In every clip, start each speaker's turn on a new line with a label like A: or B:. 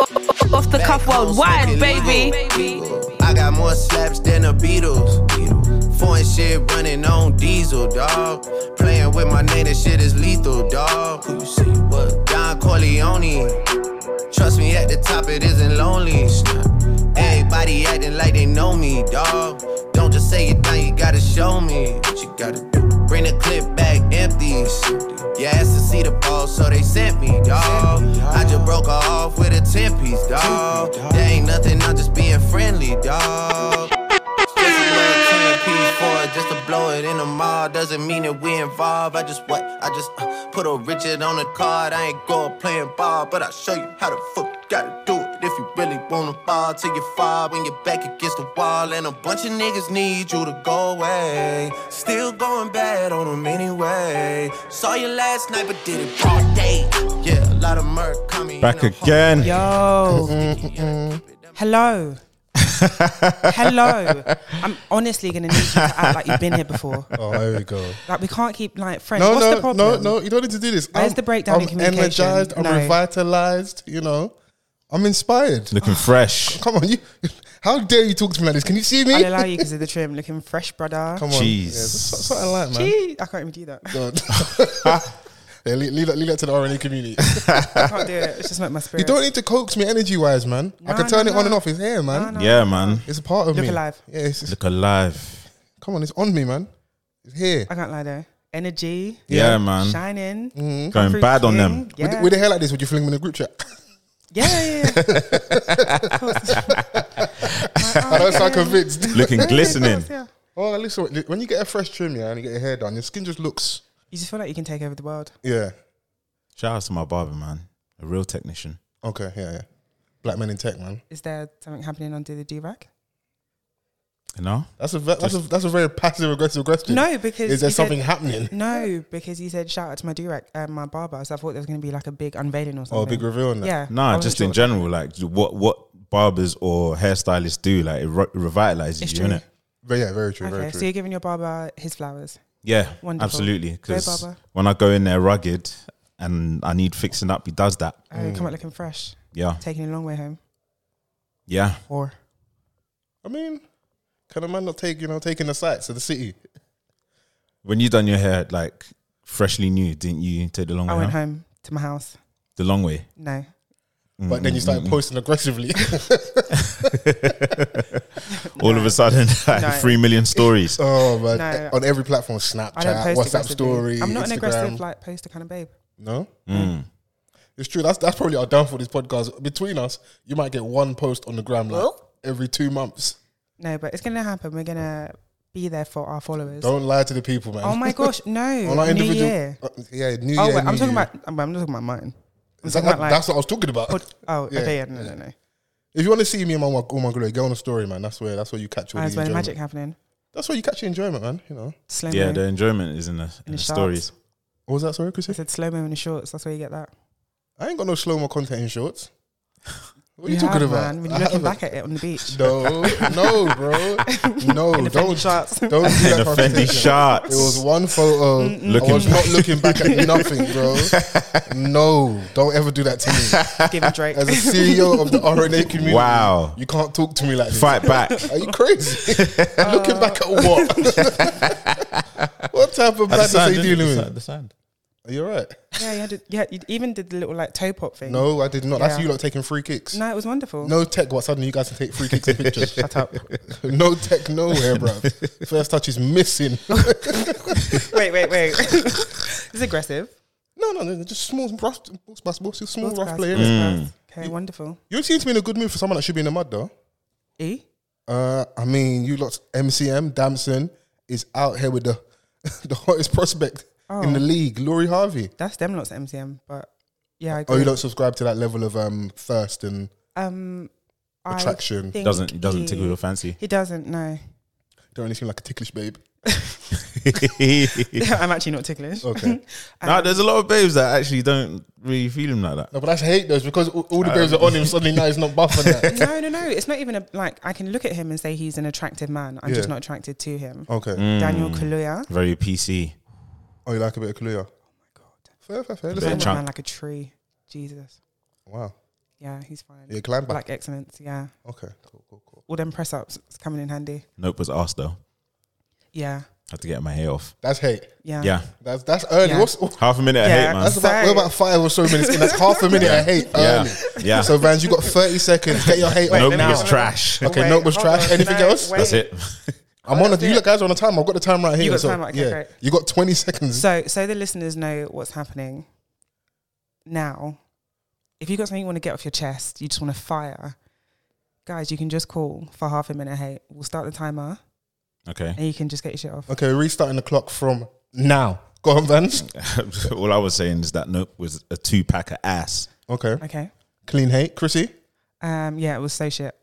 A: off the cuff worldwide, baby.
B: I got more slaps than the Beatles. Foreign shit running on diesel, dog. Playing with my name, that shit is lethal, dog. Who you see? What? Don Corleone. Trust me, at the top it isn't lonely. Everybody acting like they know me, dog. Don't just say it now, you gotta show me what you gotta do. Bring the clip back empty. You asked to see the ball, so they sent me, dog. I just broke her off with a 10 piece, dog. There ain't nothing, I'm just being friendly, dog. Just a little 10 piece for it, just to blow it in the mall. Doesn't mean that we involved. I just what? I just uh, put a Richard on the card. I ain't go playing ball, but I'll show you how the fuck you gotta do it. If you really wanna ball till you fall when you're back against the wall. And a bunch of niggas need you to go away. Still going bad on them anyway. Saw you last night, but did it broad day. Yeah, a lot of murk coming.
C: Back again.
A: Yo. Hello. Hello. I'm honestly going to need you to act like you've been here before.
D: Oh, there we go.
A: Like, we can't keep, like, friends.
D: No,
A: What's
D: no,
A: the problem?
D: no, no. You don't need to do this.
A: Where's
D: I'm-
A: the breakdown
D: I'm
A: in communication?
D: energized. I'm
A: No.
D: revitalized. You know, I'm inspired.
C: Looking fresh.
D: Come on, you. How dare you talk to me like this? Can you see me?
A: I'll allow you because of the trim. Looking fresh, brother.
D: Come on.
C: Jeez.
D: Yeah, that's what- that's what I like, man.
A: Gee, I can't even do that.
D: God. yeah, leave, leave that, leave that to the RNA community.
A: I can't do it. It's just not my
D: you
A: spirit.
D: don't need to coax me energy wise, man. I
A: No,
D: can turn
A: no,
D: it on
A: no.
D: and off. It's here, man.
A: No, no.
C: Yeah, man.
D: It's a part of
A: Look
D: me.
A: alive.
D: Yeah, it's, it's-
C: Look alive.
D: come on, it's on me, man. It's here.
A: I can't lie though. Energy,
C: Yeah, man.
A: shining,
C: Going
A: through
C: bad on
A: king.
C: them.
A: Yeah,
D: Mm. With, with a hair like this, would you fling them in a group chat?
A: yeah, yeah. yeah. Of course. My
D: I don't
A: eyes
D: sound
A: are-
D: convinced.
C: Looking
A: Yeah,
C: glistening.
A: of course, yeah.
D: oh, listen, when you get a fresh trim, yeah, and you get your hair done, your skin just looks,
A: You just feel like you can take over the world.
D: yeah.
C: Shout out to my barber, man. A real technician.
D: Okay, yeah, yeah. Black men in tech, man.
A: Is there something happening on Do the Do Rack?
C: You know?
D: That's a ve- that's a that's a very passive aggressive question.
A: No, because
D: is there
A: you said-
D: something happening?
A: No, because you said shout out to my do rack, um, my barber. So I thought there was going to be like a big unveiling or something.
D: Or Oh, a big reveal on that?
A: Mm. Yeah. I
C: Nah,
A: wasn't
C: just
A: sure.
C: in general, like what what barbers or hairstylists do, like it re- revitalizes
A: It's
C: you,
A: true.
C: innit?
D: But yeah, very true,
A: Okay,
D: very
A: so
D: true.
A: you're giving your barber his flowers.
C: Yeah,
A: Wonderful.
C: absolutely.
A: Go,
C: Because
A: barber.
C: when I go in there rugged and I need fixing up, he does that.
A: Oh,
D: Mm.
A: come out looking fresh,
C: Yeah,
A: taking a long way home.
C: yeah.
A: Or
D: I mean, can a man not take you know taking the sights of the city?
C: When you done your hair like freshly new, didn't you take the long
A: I
C: way?
A: went
C: huh?
A: home to my house.
C: The long way.
A: No,
D: But
A: Mm,
D: then you start posting aggressively.
C: All of a sudden, like
A: No.
C: three million stories.
D: oh man,
A: No.
D: on every platform,
A: I don't
D: Snapchat,
A: post
D: WhatsApp
A: aggressively.
D: story,
A: I'm not
D: Instagram.
A: an aggressive like poster kind of babe.
D: no,
C: Mm.
D: it's true. That's that's probably our downfall. This podcast between us, you might get one post on the gram like every two months.
A: No, but it's gonna happen. We're gonna be there for our followers.
D: Don't lie to the people, man.
A: Oh my gosh, no!
D: On our
A: New
D: individual,
A: year.
D: Uh, yeah, New
A: Oh
D: Year.
A: wait, I'm
D: New
A: talking
D: You.
A: about. I'm I'm not talking about mine. I'm
D: Is
A: talking
D: that-
A: about like.
D: that's what I was talking about.
A: pod- oh,
D: Yeah,
A: okay, yeah, no, no, no.
D: If you want to see me in my all my glory, go on a story, man. That's where that's where you catch all the
A: That's where
D: enjoyment.
A: the magic happening.
D: That's where you catch your enjoyment, man. You know.
A: Slow
C: Yeah,
A: mo.
C: the enjoyment is in the, in
A: the
C: the
A: shops.
C: stories.
D: What was that sorry, Chris?
A: I said slow mo in the shorts. That's where you get that.
D: I ain't got no slow mo content in shorts. What are you,
A: have,
D: talking about?
A: Man, when
D: I
A: you're looking
D: haven't.
A: back at it on the beach.
D: No, no, bro, no,
A: In the
D: don't,
A: Fendi shots.
D: don't do that.
C: The Fendi
D: conversation.
C: shots.
D: It was one photo.
C: Looking
D: I was not looking back at nothing, bro. No, don't ever do that to me.
A: Giving Drake.
D: As a CEO of the RNA community,
C: Wow.
D: you can't talk to me like this.
C: Fight back.
D: Are you crazy? Looking back at what? what type of madness are you dealing with?
C: The sand.
D: Are you alright?
A: yeah, you, had to, yeah, you even did the little like toe pop thing.
D: No, I did not. That's
A: Yeah.
D: you lot taking free kicks.
A: No, it was wonderful.
D: No tech, what? Suddenly you guys can take free kicks and pictures.
A: Shut up.
D: no tech nowhere, bro. First touch is missing.
A: wait, wait, wait. it's aggressive.
D: no, no, no, just small, rough, small, small rough
A: Podcast,
D: play. innit?
C: Mm.
A: podcast. Okay, wonderful.
D: You seem to be in a good mood for someone that should be in the mud, though.
A: E?
D: Uh, I mean, you lot, MCM Damson is out here with the the hottest prospect in
A: Oh.
D: the league, Laurie Harvey.
A: That's them lots of MCM, but yeah, I agree.
D: Oh, you don't subscribe to that level of um thirst and
A: um, I
D: attraction.
A: think
C: Doesn't it doesn't tickle
A: he-
C: your fancy.
A: He doesn't, no.
D: don't really seem like a ticklish babe.
A: I'm actually not Um, ticklish.
D: Okay.
C: nah, there's a lot of babes that actually don't really feel him like that.
D: No, but that's hate those because all, all the babes are on him. Suddenly now he's not buffing that.
A: no, no, no. It's not even a, like I can look at him and say he's an attractive man. I'm just
D: Yeah.
A: not attracted to him.
D: Okay.
C: Mm.
A: Daniel
D: Mm.
A: Kaluuya.
C: Very PC.
D: Oh, you like a bit of Kaluuya? Oh my god. Fair, fair, fair.
A: I'm
D: Listen,
A: a
C: chunk.
A: man like a tree. Jesus.
D: wow.
A: Yeah, he's fine.
D: Yeah, climb back.
A: Black excellence. Yeah,
D: Okay, cool, cool, cool.
A: all them press ups is coming in handy.
C: Nope was asked though.
A: Yeah,
C: Had to get my hair off.
D: That's hate.
A: yeah,
C: Yeah,
D: That's that's early.
A: Yeah.
D: What's,
C: half a minute I
A: Yeah.
C: hate, man.
D: that's about, we're
A: Sorry.
D: about five or so minutes in. That's half a minute I hate early.
C: Uh, Yeah, yeah.
D: So Vans, you got thirty seconds. Get your hate
A: Wait,
D: on
C: nope
A: let
D: now.
A: me-
C: was trash.
D: Okay,
A: Wait,
D: nope was
A: hold
D: trash.
A: on.
D: Anything
A: No,
D: else?
A: wait.
C: That's it.
D: I'm on. A, you
A: it.
D: look guys are on a timer. I've got the time right here.
A: You got
D: so,
A: time, okay,
D: yeah,
A: great.
D: you got twenty seconds.
A: So, so the listeners know what's happening now. If you got something you want to get off your chest, you just want to fire, guys, you can just call for half a minute. Hey, we'll start the timer,
C: Okay.
A: and you can just get your shit off.
D: Okay, restarting the clock from now. Go on, Vans.
C: All I was saying is that Nope was a two pack of ass.
D: Okay,
A: Okay.
D: clean hate, Chrissy.
A: Um. Yeah, it was so shit.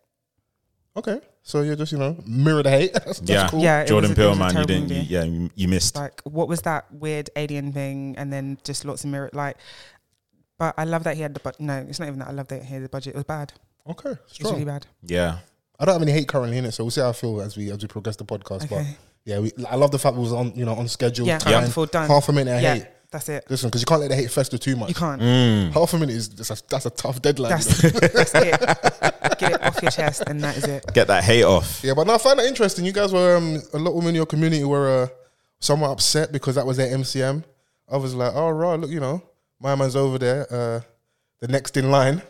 D: Okay, so you're just you know mirror the hate. That's, that's
C: yeah,
D: cool.
A: Yeah, it
C: Jordan
A: was a- it
C: Peele,
A: was a
C: man, you
A: terrible
C: didn't. You,
A: movie.
C: yeah, you, you missed.
A: like what was that weird alien thing and then just lots of mirror like but I love that he had the but no, it's not even that I love that he had the budget. It was bad.
D: Okay,
A: It was
D: strong.
A: really bad.
C: Yeah,
D: I don't have any hate currently in it, so we'll see how I feel as we as we progress the podcast. But
A: Okay.
D: yeah, we, I love the fact we was on you know on schedule.
A: Yeah,
D: time,
A: wonderful, done.
D: Half a minute Mm. I
A: yeah,
D: hate.
A: that's it.
D: Listen, because you can't let the hate fester too much.
A: You can't.
D: Half a minute is that's a, that's a tough deadline. you know?
A: That's, that's it. Get it off your chest and that is it.
C: get that hate off.
D: Yeah, but no, I find that interesting. You guys were um, a lot of women in your community were uh, somewhat upset because that was their MCM. Others like, oh right, look, you know, my man's over there, uh, the next in line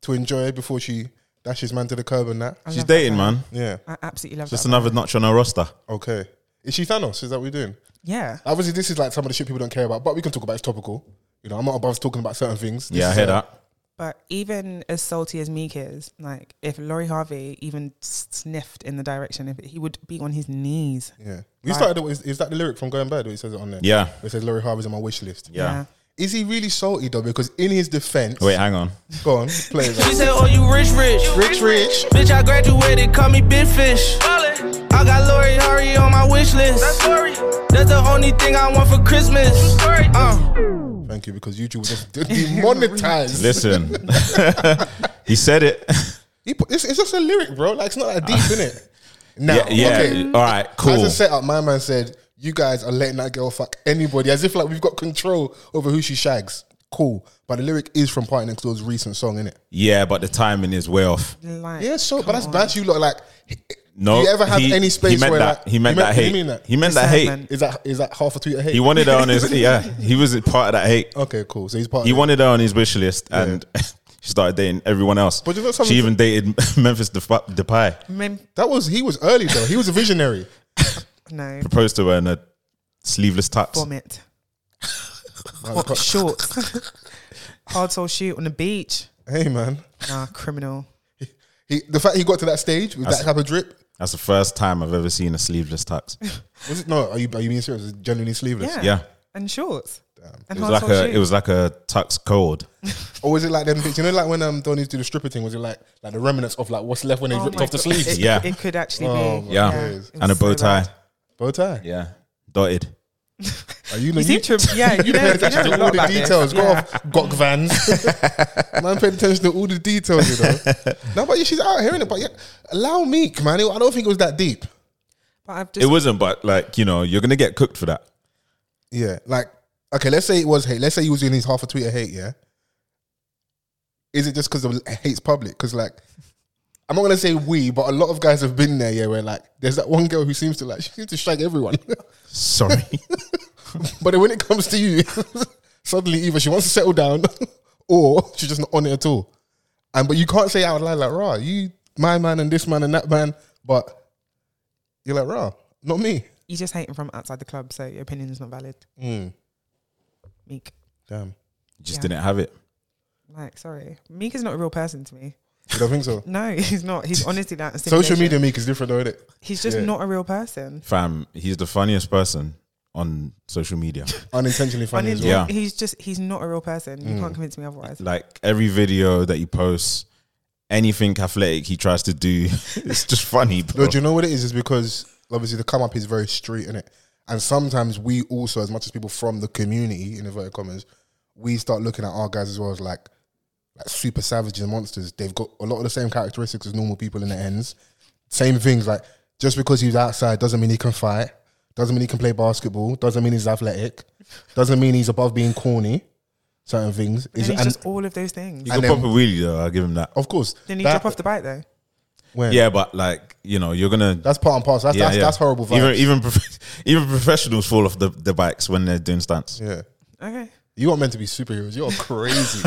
D: to enjoy before she dashes man to the curb and that.
A: I
C: She's
A: love that
C: dating,
A: about
C: man.
A: her.
D: Yeah.
A: I absolutely love
C: Just
A: that.
C: another notch on her roster.
D: Okay. Is she Thanos? Is that what we're doing?
A: yeah.
D: Obviously, this is like some of the shit people don't care about, but we can talk about. it. It's topical. You know, I'm not above talking about certain things. This
C: yeah, I
D: is,
C: hear
D: uh,
C: that.
A: But even as salty as Meek is, like if Laurie Harvey even sniffed in the direction, if he would be on his knees.
D: Yeah. We started. Is, is that the lyric from Going Bad? Where he says it on there.
C: Yeah,
D: It says Laurie Harvey's on my wish list.
C: yeah.
D: Is he really salty though? Because in his defense,
C: Wait, hang on.
D: go on, play it.
E: She said, Oh, you rich, rich.
D: Rich, rich.
E: Bitch, I graduated, call me Big Fish. I got Lori Hurry on my wish list. That's the only thing I want for Christmas. Uh,
D: Thank you, because YouTube was just demonetized.
C: Listen, he said it.
D: He put- it's, it's just a lyric, bro. Like it's not that deep, innit? Now,
C: yeah, yeah.
D: okay.
C: All right,
D: As
C: cool.
D: a setup, my man said, "You guys are letting that girl fuck anybody, as if like we've got control over who she shags." Cool, but the lyric is from Party Next Door's recent song, innit?
C: yeah, but the timing is way off.
A: Like
D: Yeah, so but
A: come
D: that's
A: on.
D: bad. You look like.
C: No,
D: Do you ever have
C: he-
D: any space
C: he meant
D: where
C: that
D: like,
C: he meant
D: you
C: that
D: you
C: hate.
D: mean that?
C: He meant that hate.
A: Resentment.
D: Is that is that half a tweet of hate?
C: He wanted her on his yeah. He was part of that hate.
D: okay, cool. So he's part.
C: He
D: of it.
C: wanted her on his wish list, and she started dating everyone else.
D: But you know
C: she
D: something-
C: even dated Memphis Dep- Depay.
A: Mem-
D: That was he was early though. He was a visionary.
A: no.
C: Proposed to her in a sleeveless tux.
A: Vomit.
C: Oh,
A: What shorts? Hard soul shoot on the beach.
D: hey man,
A: Nah, criminal.
D: he, the fact he got to that stage with that type of drip.
C: That's the first time I've ever seen a sleeveless tux.
D: Was it no? Are you are you being serious? It's genuinely sleeveless.
A: Yeah.
C: Yeah,
A: And shorts. And
C: it was like a it was like a tux code.
D: Or was it like them? bitch- You know, like when um Donnie's do the stripper thing. Was it like like the remnants of like what's left when they ripped off the sleeves?
A: Oh It,
C: Yeah.
A: It could actually
D: Oh,
A: be.
D: my
C: Yeah,
A: it was
C: and a bow
A: so
C: tie.
A: bad.
D: Bow tie.
C: Yeah, dotted.
D: Are you? know,
A: You
D: you
A: seem to, yeah, you
D: paid
A: know, you know
D: attention
A: a
D: to
A: lot
D: all the
A: about this.
D: details. Go
A: Yeah.
D: off, Gok Vans. man paid attention to all the details, you know. no, but yeah, she's out hearing it. But yeah, allow Meek, man. I don't think it was that deep.
A: But I've
C: It
A: just,
C: wasn't, but like you know, you're gonna get cooked for that.
D: Yeah, like okay, let's say it was hate. Let's say he was in his half a tweet of hate. Yeah, is it just because of hate's public? Because like, I'm not gonna say we, but a lot of guys have been there. Yeah, where like there's that one girl who seems to like she seems to shag everyone,
C: Sorry,
D: but then when it comes to you, suddenly either she wants to settle down or she's just not on it at all. And but you can't say out loud like rah, you my man and this man and that man, but you're like rah, not me.
A: you just hating from outside the club, so your opinion is not valid. Meek.
D: Damn,
C: just
A: Yeah.
C: didn't have it.
A: Like, sorry. Meek is not a real person to me.
D: you don't think so?
A: No, he's not. He's honestly that.
D: Social
A: simulation.
D: media Meek is different, though, is it?
A: He's just not a real person.
C: Fam, he's the funniest person on social media.
D: unintentionally funny as
A: Uninten-
D: well.
C: Yeah.
A: He's just, he's not a real person. You
D: Mm.
A: can't convince me otherwise.
C: like every video that he posts, anything athletic he tries to do, it's just funny, bro.
D: No, do you know what it is? Is because obviously the come up is very street in it, and sometimes we also, as much as people from the community in inverted commas, we start looking at our guys as well as like like super savages and monsters. They've got a lot of the same characteristics as normal people in the ends. Same things like just because he's outside doesn't mean he can fight. Doesn't mean he can play basketball. Doesn't mean he's athletic. Doesn't mean he's above being corny. certain things. It's-
A: And he's
D: and
A: just all of those things.
C: You can
D: then-
C: pop a wheelie though. I'll give him that.
A: Oh,
D: of course,
A: Then he
D: that-
A: drop off the bike though.
D: when-
C: Yeah, but like you know, you're gonna.
D: that's part and parcel. That's
C: yeah,
D: that's,
C: yeah.
D: that's horrible. Vibes.
C: Even even prof- even professionals fall off the, the bikes when they're doing stunts.
D: yeah.
A: Okay.
D: You aren't meant to be superheroes. You're crazy.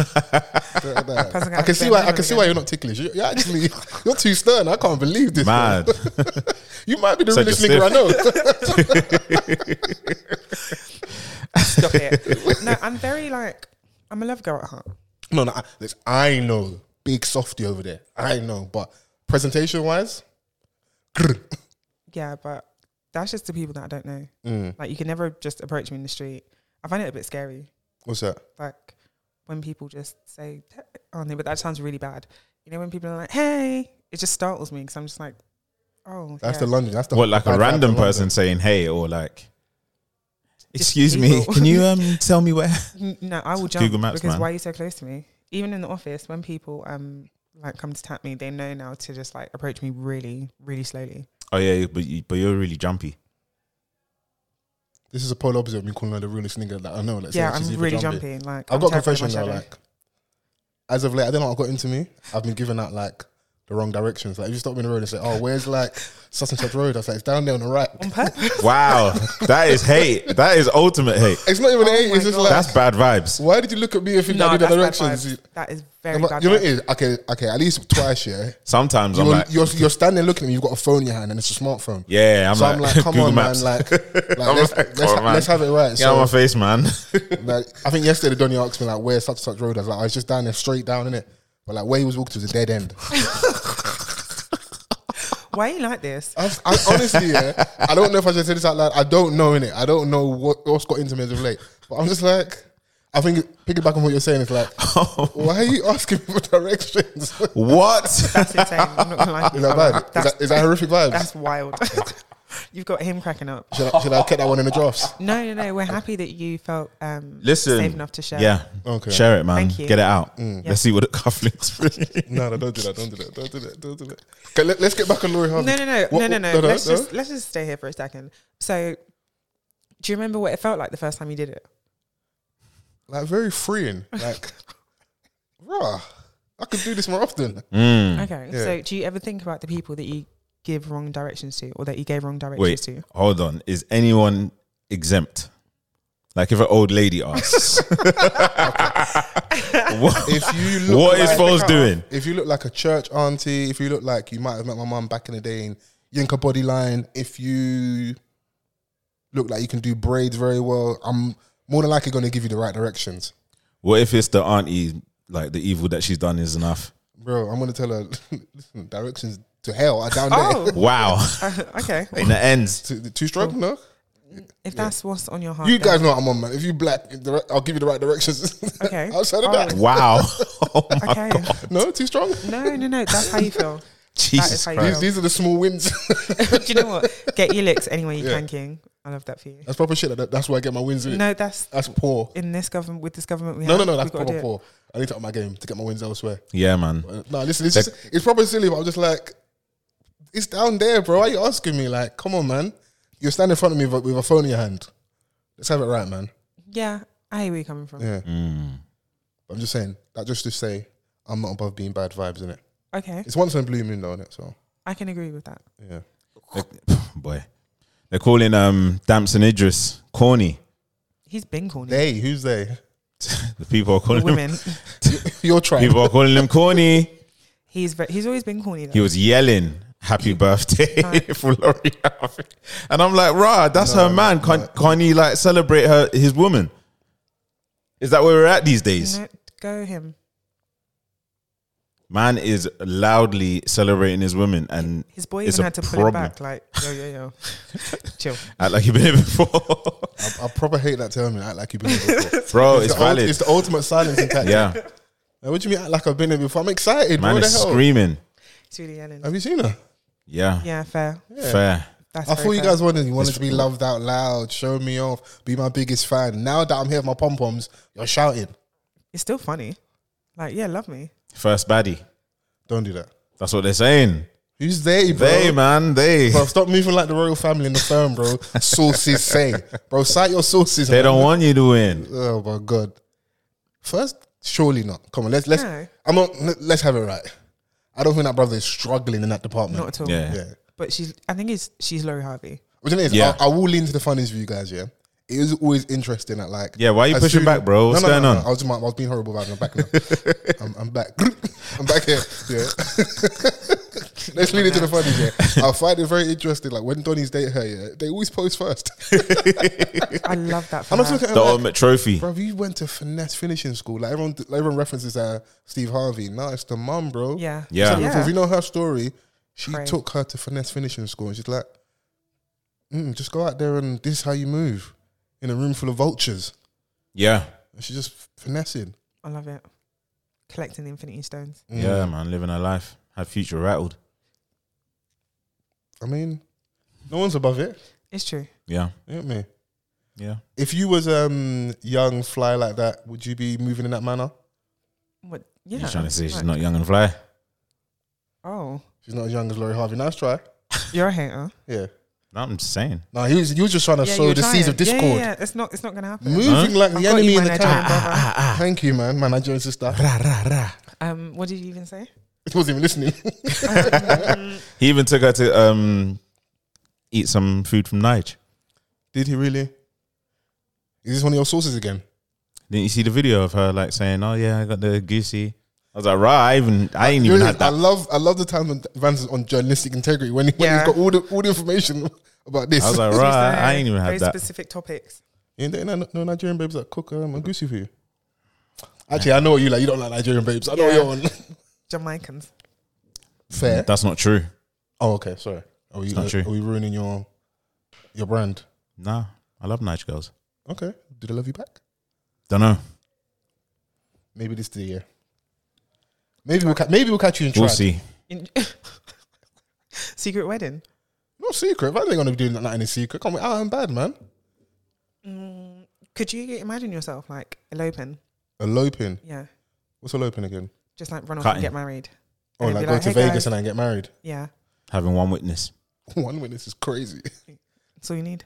D: I can see why. I can see why you're not ticklish. You're, you're actually you're too stern. I can't believe this. man.
C: Mad.
D: You might be the
C: Such a
D: realest nigga I know.
A: Stop it. no, I'm very like I'm a love girl at heart.
D: no, no. I, listen, I know big softy over there. I know, but presentation wise,
A: Yeah, but that's just the people that I don't know.
D: Mm.
A: Like you can never just approach me in the street. I find it a bit scary.
D: what's that?
A: Like when people just say, "Oh no," but that sounds really bad. You know when people are like, "Hey," it just startles me because I'm just like, "Oh."
D: That's
A: yeah.
D: the London. That's the
C: what like a
D: bad vibe in
C: random
D: London.
C: person saying hey or like. Excuse me,
A: people.
C: can you um tell me where?
A: N- No, I will
C: It's
A: jump
C: Google Maps,
A: because
C: man.
A: why are you so close to me? Even in the office, when people um like come to tap me, they know now to just like approach me really, really slowly.
C: Oh yeah, but you, but you're really jumpy.
D: This is a polar opposite of me calling her the realest nigga that I know. Like, so
A: yeah,
D: she's
A: I'm
D: even
A: really
D: jumpy.
A: jumping. Like
D: I've
A: I'm
D: got a
A: terrified of my
D: confession though.
A: shadow.
D: Like, as of late, I don't know what got into me. I've been giving out like the wrong directions. Like, if you stop me in the road and say, "Oh, where's like Sutton Church Road?" I was like, "It's down there on the right."
A: on purpose.
C: Wow, that is hate. That is ultimate hate.
D: It's not even eight.
A: Oh my
D: It's just
A: God.
D: like,
C: That's bad vibes.
D: why did you look at me and think
A: no,
D: I knew
A: that's
D: the
A: directions.
D: directions? You
A: That is
D: you
A: very
D: know what
A: bad.
D: it
A: vibes.
D: is? Okay, okay. At least twice, yeah.
C: Sometimes I'm
D: You're,
C: like,
D: you're, you're standing looking at me. You've got a phone in your hand and it's a smartphone.
C: yeah, I'm
D: so
C: like,
D: I'm like, come
C: Google
D: on,
C: Maps.
D: man. Like, like,
C: I'm
D: let's,
C: like,
D: let's,
C: come on, man.
D: let's have it right.
C: Get
D: so,
C: out of my face, man.
D: Like, I think yesterday Donny asked me like where such such road. I was like, I was just down there, straight down in it. But like where he was walking to was a dead end.
A: Why are you like this?
D: I, I honestly, yeah, I don't know if I should say this out loud. I don't know in it. I don't know what what's got into me as of late. But I'm just like, I think piggyback on what you're saying it's like, why are you asking me for directions? is
C: what?
A: That's insane. I'm not gonna lie. to you.
D: that
A: I'm like,
D: bad? Is
A: That's,
D: that, is that horrific vibes?
A: that's wild. You've got him cracking up.
D: Should I, should I get that one in the drafts?
A: No, no, no. We're happy that you felt um
C: Listen,
A: safe enough to share.
C: Yeah,
D: Okay. Mm.
C: Share it, man.
A: Thank you.
C: Get it out. Let's see what the cufflinks. bring.
D: No, no, don't do that. Don't do that. Don't do that. Don't do that. Okay, let, us get back on Laurie Harvey.
A: No, no, no,
D: What-
A: no, no, no.
D: what-
A: Let's just let's just stay here for a second. So, do you remember what it felt like the first time you did it?
D: like very freeing. Like, rah, I could do this more often.
C: Hmm.
A: Okay. So, do you ever think about the people that you give wrong directions to, or that you gave wrong directions
C: Wait,
A: to?
C: hold on. Is anyone exempt? Like if an old lady asks, what,
D: If you look
C: what is
D: like-
C: Foles doing?
D: If you look like a church auntie, if you look like you might have met my mum back in the day in Yinka body line, if you look like you can do braids very well, I'm more than likely going to give you the right directions.
C: What if it's the auntie? Like the evil that she's done is enough.
D: Bro, I'm going to tell her, listen, directions to hell are down there.
A: Oh,
C: Wow.
A: okay.
C: In the end,
D: To the two stroke, no?
A: If that's what's on your heart,
D: You
A: then-
D: guys know what I'm on, man. If you black, direct- I'll give you the right directions.
A: Okay.
D: Outside of
A: Alright.
D: that.
C: wow. Oh my
A: Okay.
D: No, too strong?
A: No, no, no. That's how you feel.
C: Jesus
A: how you
D: These,
C: Christ.
A: feel.
D: these are the small wins.
A: Do you know what? Get your licks any way you can, King. I love that for you.
D: that's proper shit. That, that's where I get my wins in.
A: No, that's
D: That's poor.
A: in this government with this government. We
D: No,
A: have,
D: no, no. That's
A: we've gotta
D: proper
A: do it.
D: poor. I need to up my game to get my wins elsewhere.
C: Yeah, man.
D: Uh, No, listen, it's just, it's probably silly, but I'm just like, it's down there, bro. Why are you asking me? Like, come on, man. You're standing in front of me with, with a phone in your hand. Let's have it right, man.
A: Yeah, I hear where you're coming from.
D: Yeah. I'm just saying that just to say I'm not above being bad vibes in it.
A: Okay,
D: It's once in a blue moon though, innit? So
A: I can agree with that.
D: yeah.
C: Boy. They're calling um Damson Idris corny.
A: He's been corny.
D: They, who's they?
C: The people are
A: The
C: calling him
A: women.
D: Your tribe.
C: people are calling him corny.
A: He's ve- he's always been corny. Though.
C: He was yelling happy birthday for Laurie Harvey. And I'm like, rah, that's her man. Can't, can't he like celebrate her his woman? Is that where we're at these days?
A: Let go him.
C: Man is loudly celebrating his woman and
A: His boy
C: it's
A: even
C: a
A: had to pull
C: problem.
A: him back. Like yo yo yo, chill.
C: Act like you've been here before.
D: I, I proper hate that term. Act like you've been here before.
C: Bro, Oh, it's,
D: the ult-
C: valid.
D: it's the ultimate silencing tactic.
C: yeah.
D: Like, what do you mean? act Like I've been here before? I'm excited.
C: Man
D: what the
C: is
D: hell?
C: screaming.
A: It's really yelling.
D: Have you seen her?
C: Yeah.
A: Yeah, fair.
C: Fair.
A: That's
D: I
A: very
D: thought you
A: fair.
D: guys wanted you wanted to be loved out loud, show me off, be my biggest fan. Now that I'm here with my pom poms, you're shouting.
A: It's still funny. Like yeah, love me.
C: First baddie.
D: Don't do that.
C: That's what they're saying.
D: Who's they, bro?
C: They, man, they.
D: Bro, stop moving like the royal family in the firm, bro. sources say, bro, cite your sources.
C: They
D: man.
C: don't want you to win.
D: Oh my god. First, surely not. Come on, let's let's.
A: No.
D: I'm not. let- Let's have it right. I don't think that brother is struggling in that department.
A: Not at all.
C: Yeah.
D: yeah.
A: But she's. I think it's she's Laurie Harvey.
D: Which it is.
C: Yeah.
D: I, I will lean to the funnies for you guys. Yeah, it is always interesting that like.
C: Yeah, why are you
D: as
C: pushing
D: soon-
C: back, bro? What's
D: no, no,
C: going
D: no,
C: on?
D: no. I was, just- I was being horrible about it. I'm back now. I'm, I'm back. I'm back here. Yeah. Let's lean into the funnies. Yeah, I find it very interesting. Like when Donnie's date her, yeah, they always post first.
A: I love that. For
D: I'm
A: her.
D: not looking at
C: The
D: her like,
C: ultimate trophy.
D: Bro, you went to finesse finishing school. Like everyone, like everyone references uh, Steve Harvey. No, it's the mum, bro.
A: Yeah.
C: Yeah.
D: So If you know her story, she
A: Crazy.
D: took her to finesse finishing school, and she's like, mm, "Just go out there and this is how you move in a room full of vultures."
C: Yeah.
D: And she's just finessing.
A: I love it. Collecting the Infinity Stones.
D: Mm.
C: Yeah, man, living a life. Had future rattled.
D: I mean, no one's above it.
A: It's true.
C: Yeah.
D: You know what I mean?
C: Yeah.
D: If you was um young fly like that, would you be moving in that manner?
A: What? Yeah.
C: You're trying to say she's
A: Like,
C: not young and fly.
A: Oh,
D: She's not as young as Laurie Harvey. Nice try.
A: you're a hater.
D: Yeah.
C: No, I'm just saying.
D: No, he was. You was just trying to
A: yeah,
D: sow
A: you're
D: the seeds
A: trying.
D: of discord.
A: Yeah, yeah, yeah. It's not. It's not gonna happen.
D: Moving like
A: I've
D: the
A: got
D: enemy
A: you,
D: in the
A: my
D: car.
A: Nigerian brother.
D: Thank you, man. My Nigerian sister.
A: Um, what did you even say?
D: He wasn't even listening.
C: He even took her to um eat some food from Nige.
D: Did he really? Is this one of your sources again?
C: Didn't you see the video of her like saying, "Oh yeah, I got the goosey." I was like, "Right, I even I ain't even
D: Really,
C: had
D: I
C: that."
D: love I love the time when Vance is on journalistic integrity when, he, when
A: Yeah.
D: he's got all the all the information about this.
C: I was like,
A: Just,
C: "Right,
A: uh,
C: I ain't even
A: very
C: had that."
A: specific topics.
D: you ain't dating no, no Nigerian babes that cook um, a goosey for you. Actually, I know what you like. You don't like Nigerian babes. I know
A: Yeah.
D: you're on.
A: Jamaicans.
D: Fair.
C: That's not true.
D: oh, okay. Sorry. Are we, uh,
C: not
D: are,
C: true.
D: we ruining your your brand?
C: Nah, I love Nige girls.
D: Okay. Do they love you back?
C: Don't know.
D: Maybe this is the year. Maybe we'll ca- maybe we'll catch you in
C: We'll
D: Trinidad.
C: see.
A: In- Secret wedding.
D: Not secret. If I ain't gonna be doing that in secret, come on, I'm bad, man.
A: Mm, could you imagine yourself like eloping?
D: Eloping.
A: Yeah,
D: What's eloping again?
A: just like run off
C: Cutting.
A: and get married.
D: Oh,
A: And
D: like
A: be
D: go
A: like,
D: to
A: "Hey,
D: Vegas
A: guys."
D: and then get married.
A: Yeah,
C: Having one witness.
D: One witness is crazy.
A: that's all you need.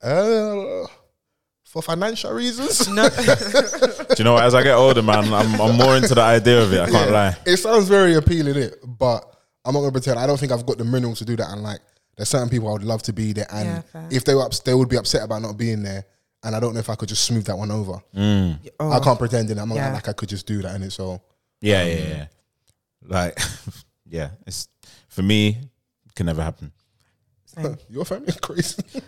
D: Uh, for financial reasons.
A: No,
C: Do you know what? As I get older, man, I'm, I'm more into the idea of it. I can't lie.
D: It sounds very appealing, it, but I'm not gonna pretend. I don't think I've got the minerals to do that. And like, there's certain people I would love to be there, and
A: Yeah, fair.
D: if they were ups, they would be upset about not being there. And I don't know if I could just smooth that one over.
A: oh,
D: I can't pretend in it. I'm not
A: Yeah.
D: like I could just do that in it. So
C: Yeah, yeah, yeah. Like, yeah. It's for me. it Can never happen.
A: same.
D: your family is crazy.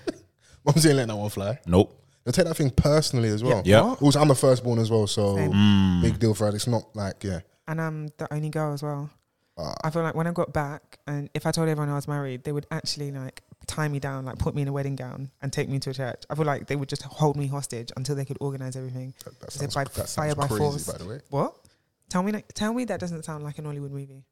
D: Mom's ain't letting that one fly.
C: Nope.
D: They'll take that thing personally as well.
C: Yeah. What?
D: Also, I'm the firstborn as well, so
A: Same.
D: big deal for her. It's not like yeah.
A: And I'm the only girl as well.
D: Ah.
A: I feel like when I got back, and if I told everyone I was married, they would actually like tie me down, like put me in a wedding gown and take me to a church. I feel like they would just hold me hostage until they could organize everything.
D: That, that
A: Is it
D: sounds,
A: by
D: that
A: fire
D: sounds
A: by
D: crazy,
A: force?
D: by the way.
A: What? Tell me, like, tell me that doesn't sound like an Hollywood movie.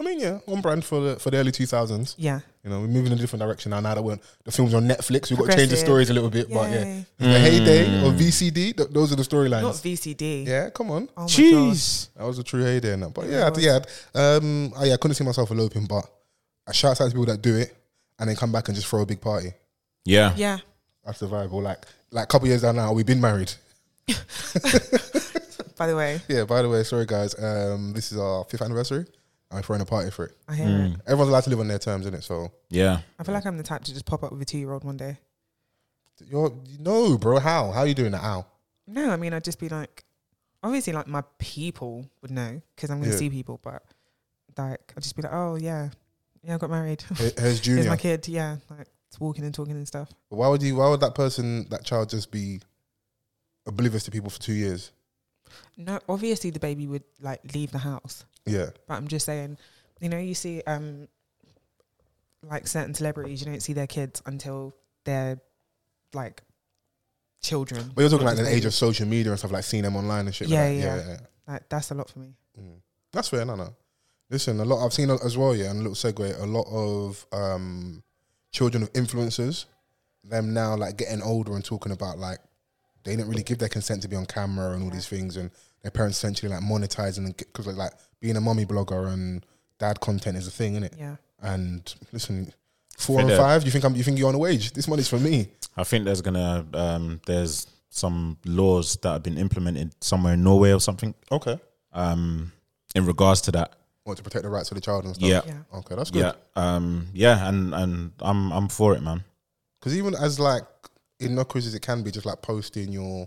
D: I mean, yeah, on brand for the for the early two thousands.
A: Yeah,
D: You know, we're moving in a different direction now. Now that we're the films on Netflix, we've got to change the
A: Progressive.
D: stories a little bit. But yeah,
A: Yay.
D: the heyday of VCD, th- those are the
A: not
D: storylines.
A: VCD.
D: Yeah, come on,
A: Oh my
C: Jeez.
D: that was a true heyday. Now. But
A: It
D: yeah,
A: really
D: yeah, um, I, yeah, I couldn't see myself eloping, but I shout out to people that do it and then come back and just throw a big party.
C: Yeah.
A: God. Yeah.
D: That's the vibe. Or like, like a couple years down now, we've been married.
A: By the way,
D: Yeah, by the way, sorry guys. Um, this is our fifth anniversary. and we're throwing a party for it.
A: I hear
C: Hmm.
A: it.
D: Everyone's allowed to live on their terms, isn't it? So
C: Mm, Yeah.
A: I feel like I'm the type to just pop up with a two-year-old one day.
D: you're no, bro. How? How you doing that? How?
A: No, I mean I'd just be like, obviously, like my people would know because I'm gonna
D: Yeah.
A: see people, but like I'd just be like, oh yeah, yeah, I got married.
D: Here- Here's
A: Here's
D: Junior.
A: my kid. Yeah, like it's walking and talking and stuff.
D: Why would you? Why would that person, that child, just be oblivious to people for two years?
A: No, obviously the baby would like leave the house,
D: Yeah,
A: but I'm just saying, you know, you see, um, like certain celebrities, you don't see their kids until they're like children.
D: but you're talking
A: Not
D: like
A: just
D: the age of
A: babies.
D: social media and stuff, like seeing them online and shit. like
A: Yeah,
D: that.
A: yeah.
D: yeah, yeah.
A: like that's a lot for me.
D: That's fair, no, no. Listen, a lot I've seen as well, yeah, and a little segue, a lot of um, children of influencers, them now like getting older and talking about like they didn't really give their consent to be on camera and all these things, and their parents essentially like monetizing because like, like being a mommy blogger and dad content is a thing, isn't it?
A: Yeah.
D: And listen, four
C: Fed
D: and
C: up.
D: five, you think I'm you think you're on a wage? This money's for me.
C: I think there's gonna um there's some laws that have been implemented somewhere in Norway or something
D: Okay.
C: um, in regards to that.
D: Want to protect the rights of the child and stuff.
C: Yeah,
A: Yeah.
D: Okay, that's good.
C: yeah, um, yeah, and and I'm I'm for it, man.
D: Because even as like innocuous as it can be, just like posting your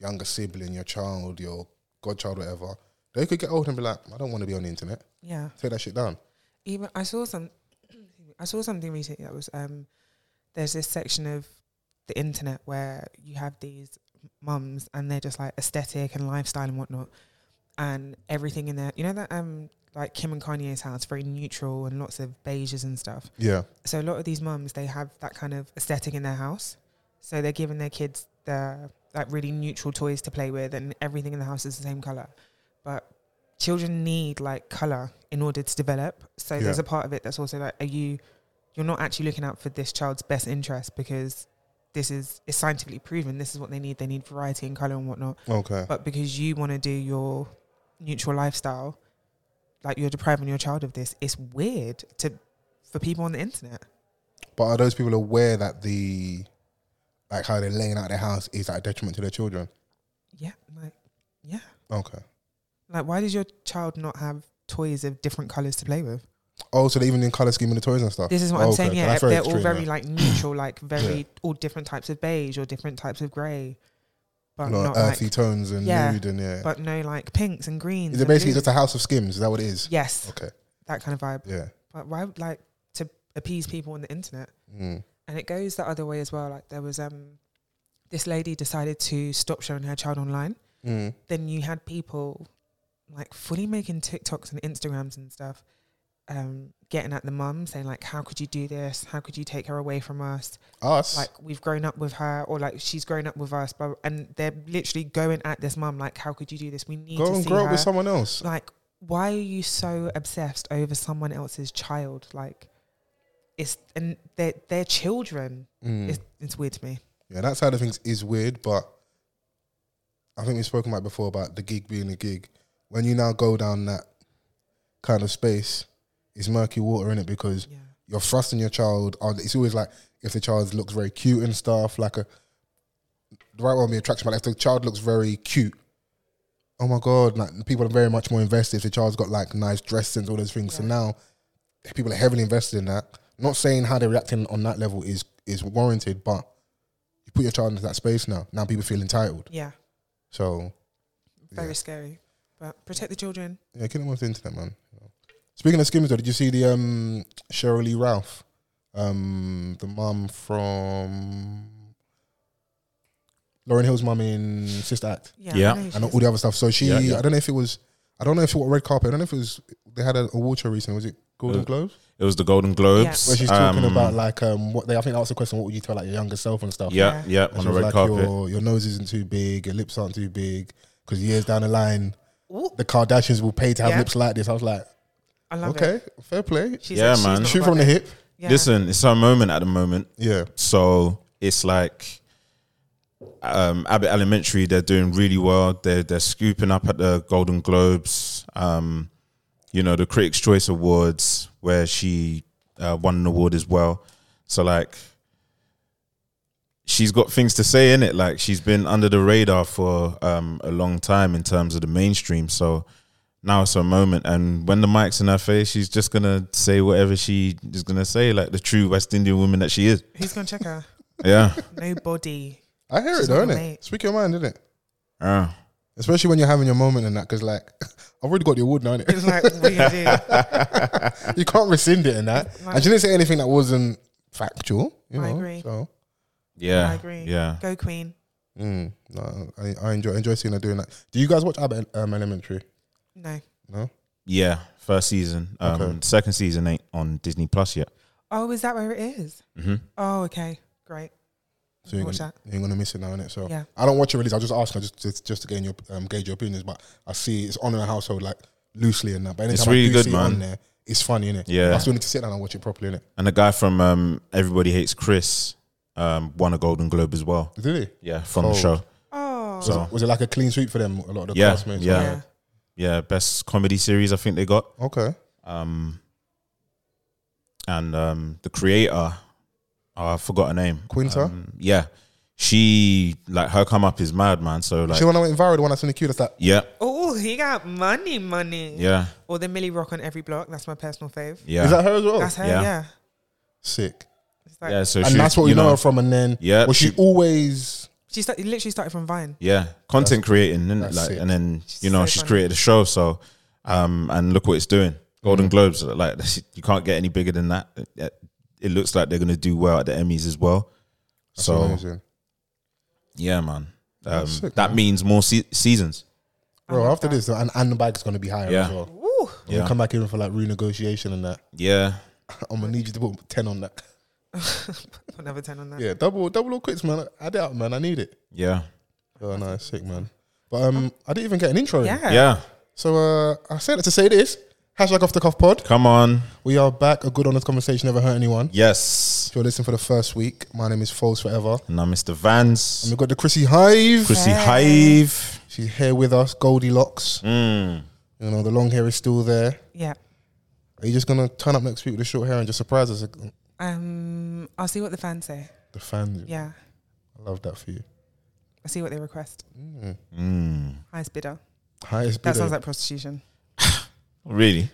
D: younger sibling, your child, your godchild, whatever, they could get old and be like, I don't want to be on the internet.
A: Yeah.
D: Take that shit down.
A: Even I saw some I saw something recently that was um there's this section of the internet where you have these mums and they're just like aesthetic and lifestyle and whatnot and everything in there. You know that um like Kim and Kanye's house, very neutral and lots of beiges and stuff.
D: Yeah.
A: so a lot of these mums they have that kind of aesthetic in their house so they're giving their kids the like really neutral toys to play with and everything in the house is the same color but children need like color in order to develop so there's
D: Yeah.
A: a part of it that's also like are you you're not actually looking out for this child's best interest because this is it's scientifically proven this is what they need they need variety and color and whatnot
D: Okay.
A: but because you want to do your neutral lifestyle, like you're depriving your child of this. It's weird to for people on the internet.
D: But are those people aware that the like how they're laying out their house is at a detriment to their children?
A: Yeah, like yeah,
D: Okay.
A: like why does your child not have toys of different colors to play with?
D: Oh, so they even in color scheme of the toys and stuff.
A: This is what
D: Oh,
A: I'm
D: okay.
A: saying.
D: So
A: Yeah,
D: that's very
A: they're all
D: extreme,
A: very
D: yeah.
A: like neutral, like very
D: Yeah.
A: all different types of beige or different types of gray, but
D: A lot
A: not
D: of earthy
A: like
D: tones and
A: Yeah.
D: nude and yeah.
A: but no like pinks and greens.
D: is it
A: and
D: basically
A: blues.
D: just a house of skims? Is that what it is?
A: yes,
D: Okay.
A: that kind of vibe?
D: Yeah.
A: But why like to appease people on the internet?
D: Mm.
A: and it goes the other way as well. Like there was um, this lady decided to stop showing her child online.
D: Mm.
A: Then you had people like fully making TikToks and Instagrams and stuff, um, getting at the mum saying like, "How could you do this? How could you take her away from us?
D: Us.
A: Like we've grown up with her, or like she's grown up with us." Blah, blah. And they're literally going at this mum like, "How could you do this? We need
D: Go
A: to
D: and
A: see
D: grow
A: her."
D: up with someone else.
A: like why are you so obsessed over someone else's child like it's and they're, they're children
D: Mm.
A: it's, it's weird to me
D: Yeah, that side of things is weird, but I think we've spoken about before about the gig being a gig. When you now go down that kind of space, it's murky water in it because
A: yeah
D: you're thrusting your child on. It's always like if the child looks very cute and stuff, like a the right one would be attraction, but like if the child looks very cute, oh my god, like people are very much more invested. If the child's got like nice dress sense, all those things, so now people are heavily invested in that. Not saying how they're reacting on that level is is warranted, but you put your child into that space now. Now people feel entitled.
A: yeah
D: So
A: very
D: Yeah.
A: scary but protect the children
D: yeah, get them off the internet, man. Speaking of skimmers, though, did you see the um, Cheryl Lee Ralph, um, the mum from Lauren Hill's mum in Sister Act,
A: yeah
C: Yeah.
A: I know who
D: and
A: she
D: all the other stuff? So she,
C: Yeah, yeah.
D: I don't know if it was, I don't know if it was red carpet. I don't know if it was. They had an award show recently. Was it Golden
C: Uh,
D: Globes?
C: It was the Golden Globes.
D: Where she's talking
C: um,
D: about like um, what they. I think that was the question. What would you tell like your younger self and stuff?
C: yeah, yeah,
D: And
C: on
D: she
C: the
D: was
C: red
D: like,
C: carpet.
D: Your, your nose isn't too big. Your lips aren't too big. Because years down the line,
A: is. Ooh,
D: the Kardashians will pay to have
A: Yeah.
D: lips like this. I was like,
A: i love it
D: okay, fair play.
A: she's
C: Yeah,
A: like, she's
C: man.
A: not
D: Shoot
A: above
D: from the
A: it.
D: hip.
A: yeah.
C: Listen, it's her moment at the moment.
D: Yeah.
C: So it's like um, Abbott Elementary, they're doing really well. They're they're scooping up at the Golden Globes, um, you know, the Critics' Choice Awards, where she uh, won an award as well. So like, she's got things to say in it. Like she's been under the radar for um, a long time in terms of the mainstream. So now it's her moment, and when the mic's in her face, she's just gonna say whatever she is gonna say, like the true West Indian woman that she is.
A: who's gonna check her
C: Yeah.
A: nobody
D: I hear
A: She's
D: it, though,
A: not
D: innit?
A: late.
D: Speak your mind, innit?
C: Yeah.
D: Especially when you're having your moment and that, because, like, I've already got the award now,
A: it's
D: innit?
A: like what are you gonna do
D: you can't rescind it and that. And she didn't say anything that wasn't factual. You know?
A: I agree.
D: So,
C: Yeah.
A: i agree
C: Yeah.
A: go queen
D: mm, no, I, I enjoy, enjoy seeing her doing that. Do you guys watch Abbott um, Elementary?
A: no
D: No?
C: Yeah. First season. Um,
D: Okay.
C: Second season ain't on Disney Plus yet.
A: oh is that where it is
C: hmm
A: oh okay great
D: So you ain't,
A: Watch
D: gonna, you ain't gonna miss it now, innit? So
A: Yeah.
D: I don't watch it release. I just ask her just just, just to gain your um, gauge your opinions, but I see it's on in the household like loosely and that. But anytime
C: It's really
D: I do
C: good,
D: see it
C: man.
D: on there, it's funny, innit?
C: Yeah.
D: I still need to sit down and watch it properly, innit?
C: And the guy from um, Everybody Hates Chris um, won a Golden Globe as well.
D: Did it?
C: Yeah, from
D: Cold.
C: the show.
A: oh
C: So-
D: Was it like a clean sweep for them? A lot of the
C: Yeah,
D: classmates.
C: yeah. Yeah, best comedy series I think they got.
D: Okay.
C: Um, and um, the creator, oh, I forgot her name.
D: Quinta?
C: Um, yeah, she like her come up is mad, man. So like,
D: She when I went viral, the one that's in the queue, that's that.
C: yeah,
A: Oh, he got money, money.
C: yeah,
A: Or the Millie Rock on every block. That's my personal fave.
C: yeah.
D: Is that her as well?
A: That's her.
C: Yeah.
A: Yeah.
D: Sick.
A: It's like,
C: Yeah, so
D: And
C: she-
D: that's what we
C: you
D: know her from. And then,
C: Yeah,
D: was she,
C: she-
D: always?
A: she started, literally started from Vine.
C: Yeah, content creating, innit?
D: that's
C: like,
D: sick.
C: and then
A: She's
C: you know
A: so
C: she's
A: funny.
C: created a show. So, um, and look what it's doing. Golden
D: Mm.
C: Globes, like that's- you can't get any bigger than that. It, it looks like they're gonna do well at the Emmys as well.
D: That's
C: so
D: amazing.
C: yeah, man, um,
D: That's sick,
C: that
D: man.
C: means more se- seasons.
D: bro.
A: love
D: After
A: that.
D: this, and, and the bike's gonna be higher
C: Yeah.
D: as well.
A: Ooh.
D: We'll
C: Yeah.
D: come back even for like renegotiation and that.
C: Yeah,
D: I'm gonna need you to put ten on that.
A: Put Another 10 on that.
D: Yeah, double double or quits, man. Add it up, man. I need it.
C: yeah,
D: Oh, no, it's sick, man. But um, I didn't even get an intro. in.
A: Yeah.
C: yeah.
D: So uh, I said it to say this. Hashtag off the cuff pod.
C: Come on,
D: We are back. A good honest conversation never hurt anyone.
C: yes.
D: If you're listening for the first week, my name is False Forever.
C: And I'm Mr. Vance,
D: And we've got the Chrissy Hive.
C: Chrissy
A: Hey.
C: Hive.
D: She's here with us, Goldilocks.
C: Mm.
D: You know, the long hair is still there.
A: Yeah.
D: Are you just gonna turn up next week with the short hair and just surprise us?
A: Um, I'll see what the fans say.
D: The fans.
A: Yeah.
D: I love that for you.
A: I'll see what they request.
D: Mm.
C: Mm.
A: Highest bidder.
D: Highest
A: That
D: bidder.
A: sounds like prostitution.
C: Really?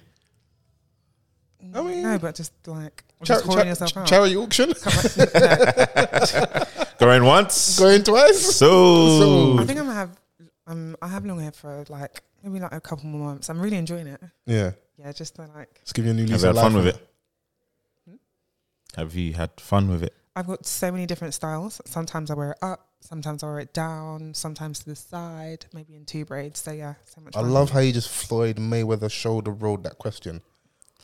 D: I mean-
A: no, but just like
D: Char-
A: just holding
D: char-
A: yourself
D: char-
A: out.
D: charity auction.
C: Going once.
D: Going twice.
C: so,
A: I think I'm gonna have um I have long hair for like maybe like a couple more months. I'm really enjoying it.
D: Yeah.
A: Yeah, just to, like
D: Let's give you a new
C: have
D: lease
C: you
D: of
C: had
D: life.
C: fun with
D: innit?
C: it? Have you had fun with it?
A: I've got so many different styles. Sometimes I wear it up, sometimes I wear it down, sometimes to the side, maybe in two braids. So yeah, so much.
D: I
A: fun.
D: love how you just Floyd Mayweather shoulder rolled that question.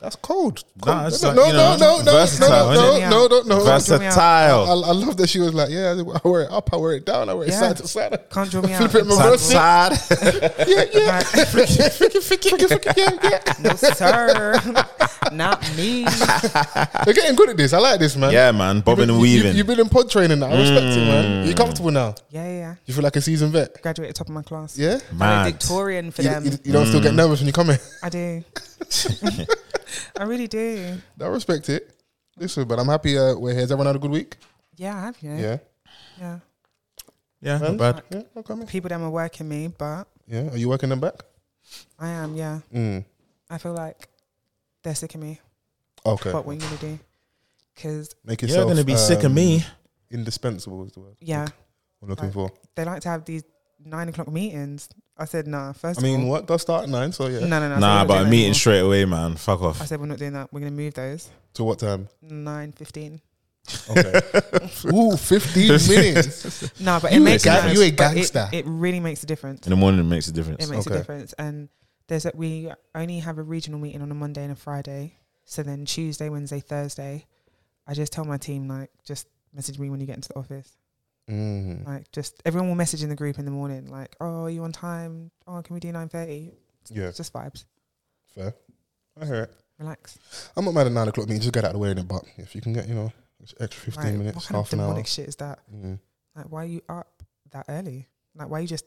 D: That's cold.
C: Nah,
D: Cold.
C: it's
D: no,
C: like,
D: no,
C: you
D: no,
C: know,
D: no, no,
C: versatile,
D: no,
A: innit?
D: no, no, no, no, no. I,
C: Versatile.
D: I love that she was like, yeah, I wear it up, I wear it down, I wear it
A: Yeah.
D: side to side.
A: Can't draw me out.
D: Flip it in reverse.
A: Like,
C: Sad.
D: Yeah, yeah.
A: Like, no sir, not me.
D: They're getting good at this. I like this, man.
C: Yeah, man, bobbing and
D: You-
C: weaving.
D: You, have been in pod training now. I respect it, man. You comfortable now?
A: Yeah, yeah, yeah.
D: You feel like a seasoned vet?
A: Graduated top of my class.
D: Yeah?
A: I'm a
C: Mad.
A: Victorian for
D: You,
A: them.
D: you- you don't still get nervous when you come in.
A: I do. I really do.
D: I respect it. Listen, but I'm happy uh, we're here. Has everyone had a good week?
A: Yeah, I have you.
D: Yeah.
A: yeah.
C: Yeah, not bad.
D: Yeah, I'm coming.
A: People them are working me, but
D: Yeah. Are you working them back?
A: I am. Yeah,
D: Mm.
A: I feel like they're sick of me.
D: Okay.
A: What we're gonna do? Because
D: Make
C: You're
D: yourself
C: gonna be sick of
D: um,
C: me.
D: Indispensable is the word
A: yeah,
D: we're looking
A: Like,
D: for.
A: they like to have these nine o'clock meetings. I said nah. First,
D: I mean,
A: of all,
D: what does start at nine? So yeah.
A: No, no, no. I said we're
C: Nah,
A: not
C: but
A: doing
C: a
A: that
C: meeting
A: anymore.
C: straight away, man. Fuck
A: I
C: off.
A: said we're not doing that. We're gonna move those
D: To what time?
A: nine fifteen.
D: Okay. Ooh, fifteen minutes.
A: No, but
D: You
A: it
D: a
A: makes
D: ga-
A: a
D: you a
A: difference, but
D: gangster.
A: It, it really makes a difference.
C: In the morning, it makes a
A: It
C: difference.
A: makes
D: Okay.
A: a difference. And there's that we only have a regional meeting on a Monday and a Friday. So then Tuesday, Wednesday, Thursday, I just tell my team like just message me when you get into the office.
D: Mm.
A: Like just everyone will message in the group in the morning like, "Oh, are you on time? Oh, can we do 9:30?"
D: Yeah,
A: It's just vibes.
D: fair. I hear it.
A: Relax.
D: I'm not mad at nine o'clock meeting. Just get out of the way in it. But if you can get, you know, extra fifteen
A: Like,
D: minutes,
A: what kind
D: half
A: of
D: an
A: demonic
D: hour.
A: shit is that?
D: Mm.
A: Like why are you up that early? Like why are you just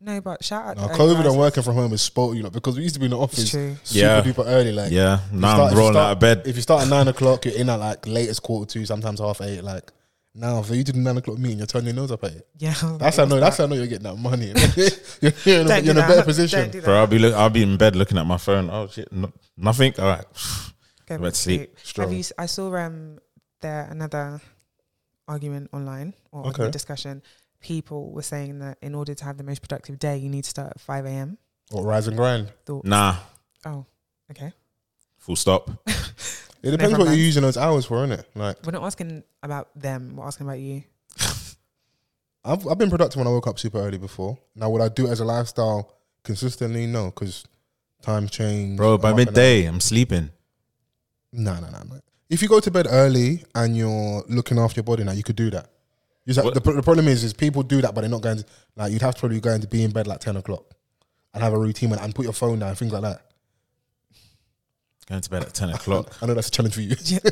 A: No, but shout out
D: Now,
A: to early
D: COVID and
A: risers.
D: working from home has spoiled you lot because we used to be in the
A: It's
D: office super
A: true.
C: Yeah.
D: duper early. Like,
C: Yeah,
D: you
C: now
D: start-
C: I'm
D: if you
C: rolling
D: start-
C: out of bed.
D: If you start at nine o'clock, you're in at like latest quarter two, sometimes half eight. Like now, if you did a nine o'clock meeting, you're turning your nose up at it.
A: Yeah.
D: That's how I know. That's how I know you're getting that money. you're you're in a,
A: Don't
D: you're in
A: do
D: a better
A: that.
D: position.
A: Don't do that.
C: Bro, I'll be look, I'll be in bed looking at my phone. Oh shit, no, nothing. All right,
A: Go
C: Went
A: back to
C: sleep.
D: Strong.
A: Have you, s- I saw um there another argument online or
D: Okay.
A: argument discussion. People were saying that in order to have the most productive day, you need to start at five a.m.
D: Or rise and grind.
A: Thought,
C: nah.
A: oh, okay.
C: Full stop.
D: It depends
A: Never
D: what
A: mind.
D: you're using those hours for, innit? Like
A: We're not asking about them. We're asking about you.
D: I've I've been productive when I woke up super early before. Now would I do it as a lifestyle consistently? No, because times change.
C: Bro, by
D: I'm up and out.
C: midday, I'm sleeping.
D: No, no, no, no. If you go to bed early and you're looking after your body now, you could do that. You just-
C: What-
D: the, pro- the problem is, is people do that, but they're not going to. Like you'd have to probably go into be in bed like ten o'clock and have a routine and, and put your phone down, things like that.
C: Going to bed at 10 o'clock.
D: I know that's a challenge for you.
C: Going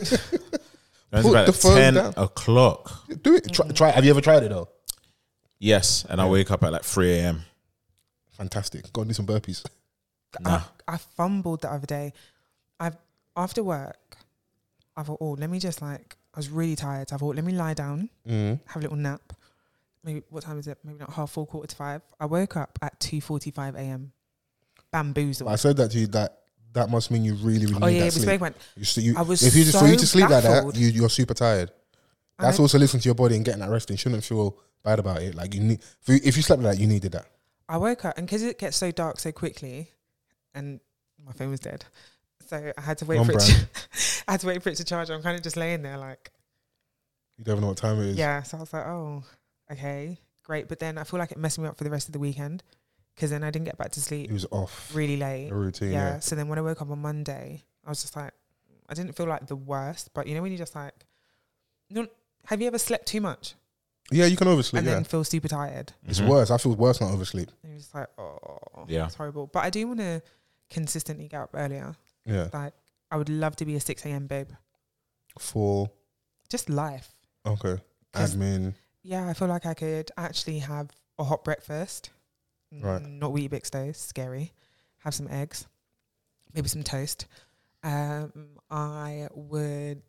D: Put
C: to bed
D: the
C: at
D: phone
C: 10
D: down.
C: o'clock.
D: do it. Try, try. it. Have you ever tried it though?
C: Yes, and I wake up at like 3 a.m.
D: Fantastic. Go and do some burpees.
C: Nah.
A: I, I fumbled the other day. I've after work. I thought, oh, let me just like. I was really tired. so I thought, let me lie down,
D: Mm.
A: have a little nap, maybe what time is it? Maybe not half four, quarter to five. I woke up at two forty five a.m. Bamboozled.
D: I said that to you that that must mean you really, really
A: oh
D: need
A: yeah, we
D: that
A: spoke
D: sleep.
A: about.
D: You, st- you,
A: I was
D: if you just for you to
A: so
D: sleep like
A: baffled.
D: that, you, you're super tired.
A: And
D: That's
A: I-
D: also listening to your body and getting that rest. And you shouldn't feel bad about it. Like you need, if you, if you slept like that, you needed that.
A: I woke up and because it gets so dark so quickly, and my phone was dead, so I had to wait
D: On
A: for it.
D: brand.
A: To, I had to wait for it to charge. I'm kind of just laying there like,
D: You don't even know what time it is.
A: yeah. So I was like, oh, okay, great. But then I feel like it messed me up for the rest of the weekend because then I didn't get back to sleep
D: It was off
A: really late.
D: the Mm. routine.
A: yeah.
D: Yeah.
A: So then when I woke up on Monday, I was just like, I didn't feel like the worst, but you know when you just like, no, have you ever slept too much
D: Yeah, you can oversleep.
A: and
D: Yeah.
A: then feel super tired?
D: It's
C: Mhm.
D: worse. I feel worse not oversleep.
A: And you're just like, oh,
C: Yeah.
A: it's horrible. But I do want to consistently get up earlier.
D: Yeah.
A: Like, I would love to be a six a.m. babe.
D: For
A: Just life.
D: okay,
A: 'Cause-
D: admin.
A: Yeah, I feel like I could actually have a hot breakfast.
D: Right.
A: Mm, Not Weetabix though, scary. Have some eggs, maybe some toast. Um, I would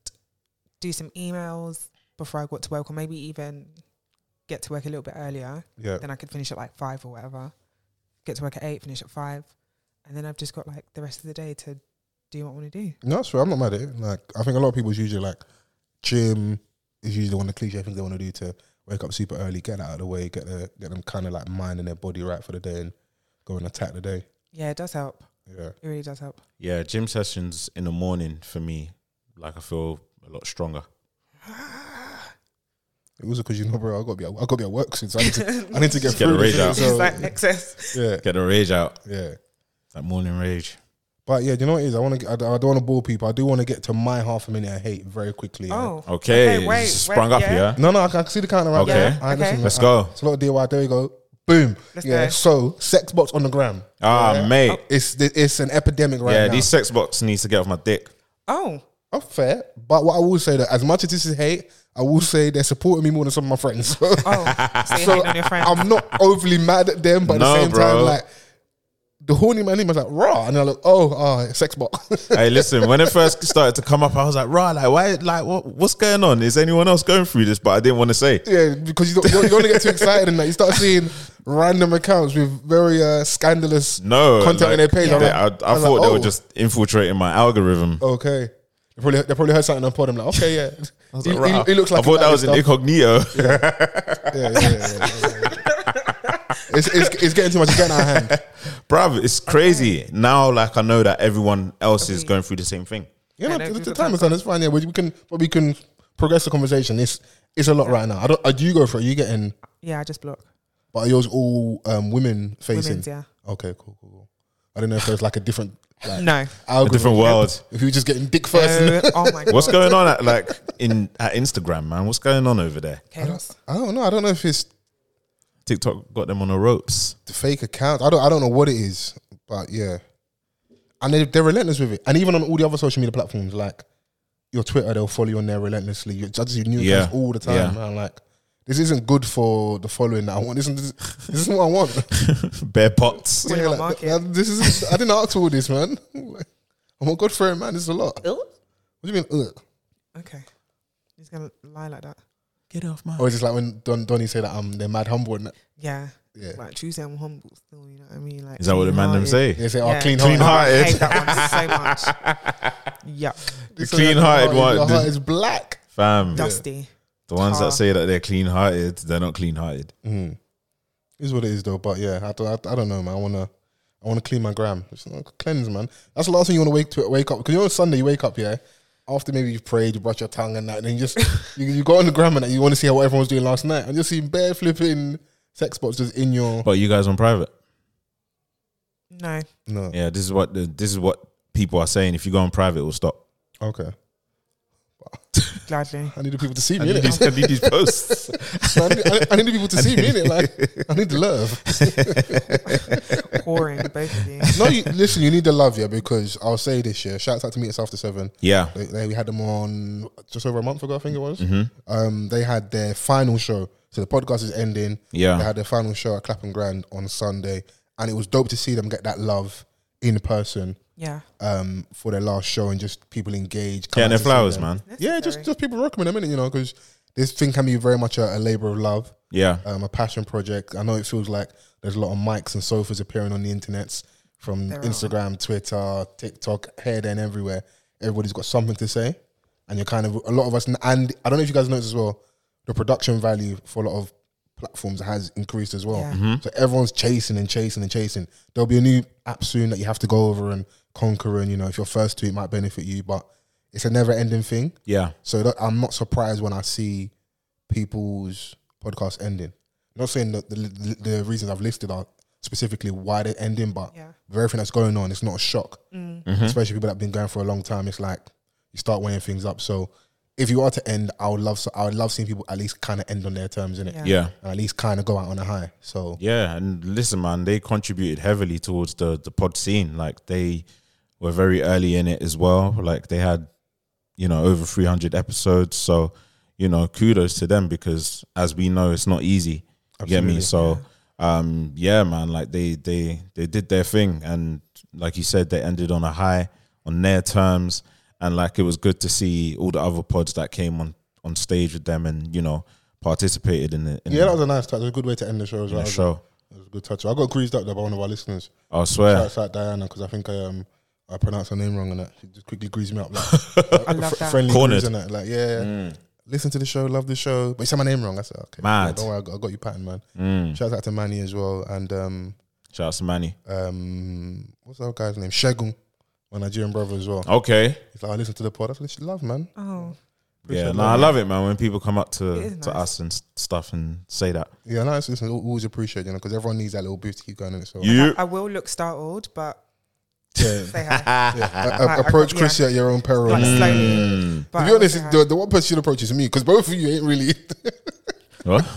A: do some emails before I got to work, or maybe even get to work a little bit earlier.
D: Yeah.
A: Then I could finish at like five or whatever. Get to work at eight, finish at five, and then I've just got like the rest of the day to do what I want to do.
D: No, that's right. I'm not mad at it. Like, I think a lot of people's usually like gym is usually one of the cliche things they want to do to wake up super early, get that out of the way, get the get them kind of like mind and their body right for the day, and go and attack the day.
A: Yeah, it does help.
D: Yeah,
A: It really does help.
C: Yeah, gym sessions in the morning for me, like I feel a lot stronger.
D: it was because you know, bro, I got to be at, I got to be at work soon, so I need to I need to get
C: Just get
D: through
C: the rage
D: this,
C: out.
D: innit? So,
A: It's like excess.
D: yeah,
C: Get the rage out.
D: yeah.
C: That morning rage.
D: But yeah, do you know what it is? I want to. I, I don't want to bore people. I do want to get to my half a minute. I hate very quickly. yeah.
A: Oh,
C: Okay,
A: wait,
C: you just
A: wait,
C: sprung up
A: yeah.
C: here.
D: No, no, I can see the counter right
C: Okay.
D: there. All right,
A: Okay.
D: listen,
C: Let's
D: I-
C: go.
D: It's a lot of DIY. There we go. Boom.
A: Let's
D: yeah.
A: go.
D: So, sex box on the gram.
C: Ah, mate.
D: It's it's an epidemic right
C: yeah,
D: Oh, now.
C: these sex box needs to get off my dick.
A: Oh,
D: I'm fair, but what I will say that as much as this is hate, I will say they're supporting me more than some of my friends. So, um,
A: oh, so you're hating on your friend.
D: I'm not overly mad at them, but at
C: No,
D: the same
C: bro.
D: time, like the horny man in me was like raw, and I'm like, oh, ah, sex box.
C: hey, listen, when it first started to come up, I was like, right, like, why, like, what, what's going on? Is anyone else going through this? But I didn't want to say.
D: Yeah, because you don't, you don't want to get too excited and that. You start seeing random accounts with very uh, scandalous
C: No.
D: content on their
C: like,
D: page. I'm
C: they-
D: like-
C: I, I,
D: I'm
C: thought
D: like,
C: they
D: oh,
C: were just infiltrating my algorithm.
D: okay. They probably they probably heard something on pod. I'm like, okay, yeah. He-
C: Like,
D: he,
C: right,
D: he looks like
C: I thought
D: a
C: that was an
D: stuff.
C: incognito.
D: Yeah, yeah, yeah, yeah, yeah. it's, it's it's getting too much. It's getting out of hand.
C: Bruv, it's crazy. Now, like, I know that everyone else is going through the same thing.
D: You
A: I
D: know,
A: know,
D: the, the
A: people
D: time is done. It's fine. Yeah, we, we can, but we can progress the conversation. It's it's a lot right now. I don't. I do go for it. You getting,
A: yeah, I just block
D: but are yours all um, women facing?
A: women's. Yeah,
D: Okay, cool, cool, cool. I don't know if there's like a different like,
A: no.
D: algorithm.
C: different world.
D: If you were just getting dick first. and-
A: No. oh my god,
C: What's going on at like in at Instagram, man? What's going on over there?
A: chaos.
D: I don't know. I don't know if it's
C: TikTok got them on the ropes.
D: the fake account. I don't. I don't know what it is, but yeah. And they, they're relentless with it, and even on all the other social media platforms, like your Twitter, they'll follow you on there relentlessly. Your judges you new
C: Yeah.
D: accounts all the time.
C: Yeah.
D: And I'm like, this isn't good for the following that I want. This isn't, this isn't what I want.
C: Bare pots.
A: What
D: Yeah,
A: about
D: like,
A: market?
D: that- this is I didn't ask for all this, man. Like, I'm a good friend, man. This is a lot. What do you mean? Ugh?
A: Okay, he's gonna lie like that.
C: Get off my
D: Or is it like when Don Donnie say that um they're mad humble and that,
A: Yeah,
D: yeah
A: like Tuesday I'm humble still. You know what I mean? Like,
C: Is that what the man them
A: clean-hearted.
C: say?
D: they say oh
A: Yeah.
D: clean
C: Clean
D: heart.
A: I
C: hearted.
A: hate that one so much. Yuck,
D: They say, "Oh,
C: Clean
D: "Your
C: hearted
D: heart-
C: one,
D: Your heart
C: dude.
D: is black.
C: Fam.
A: dusty.
C: The ones
A: Tar.
C: that say that they're clean hearted, they're not clean hearted.
D: Mm. Is what it is though. But yeah, I don't, I, I don't know, man. I wanna I wanna clean my gram. It's not cleanse, man. That's the last thing you wanna wake to wake up because you know on Sunday you wake up, yeah. After maybe you've prayed, you brush your tongue and that, and then you just you, you go on the gram and that you want to see how everyone was doing last night, and you see bare flipping sex bots just in your
C: But you guys on private.
A: No,
D: no.
C: Yeah, this is what the, this is what people are saying. If you go on private, it will stop.
D: Okay,
A: gladly.
D: I need the people to see
C: I
D: me.
C: need
D: innit?
C: these, I need these posts.
D: I need, I, I need the people to see me in it. Like I need the love.
A: Pouring both of you.
D: No, you, listen, you need the love, yeah, because I'll say this, yeah. Shouts out to Meet Us After Seven.
C: Yeah.
D: They, they, we had them on just over a month ago, I think it was.
C: Mm-hmm.
D: Um, they had their final show. So the podcast is ending.
C: Yeah.
D: They had their final show at Clapham Grand on Sunday. And it was dope to see them get that love in person
A: Yeah,
D: um, for their last show and just people engage. come
C: Getting
D: out
C: their
D: to see
C: flowers,
D: them.
C: man.
D: Yeah, just, just people rocking them in it, you know, because this thing can be very much a, a labor of love.
C: Yeah.
D: um, a passion project. I know it feels like there's a lot of mics and sofas appearing on the internets from
A: There are.
D: Instagram, Twitter, TikTok, here, then everywhere. Everybody's got something to say, and you're kind of a lot of us. And I don't know if you guys noticed as well, the production value for a lot of platforms has increased as well.
A: Yeah.
D: So everyone's chasing and chasing and chasing. There'll be a new app soon that you have to go over and conquer, and you know if you're first to, it might benefit you, but it's a never-ending thing.
C: Yeah.
D: So that, I'm not surprised when I see people's podcasts ending. not saying that the, the, the reasons I've listed are specifically why they're ending, but
A: Yeah. Mm.
D: with everything that's going on, it's not a shock.
C: Mm-hmm.
D: Especially people that have been going for a long time. It's like you start weighing things up. So if you are to end, I would love so I would love seeing people at least kind of end on their terms in it,
A: Yeah.
C: Yeah.
D: and at least kind of go out on a high. So
C: Yeah, and listen, man, they contributed heavily towards the the pod scene. Like they were very early in it as well. Like they had, you know, over three hundred episodes. So, you know, kudos to them because as we know, it's not easy. You get me?
D: Absolutely.
C: So, um, yeah, man, like they they they did their thing, and like you said, they ended on a high on their terms, and like it was good to see all the other pods that came on on stage with them, and you know, participated in the in
D: yeah, that
C: the,
D: was a nice touch. It was a good way to end the show as
C: in
D: well.
C: the show.
D: It was a good touch. I got greased up there by one of our listeners.
C: I swear.
D: Shouts out Diana because I think I um I pronounced her name wrong and that she just quickly greased me up. Like,
A: I love that.
D: friendly Cornered.
C: Cornered. Mm.
D: and that. Like, yeah, listen to the show, love the show. But you said my name wrong. I said, okay.
C: Mad. Mm.
D: Yeah, don't worry, I got, I got you pattern, man. Shout out to Manny as well. And um,
C: Shout out to Manny.
D: um, what's that guy's name? Shegun, my Nigerian brother as well.
C: Oh. Okay.
D: He's like, I listen to the pod. That's what she love, man.
A: Oh,
C: yeah,
D: that,
C: no, I
D: man.
C: love it, man. When people come up to,
A: It is
C: to
A: nice.
C: us and s- stuff and say that.
D: Yeah, no, it's, it's always appreciated, you know, because everyone needs that little boost to keep going in it. So,
C: You.
A: I will look startled, but
D: yeah.
A: say hi.
D: A- a-
A: I- I
D: approach
A: got-
D: Chrissy at your own peril.
A: Like
D: man.
C: Mm.
A: slowly. But
D: To
A: I
D: be
A: will
D: honest,
A: say hi.
D: the, the one person you approach is me because both of you ain't really.
C: What?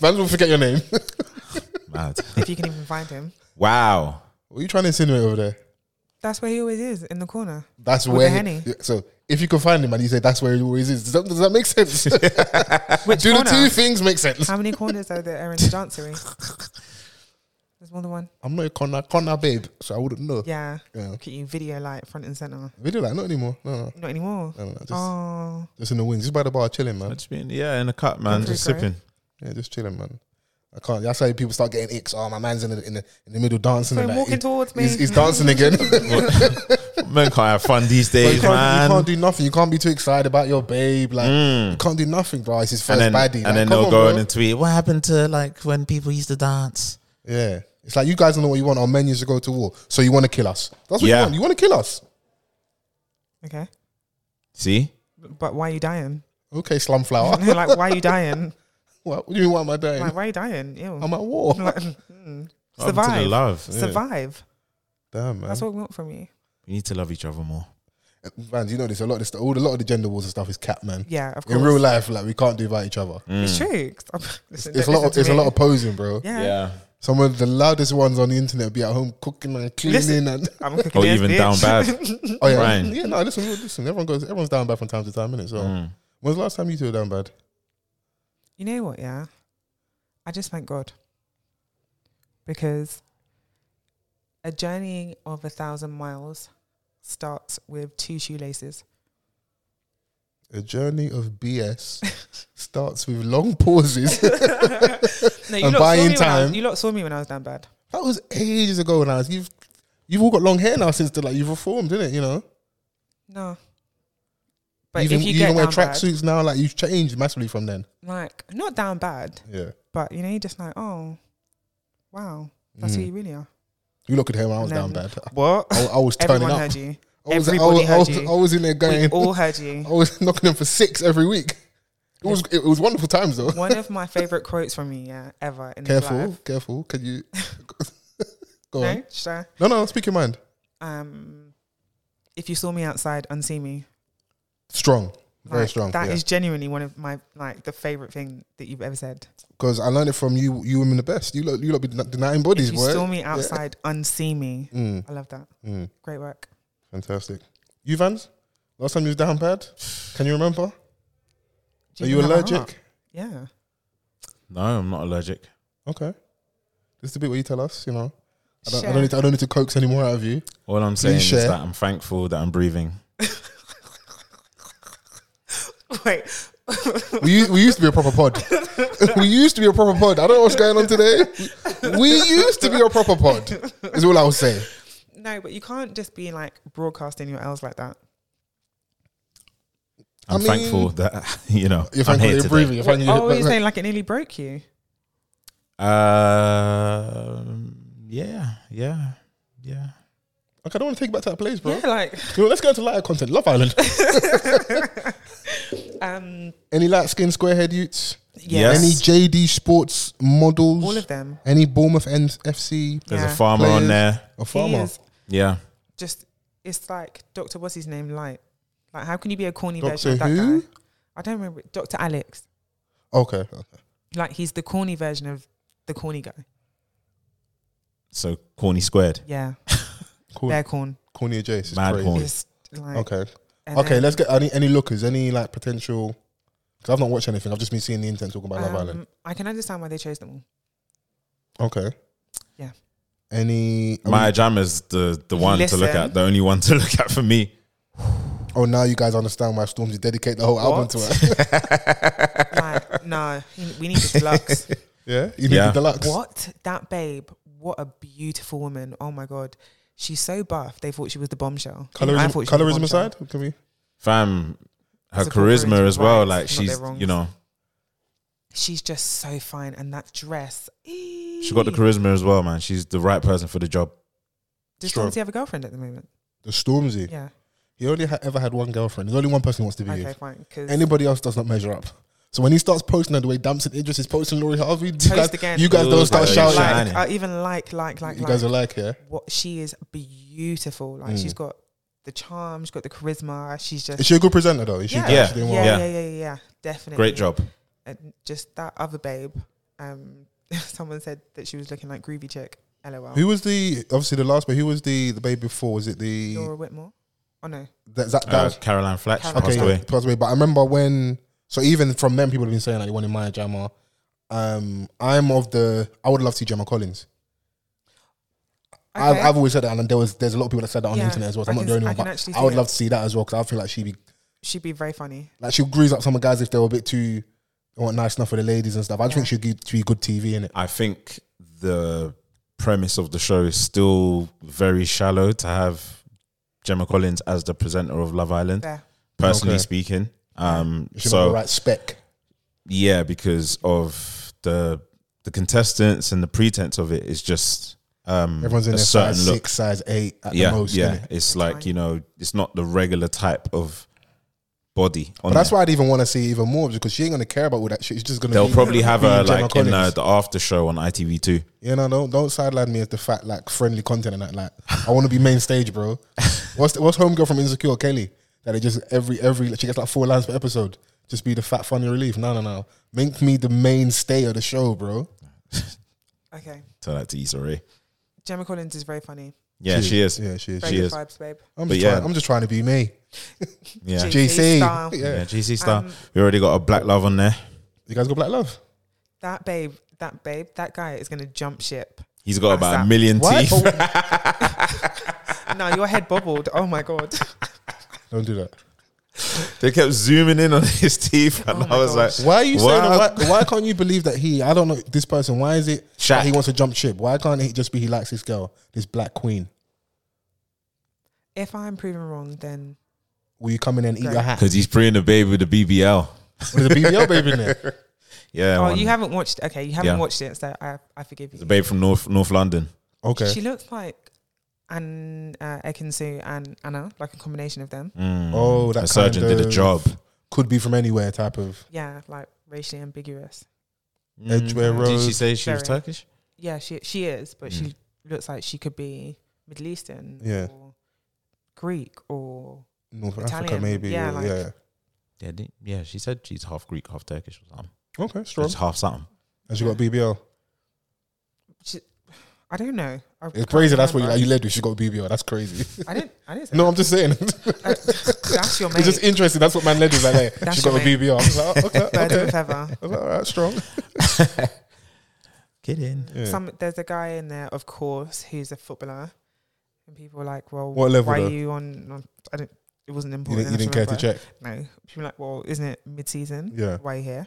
D: man, will forget your name.
C: Mad.
A: if you can even find him,
C: Wow.
D: what are you trying to insinuate over there?
A: that's where he always is in the corner.
D: That's
A: With
D: where.
A: the
D: he-
A: henny.
D: yeah, so if you can find him and you say that's where he always is, does that, does that make sense? Do
A: Which
D: the
A: corner?
D: two things make sense?
A: How many corners are there in the dancery? There's more than one.
D: I'm not a Connor, Connor babe, so I wouldn't know.
A: Yeah.
D: Yeah.
A: Look at you, video light front and center.
D: Video like not anymore. No, no,
A: Not anymore.
D: no, no, no. Uh, Just,
A: Oh,
D: just in the wings, just by the bar, chilling, man.
C: That's been, yeah, in the cup, man.
A: Country
C: Just
A: Crow.
C: sipping.
D: Yeah, just chilling, man. I can't. That's how people start getting icks. Oh, my man's in the in the, in the middle dancing.
A: So
D: and, like,
A: walking
D: he-
A: towards me.
D: He's, he's dancing again.
C: Men can't have fun these
D: But you,
C: days,
D: can't, you
C: man. Mm.
D: can't do nothing. You can't be too excited about your babe. Like you can't do nothing, bro. It's his first
C: and then,
D: baddie. Like,
C: and
D: come
C: then they'll
D: on,
C: go
D: bro.
C: in and tweet, what happened to like when people used to dance?
D: Yeah. It's like you guys don't know what you want. Our men used to go to war. So you want to kill us. That's what
C: Yeah.
D: you want. You want to kill us.
A: okay.
C: See?
A: But why are you dying?
D: Okay, slumflower.
A: like, why are you dying?
D: what, what do you mean, why am I dying?
A: Like, why are you dying? Ew.
D: I'm at war.
A: Like, mm.
C: What happened to the
A: survive.
C: love. Yeah.
A: Survive.
D: Damn, man.
A: That's what we want from you.
C: We need to love each other more.
D: man, you know this. A lot of this, stuff- all, a lot of the gender wars and stuff is cap, man.
A: Yeah, of course.
D: In real life, like we can't do without each other.
A: It's true. 'Cause I'm- listen,
D: It's a
A: don't
D: lot.
A: listen
D: Of,
A: to
D: it's a
A: me.
D: lot of posing, bro.
A: Yeah.
D: Some of the loudest ones on the internet be at home cooking and cleaning
A: Listen.
D: and
A: I'm cooking
C: Or
A: this,
C: even
A: bitch.
C: down bad.
D: oh yeah,
C: Ryan.
D: yeah. No, listen, listen. Everyone goes. Everyone's down bad from time to time, innit? So when's the last time you two were down bad?
A: You know what? Yeah, I just thank God because a journey of a thousand miles starts with two shoelaces.
D: A journey of BS starts with long pauses.
A: No,
D: And
A: lot
D: by
A: saw
D: in
A: me when I was-
D: time-
A: you lot saw me when I was down bad.
D: That was ages ago now. You've you've all got long hair now since the, like you've reformed, didn't it? You know.
A: No, but
D: even,
A: if you,
D: you
A: get
D: even wear
A: down bad,
D: tracksuits now, like you've changed massively from then.
A: like not down bad,
D: Yeah.
A: but you know, you're just like, oh, wow, that's who
D: Mm.
A: you really are.
D: You look at him. I was
A: And
D: down
A: then-
D: bad.
A: What?
D: I, I was turning
A: Everyone
D: up.
A: heard you.
D: I was, I
A: Everybody
D: was- I
A: heard
D: was-
A: you.
D: I was in there
A: We
D: going.
A: all heard
D: I
A: you.
D: was knocking him for six every week. It was it was wonderful times though.
A: One of my favorite quotes from you, yeah, ever in this
D: Careful,
A: life.
D: careful. Can you go
A: No,
D: on?
A: should I?
D: No, no, speak your mind.
A: um, if you saw me outside, unsee me.
D: Strong, very
A: Like,
D: strong.
A: That is genuinely one of my like the favorite thing that you've ever said.
D: because I learned it from you. You women the best. You lot, you lot be den- denying bodies,
A: If you
D: boy.
A: saw me outside, unsee me.
D: Mm,
A: I love that.
D: mm,
A: Great work.
D: fantastic. You Vans, last time you was down bad. Can you remember?
A: Do
D: Are you
A: even have a heart?
D: allergic?
A: Yeah.
C: No, I'm not allergic.
D: Okay, this is the bit where you tell us. You know, I don't, I
A: Share.
D: don't need to, I don't need to coax any more out of you.
C: All I'm saying is
D: share.
C: that I'm thankful that I'm breathing.
A: Wait,
D: We, u- we used to be a proper pod. we used to be a proper pod. I don't know what's going on today. We used to be a proper pod. Is all I will say.
A: No, but you can't just be like broadcasting your L's like that.
C: I'm
D: mean-
C: thankful that you know
D: You're
C: I'm
D: thankful
C: here
D: you're
C: today.
D: breathing. You're thankful
A: Oh,
D: you're-
A: you're saying like it nearly broke you.
C: Um, yeah, yeah, yeah.
D: Okay, I don't want to take you back to that place, bro.
A: Yeah, like
D: Yo, let's go into lighter content. Love Island.
A: um,
D: Any light skinned square head youths?
A: yeah,
C: Yes.
D: Any JD Sports models?
A: all of them.
D: Any Bournemouth N- FC?
C: There's
A: Yeah.
C: a farmer on
D: Players.
C: there.
D: A
A: He
D: farmer?
A: is
C: Yeah,
A: just it's like Doctor. What's his name? Light. Like, how can you be a corny
D: Doctor
A: version of that
D: who?
A: guy? I don't remember. Doctor Alex.
D: Okay. okay.
A: Like, he's the corny version of the corny guy.
C: so corny squared,
A: Yeah,
D: Cool.
A: bear corn.
D: Cornea Jace. is
C: mad
D: crazy.
C: corny.
A: It's like
D: Okay.
A: and
D: Okay,
A: then,
D: let's get any any lookers, any like potential. Because I've not watched anything. I've just been seeing the internet talking about Love Island.
A: um, I can understand why they chose them all.
D: Okay.
A: yeah.
D: Any? I
C: Maya
D: mean-
C: Jama's the the one to look
A: Listen.
C: at. The only one to look at for me.
D: oh, now you guys understand why Stormzy dedicate the whole album to her.
A: Like, no, he- we need the deluxe.
D: yeah. You need
C: Yeah.
D: the deluxe.
A: what that babe? What a beautiful woman! Oh my god, she's so buff. They thought she was the bombshell. Even I thought
D: Colorism,
A: she was the
D: colorism
A: bombshell.
D: aside, can we?
C: Fam, her
A: It's a corporate
C: charisma as well.
A: right,
C: Like
A: it's not
C: she's
A: their wrongs.
C: you know
A: She's just so fine, and that dress.
C: she got the charisma as well, man. She's the right person for the job.
A: Does
D: Strong.
A: Stormzy have a girlfriend at the moment?
D: The Stormzy.
A: Yeah.
D: He only ha- ever had one girlfriend. There's only one person who wants to be with.
A: Okay, fine. Because
D: Anybody else does not measure up. So when he starts posting her the way Damson Idris is posting Laurie Harvey, you
A: Toast
D: guys,
A: again.
D: you guys don't
C: Those
D: start
C: guys are
D: shouting.
C: shining.
A: like, I even like, like, like,
D: you
A: like,
D: guys are like, yeah.
A: what she is beautiful. Like she's got the charm, she's got the charisma. She's just
D: Mm. Is she a good presenter though? Is she
A: Yeah.
D: good?
C: Yeah.
D: She
A: yeah,
D: doing well?
A: yeah,
C: Yeah.
A: yeah, yeah, yeah, definitely.
C: Great job.
A: And just that other babe. Um, someone said that she was looking like groovy chick. LOL.
D: Who was the obviously the last? But who was the the baby before? Was it the
A: Laura Whitmore. Oh no.
D: that that, that
C: Uh,
D: was,
C: Caroline Flack she
A: Caroline
C: passed
D: okay?
C: away.
D: Passed away. But I remember when. So even from them, people have been saying like they wanted Maya Jama. Um, I'm of the. I would love to see Gemma Collins. I've,
A: Okay.
D: I've always said that, and there was there's a lot of people that said that on
A: Yeah,
D: the internet as well. So
A: I
D: I'm not
A: can-
D: the only
A: I
D: one,
A: can
D: but
A: actually
D: I
A: see
D: would
A: it.
D: love to see that as well because I feel like she'd be
A: She'd be very funny.
D: like she grease up some of the guys if they were a bit too weren't nice enough for the ladies and stuff. I just think she'd be- she'd be good TV in it.
C: I think the premise of the show is still very shallow to have Gemma Collins as the presenter of Love Island.
A: There.
C: Personally
D: Okay.
C: speaking, um,
D: She's not the
C: so
D: right spec.
C: yeah, because of the the contestants and the pretense of it is just um,
D: Everyone's in
C: a
D: their
C: certain
D: size
C: look.
D: six, size eight at
C: yeah,
D: the most.
C: yeah,
D: innit?
C: it's
A: That's
C: like
A: fine.
C: you know, it's not the regular type of body. On
D: But that's
C: there.
D: why I'd even want to see even more because she ain't gonna care about all that shit. She's just gonna.
C: they'll
D: be-
C: probably have
D: be
C: her
D: Gemma
C: like in uh,
D: Collins.
C: the after show on ITV two.
D: You know, don't don't sideline me as the fat like friendly content and that. Like, I want to be main stage, bro. What's the, what's homegirl from Insecure Kelly that it just every every she gets like four lines per episode. Just be the fat funny relief. No, no, no. Make me the mainstay of the show, bro.
A: Okay.
C: Tell that to Issa Rae.
A: Gemma Collins is very funny.
C: Yeah, she, is.
D: Yeah, she is.
A: Very
C: She
A: good
C: is.
A: vibes, babe.
D: I'm
C: But
D: just
C: yeah.
D: trying, I'm just trying to be me.
C: Yeah.
A: G-
D: JC.
A: style.
D: Yeah.
C: Yeah, GC Star.
A: Um,
C: we already got a Black Love on there.
D: You guys got black love.
A: That babe, that babe, that guy is gonna jump ship.
C: He's got about
A: that?
C: a million
D: What?
C: teeth.
D: But-
A: No, your head bobbled. Oh my god.
D: don't do that.
C: they kept zooming in on his teeth, and
A: Oh my
C: I was
A: gosh.
C: like,
D: Why are you
C: Wow.
D: saying? Why, why can't you believe that he? I don't know this person. Why is it
C: Shaq.
D: that he wants to jump ship? Why can't it just be he likes this girl, this black queen?
A: if I'm proven wrong, then
D: Will you come in and eat
A: Right.
D: your hat?
C: Because he's preying the baby with the BBL.
D: There's a BBL baby in there.
C: Yeah,
A: Oh,
C: one.
A: you haven't watched. Okay, you haven't
C: Yeah.
A: watched it, so I I forgive you.
C: the babe from North North London.
D: Okay.
A: She looks like an uh, Ekinsu and Anna, like a combination of them.
D: oh, that
C: Mm. A surgeon
D: kind
C: did a
D: of
C: job.
D: Could be from anywhere type of
A: Yeah, like racially ambiguous.
D: Edgware
A: Mm.
D: Road.
C: Did she say she was
A: Very.
C: Turkish?
A: Yeah, she she is, but she looks like she could be Middle Eastern,
D: Mm. Yeah.
A: or Greek, or
D: North Africa,
A: Italian,
D: maybe.
A: yeah,
D: Yeah,
A: like-
D: yeah.
C: Yeah, didn't- yeah. She said she's half Greek, half Turkish, or something.
D: Okay, strong.
C: She's half something.
D: And she got BBL.
A: she, I don't know. I
D: It's
A: can't
D: crazy. That's what you,
A: remember.
D: like, you led with. She got BBL. That's crazy.
A: I didn't. I didn't. Say
D: no, I'm just saying.
A: that. that's your mate.
D: it's just interesting. That's what man led with. Like, hey,
A: That's
D: she got a
A: your mate.
D: BBL. I was like, oh, okay,
A: Bird
D: okay.
A: with feather.
D: I was like, all right, strong.
C: Kidding.
D: Yeah.
A: Some there's a guy in there, of course, who's a footballer, and people are like, "Well,
D: What level
A: Why
D: though?
A: are you on, on? I don't. it wasn't
D: You
A: important.
D: didn't, you didn't care to check.
A: No, people were like, well, isn't it mid season?
D: Yeah.
A: why you here?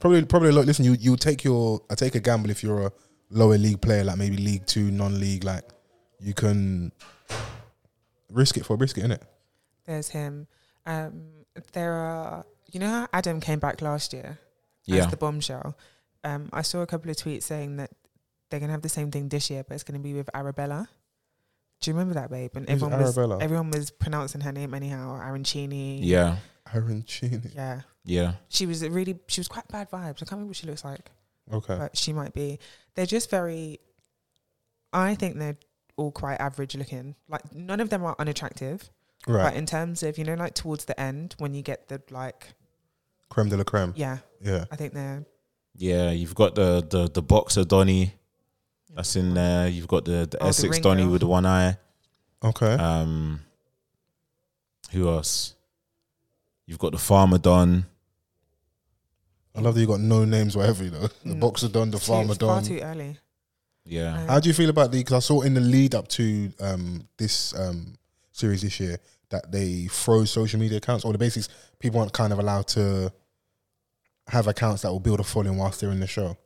D: Probably, probably. Look, listen. You you take your. I take a gamble if you're a lower league player, like maybe League Two, non-league. Like you can risk it for a biscuit, innit?
A: There's him. Um, there are. You know how Adam came back last year
C: Yeah.
A: as the bombshell. Um, I saw a couple of tweets saying that they're gonna have the same thing this year, but it's gonna be with Arabella. Do you remember that babe? And
D: Who's
A: everyone was
D: Arabella?
A: everyone was pronouncing her name anyhow. Arancini.
C: yeah.
D: Arancini.
A: yeah.
C: Yeah.
A: She was a really. She was quite bad vibes. I can't remember what she looks like,
D: Okay.
A: but she might be. They're just very. I think they're all quite average looking. Like none of them are unattractive,
D: Right.
A: but in terms of you know like towards the end when you get the like
D: Creme de la creme.
A: yeah,
D: Yeah.
A: I think they're
C: Yeah. You've got the the the boxer Donny that's in there. You've got the, the
A: Oh, the
C: Essex
A: ring
C: Donny
A: girl.
C: with the one eye.
D: Okay.
C: Um, who else? You've got the farmer Don.
D: I love that you got no names whatever you know. The
A: Mm.
D: boxer done, the
A: too-
D: farmer
A: it's far
D: done.
A: too early.
C: Yeah.
A: Um,
D: How do you feel about the? Because I saw in the lead up to um, this um, series this year that they froze social media accounts, or the basics people aren't kind of allowed to have accounts that will build a following whilst they're in the show.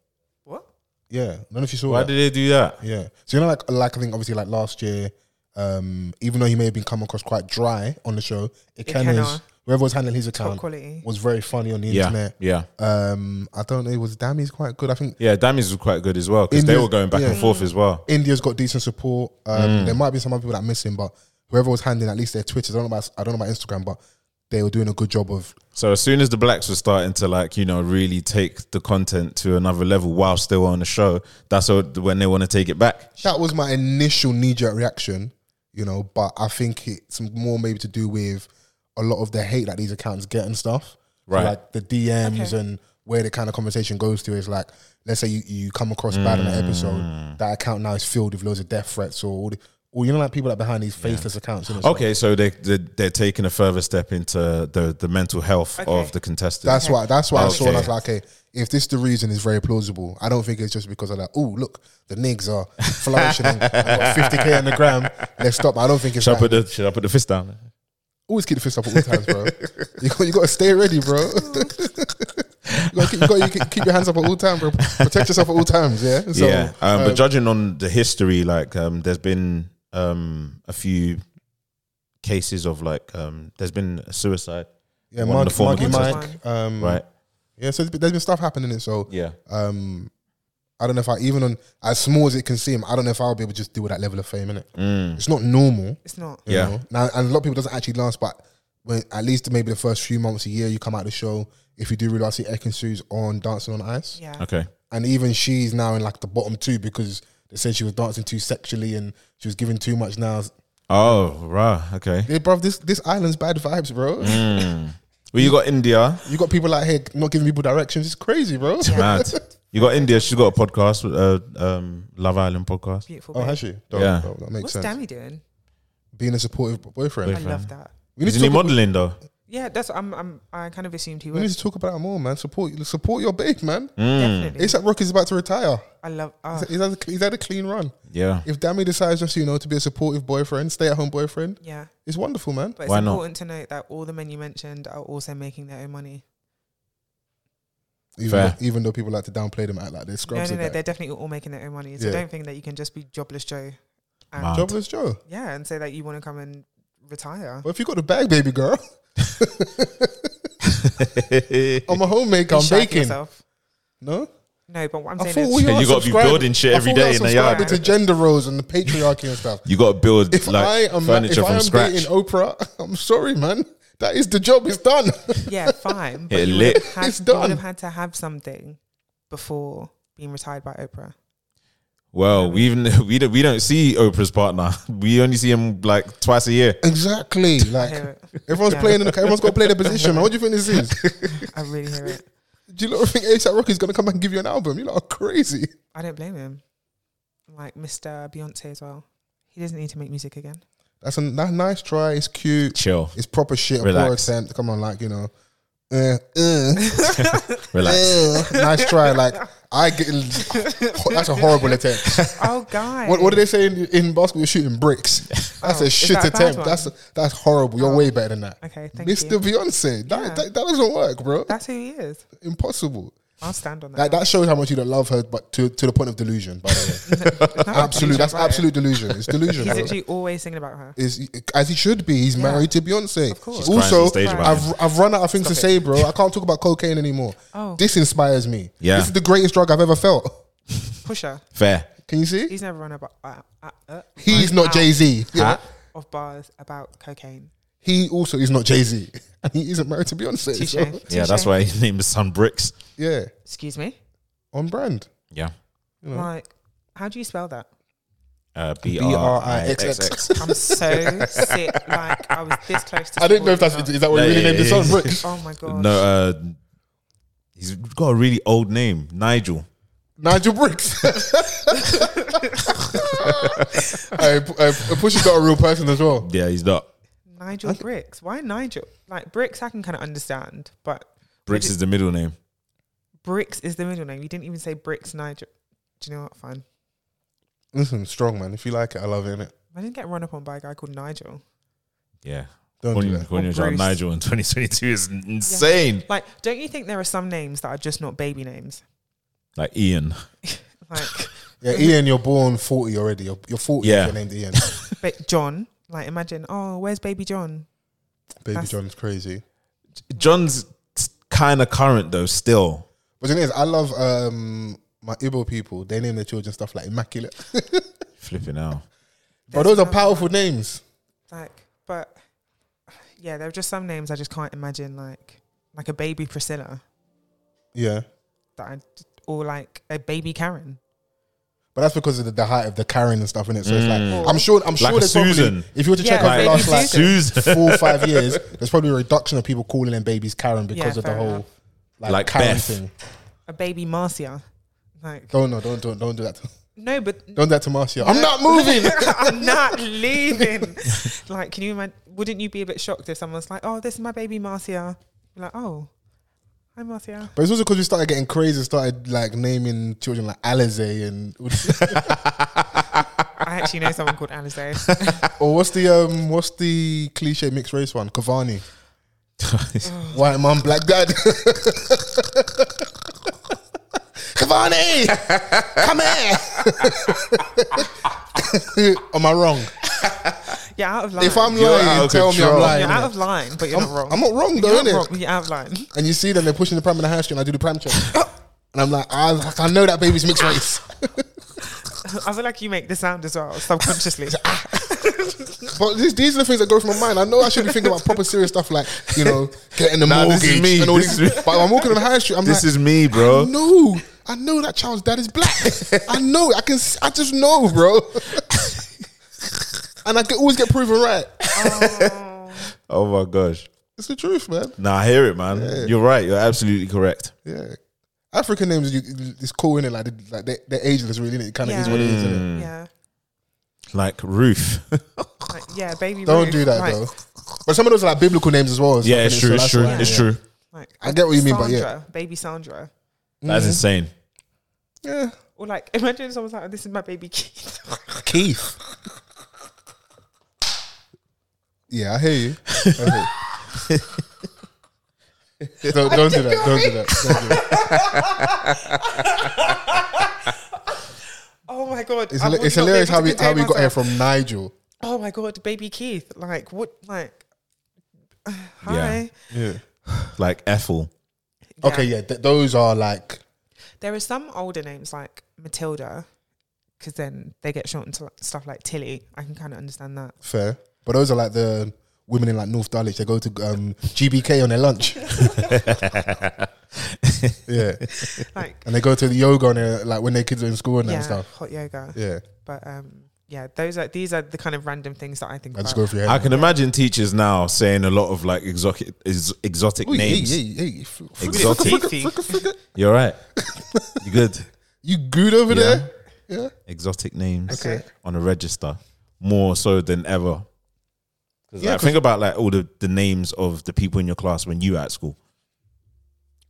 A: What?
D: Yeah, I don't know if you saw
C: Why
D: that.
C: did they do that?
D: yeah, so you know, like like I think obviously like last year, um, even though he may have been come across quite dry on the show, Ikena's
A: Ikenna.
D: whoever was handling his
A: Top
D: account
A: quality.
D: was very funny on the
C: Yeah.
D: internet.
C: Yeah.
D: Um, I don't know, it was damn, he's quite good. I think
C: Yeah. Damis was quite good as well because they
D: India's-
C: were going back and
D: yeah.
C: forth as well.
D: India's got decent support. Um,
C: Mm.
D: There might be some other people that are missing, but whoever was handling at least their Twitter, I don't know about I don't know about Instagram, but they were doing a good job of
C: So as soon as the blacks were starting to like, you know, really take the content to another level while still on the show, that's what- when they want to take it back.
D: that was my initial knee jerk reaction, you know, but I think it's more maybe to do with a lot of the hate that these accounts get and stuff. So,
C: Right.
D: like the DMs
A: Okay.
D: and where the kind of conversation goes to is like, let's say you, you come across bad on an
C: Mm.
D: episode, that account now is filled with loads of death threats or all the, or you know like people that behind these faceless accounts. innit? So
C: Okay, so they they're, they're taking a further step into the the mental health
A: Okay.
C: of the contestants.
D: That's why. That's why I saw. And I was
C: Okay.
D: like, okay, if this the reason is very plausible, I don't think it's just because of that. Oh, look, the niggas are flourishing. and I've got fifty k on the gram. Let's stop. I don't think it's.
C: should I
D: That.
C: put the should I put the fist down?
D: Always keep the fist up at all times, bro. you got, you got to stay ready, bro. you got you got to keep your hands up at all times, bro. Protect yourself at all times. Yeah. So, uh,
C: yeah, um, but judging on the history, like um, there's been um, a few cases of like um, there's been a suicide,
D: yeah.
C: one of the
D: Mark,
C: former
D: Marky
A: contestants.
D: Mike. Um,
C: right?
D: Yeah. So there's been- there's been stuff happening. in it, So
C: Yeah,
D: um, I don't know if I even on as small as it can seem, I don't know if I'll be able to just deal with that level of fame. Innit?
C: Mm.
D: It's not normal.
A: It's not.
D: you
C: Yeah.
D: know? Now, and a lot of people doesn't actually last, but when, at least maybe the first few months a year you come out of the show. If you do really, I see Ekansu's on Dancing on Ice,
A: Yeah.
C: okay,
D: and even she's now in like the bottom two because they said she was dancing too sexually and she was giving too much. Now,
C: oh right, okay.
D: hey, bro, this this island's bad vibes, bro.
C: Mm. Well, you got India,
D: You got people out here not giving people directions. It's crazy, bro.
C: mad. You got India. She's got a podcast, uh, um, Love Island podcast.
A: Beautiful.
D: Oh,
A: babe.
D: has she? Dope,
C: Yeah.
D: dope, that makes
A: What's
D: sense.
A: Dammy doing?
D: Being a supportive boyfriend.
A: I love that.
D: We need, to
C: Isn't he
D: talk,
C: modeling though?
A: Yeah, that's. I'm. I'm. I kind of assumed he
D: we need
A: was.
D: to talk about it more, man. Support support your babe, man.
C: Mm.
A: Definitely.
D: ASAP Rock is about to retire.
A: I love. Oh,
D: He's had, a, he's had a clean run.
C: Yeah,
D: if Dammy decides just you know to be a supportive boyfriend, stay at home boyfriend,
A: yeah.
D: it's wonderful, man.
A: But it's
C: Why not?
A: important to note that all the men you mentioned are also making their own money.
D: Even,
C: Fair.
D: Though, even though people like to downplay them, act like they're scrubs.
A: no, no, no.
D: and
A: They're
D: that.
A: definitely all making their own money. So
D: Yeah.
A: don't think that you can just be jobless Joe. And
C: Mad.
D: Jobless Joe.
A: yeah, and say that you want to come and retire.
D: But if you got the bag, baby girl, I'm a homemaker. I'm
A: Be shy for
D: baking.
A: yourself.
D: No,
A: No, but what I'm
D: I
A: saying
D: thought
A: is,
D: we are
C: You gotta be
D: subscribed-
C: building shit
D: I
C: every
D: thought
C: day
D: we are
C: in the yard.
D: subscribed to gender roles and the patriarchy and stuff.
C: you got to build
D: If
C: like
D: I am
C: furniture
D: if I
C: from
D: am
C: scratch.
D: dating Oprah, I'm sorry, man. That is the job. It's done.
A: yeah, fine. But
C: It
A: you
C: lit.
A: would have
D: It's
A: had, you would
D: done.
A: have had to have something before being retired by Oprah.
C: Well, we even we don't we don't see Oprah's partner. We only see him like twice a year.
D: exactly. Like
A: hear it.
D: everyone's
A: Yeah.
D: playing. In the, everyone's got to play their position. Man. What do you think this is?
A: I really hear it.
D: Do you not think ASAP Rocky's gonna come back and give you an album? You lot are crazy.
A: I don't blame him. Like Mr. Beyonce as well. He doesn't need to make music again.
D: That's a that nice try. It's cute.
C: Chill,
D: It's proper shit. A poor
C: Relax.
D: attempt. Come on, like you know, uh, uh,
C: relax.
D: uh, nice try. Like I get that's a horrible attempt.
A: Oh, God.
D: What, what do they say in, in basketball? You're shooting bricks. That's
A: Oh,
D: a
A: is
D: shit
A: that a bad
D: attempt.
A: one? Oh.
D: That's that's horrible. You're way better than that.
A: Okay, thank
D: Mr.
A: you.
D: Beyonce. That,
A: Yeah.
D: that, that doesn't work, bro.
A: That's who he is.
D: Impossible.
A: I'll stand on
D: That,
A: that.
D: that shows how much you don't love her, but to, to the point of delusion. By the way,
A: It's not
D: absolute.
A: a
D: That's
A: right?
D: absolute delusion. It's delusion.
A: He's
D: bro.
A: literally always singing about her.
D: Is as he should be. He's married to Beyonce.
A: course. She's
C: crying
D: Also,
C: on stage about
D: I've
C: him.
D: I've run out of things to say, bro. I can't talk about cocaine anymore.
A: Oh.
D: This inspires me.
C: Yeah.
D: This is the greatest drug I've ever felt.
A: Pusher.
C: Fair.
D: Can you see?
A: He's never run about uh, uh, uh,
D: He's not
A: out
D: Jay Z.
C: Huh?
A: of bars about cocaine.
D: He also is not Jay Z, and he isn't married to Beyonce.
A: Touche.
D: So,
C: Yeah, that's
A: Touche.
C: why his name is Son Bricks.
D: yeah,
A: Excuse me.
D: on brand.
C: Yeah.
A: Like, how do you spell that?
C: Uh,
D: B-R-I-X-X.
C: B-R-I-X-X.
A: I'm so sick. Like, I was this close to.
D: I didn't know if that's
A: falling
D: is that what
C: No,
D: he really
C: yeah,
D: named the
C: yeah,
D: song.
C: yeah.
D: Bricks.
A: off. Oh my god.
C: No, uh, he's got a really old name, Nigel.
D: Nigel Bricks. I, I push you got a real person as well.
C: Yeah, he's not.
A: Nigel Bricks. Why Nigel? Like Bricks, I can kind of understand, but
C: Bricks is the middle name.
A: Bricks is the middle name. You didn't even say Bricks Nigel. Do you know what? Fine.
D: Listen, strong man. If you like it, I love it. Innit?
A: I didn't get run up on by a guy called Nigel.
C: Yeah.
D: Don't
C: Calling
D: do
C: your
D: that.
C: calling
A: Or
C: your child
A: Bruce.
C: Nigel in 2022 is n- insane.
A: Like, don't you think there are some names that are just not baby names?
C: Like Ian.
A: Like,
D: Yeah, Ian, you're born forty already. You're, you're forty.
C: Yeah.
D: If you're named Ian.
A: ba- John. Like, imagine. Oh, where's baby John?
D: Baby
A: That's-
D: John's crazy.
C: John's kind of current though, still.
D: But the thing is, I love um, my Igbo people. They name their children stuff like Immaculate.
C: Flipping out.
D: but those are powerful names.
A: Like, but yeah, there are just some names I just can't imagine. Like, like a baby Priscilla.
D: Yeah.
A: That I or like a baby Karen.
D: But that's because of the, the height of the Karen and stuff in it. So it's like I'm sure I'm sure
C: Mm. a
D: there's probably-
C: Susan.
D: if you were to check
A: Yeah,
D: out the
A: baby
D: last like
C: Susan.
D: four or five years, there's probably a reduction of people calling them babies Karen because
A: Yeah,
D: of the
A: fair
D: whole
A: enough.
D: like,
C: Like
D: Karen
C: Beth.
D: thing.
A: A baby Marcia. Like,
D: Don't no, don't don't don't do that. To,
A: no, but
D: don't do that to Marcia. I'm not moving.
A: I'm not leaving. like, can you imagine? Wouldn't you be a bit shocked if someone's like, "Oh, this is my baby Marcia"? You're like, "Oh, hi Marcia."
D: But it's also because we started getting crazy, and started like naming children like Alize and
A: I actually know someone called Alice.
D: or what's the um what's the cliche mixed race one? Cavani. White mum, black dad. Cavani, come here. Am I wrong?
A: You're out of line.
D: If I'm
C: You're out
D: lying,
C: of
D: tell me I'm
C: control.
D: lying.
A: you're out
D: innit?
A: of line, but you're
D: I'm,
A: not wrong.
D: I'm not wrong though,
A: you're not
D: innit?
A: wrong. but You're out of line.
D: And you see them, they're pushing the pram in the high street, and I do the pram check. and I'm like, I, I know that baby's mixed race.
A: I feel like you make the sound as well subconsciously.
D: But these, these are the things that go through my mind. I know I should be thinking about proper serious stuff like, you know, getting the
C: Nah,
D: mortgage
C: this is me.
D: and all
C: This
D: these.
C: is me.
D: But I'm walking on the high street. I'm
C: This
D: like,
C: is me, bro.
D: no, I know that child's dad is black. I know. I can. s- I just know, bro. and I can always get proven right.
C: Oh my gosh.
D: It's the truth, man.
C: Nah, I hear it, man. You're right. You're absolutely correct.
D: Yeah. African names, you, it's cool in it. Like, they- like they, they're ageless, really. innit? It kind of
A: Yeah.
D: is what it is. innit?
A: yeah,
C: Like roof.
A: like, yeah, baby.
D: Don't
A: Ruth,
D: do that
A: like,
D: though. But some of those are like biblical names as well. and stuff,
C: yeah, it's
D: innit?
C: true.
D: So
C: It's
D: that's
C: true.
D: why,
C: It's
D: yeah.
C: true.
A: Like,
D: I get what you mean, but yeah.
A: Sandra, baby Sandra.
D: Mm-hmm.
C: That's insane.
D: Yeah.
A: Or like, imagine someone's like, "This is my baby Keith."
D: Keith. Yeah, I hear you. I hear you. don't don't do that. Don't do that. Don't do that.
A: oh my god,
D: It's,
A: I
D: hila-
A: would
D: it's
A: not be
D: hilarious
A: able
D: how
A: to
D: we how
A: contain
D: we got here
A: myself.
D: from Nigel.
A: oh my god, baby Keith. Like what? Like
C: Yeah.
A: hi.
D: Yeah.
C: Like Ethel.
D: Okay. Yeah. Th- those are like
A: There are some older names like Matilda, because then they get shortened to like, stuff like Tilly. I can kind of understand that.
D: fair, but those are like the women in like North Dulwich. They go to um, GBK on their lunch. yeah,
A: Like
D: and they go to the yoga on their like when their kids are in school and that
A: yeah,
D: and stuff.
A: hot yoga.
D: Yeah.
A: But um, yeah, those are these are the kind of random things that I think.
D: I just go
A: about.
D: through your head.
C: I can imagine teachers now saying a lot of like exotic ex- exotic
D: Ooh, hey,
C: names.
D: hey, hey, f- f-
C: Exotic.
A: Fifi.
C: You're right. you good.
D: You good over there? Yeah.
C: Exotic names
A: Okay.
C: on a register more so than ever. 'Cause,
D: Yeah,
C: like, think about like all the, the names of the people in your class when you were at school.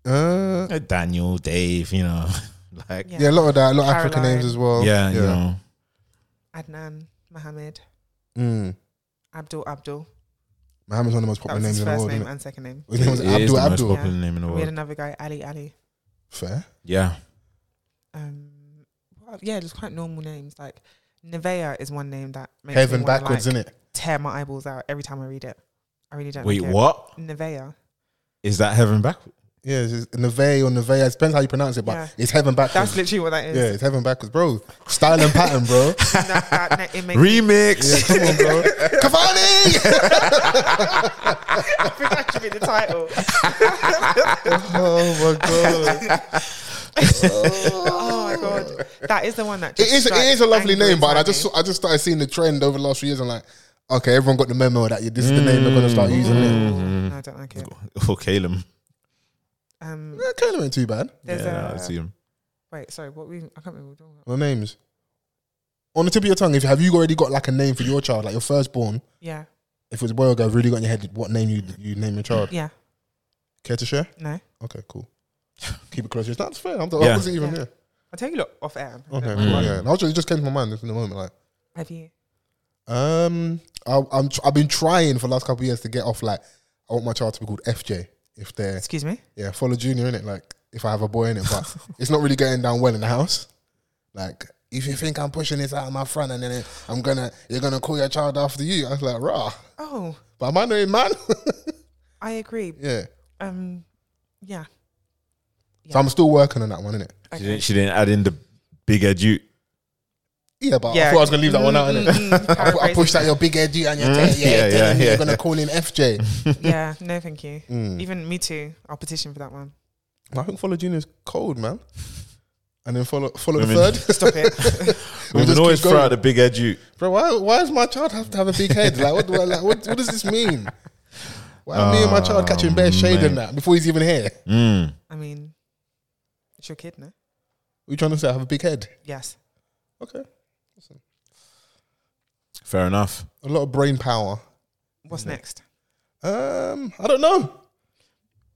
D: Uh,
C: Like Daniel, Dave, you know, Like, yeah,
D: Yeah, a lot of that, a lot of African
A: Caroline.
D: names as well.
C: you know,
A: Adnan, Mohammed,
D: Mm.
A: Abdul, Abdul.
D: Mohammed's one of the most
A: That
D: popular
A: was
D: names
A: his
D: in Oh, the
A: first
D: world.
A: name
D: Isn't it?
A: and second name.
D: His name was
C: it is
D: Abdul
C: the most
D: Abdul.
C: popular name in the
A: We had
C: world.
A: another guy, Ali, Ali.
D: Fair.
C: Yeah,
A: Um, well, yeah, just quite normal names like Nevea is one name that makes
D: Heaven
A: me wanna,
D: backwards,
A: like,
D: isn't it?
A: tear my eyeballs out every time I read it. I really don't.
C: wait,
A: like it.
C: what
A: Nevea.
C: is that? Heaven backwards?
D: Yeah, it's just Neve or Neve. It depends how you pronounce it, but
A: Yeah.
D: it's heaven backwards.
A: That's literally what that is.
D: yeah, it's heaven backwards, bro. Style and pattern, bro.
A: That- that- that- it makes me-
C: Remix.
D: Yeah, come on, bro. Cavani.
A: I think that should be the title.
D: oh my god.
A: Oh my god, that is the one that.
D: It
A: Just
D: is. It
A: strikes
D: is a lovely
A: angry
D: name, but I
A: inside
D: just
A: me.
D: saw- I just started seeing the trend over the last few years. I'm like, okay, everyone got the memo that this is the name they're gonna
C: Mm.
D: start using. it.
C: Mm-hmm.
A: No, I don't like it.
C: Or Caleb.
A: Um,
D: Yeah, kind of ain't too bad.
A: there's
C: Yeah,
A: a
C: I see him.
A: wait. Sorry, what we? I can't remember. What we were talking about.
D: What names? On the tip of your tongue, if have you already got like a name for your child, like your firstborn?
A: Yeah,
D: If it was a boy or girl, have you really got in your head what name you you name your child?
A: yeah.
D: Care to share?
A: No,
D: Okay, cool. Keep it close. to your- That's fair. I'm the
C: Yeah.
D: opposite even.
A: Yeah.
D: Yeah.
A: I'll tell you. Look, off air.
D: Okay.
A: Don't
D: cool,
A: worry.
D: Yeah. And I was just, it just came to my mind just in the moment. Like,
A: Have you?
D: um, I, I'm tr- I've been trying for the last couple of years to get off. Like, I want my child to be called FJ if they're
A: Excuse me.
D: yeah follow junior in it. Like, if I have a boy in it, but it's not really going down well in the house. Like, if you think I'm pushing this out of my front and then it- I'm gonna you're gonna call your child after you, I was like, rah.
A: Oh,
D: But am I knowing man?
A: I agree.
D: yeah.
A: Um, yeah.
D: So I'm still working on that one, innit?
C: She,
A: Okay.
C: didn't, she didn't add in the big edu.
D: Yeah, but I
A: Yeah.
D: thought I was gonna leave that one out, innit? I, pu- I
A: Paraphrasing.
D: pushed out your big head, you and your
C: Mm.
D: yeah, yeah,
C: Mm-hmm. Yeah, yeah,
D: You're
C: yeah.
D: gonna call in FJ.
A: Yeah. No, thank you.
D: Mm.
A: Even me too. I'll petition for that one.
D: I think follow Junior's cold, man. And then follow follow
C: Women.
D: the third,
A: Stop it.
D: We'll
C: Women
D: just
C: always
D: keep
C: throw
D: going.
C: out the big edu.
D: bro. Why why does my child have to have a big head? Like what do I, like what, what does this mean? Why are me and my child catching bare shade in
C: man.
D: that before he's even here?
C: Mm.
A: I mean, it's your kid, no?
D: We trying to say I have a big head?
A: Yes.
D: Okay,
C: Fair enough.
D: a lot of brain power.
A: What's next?
D: Um, I don't know.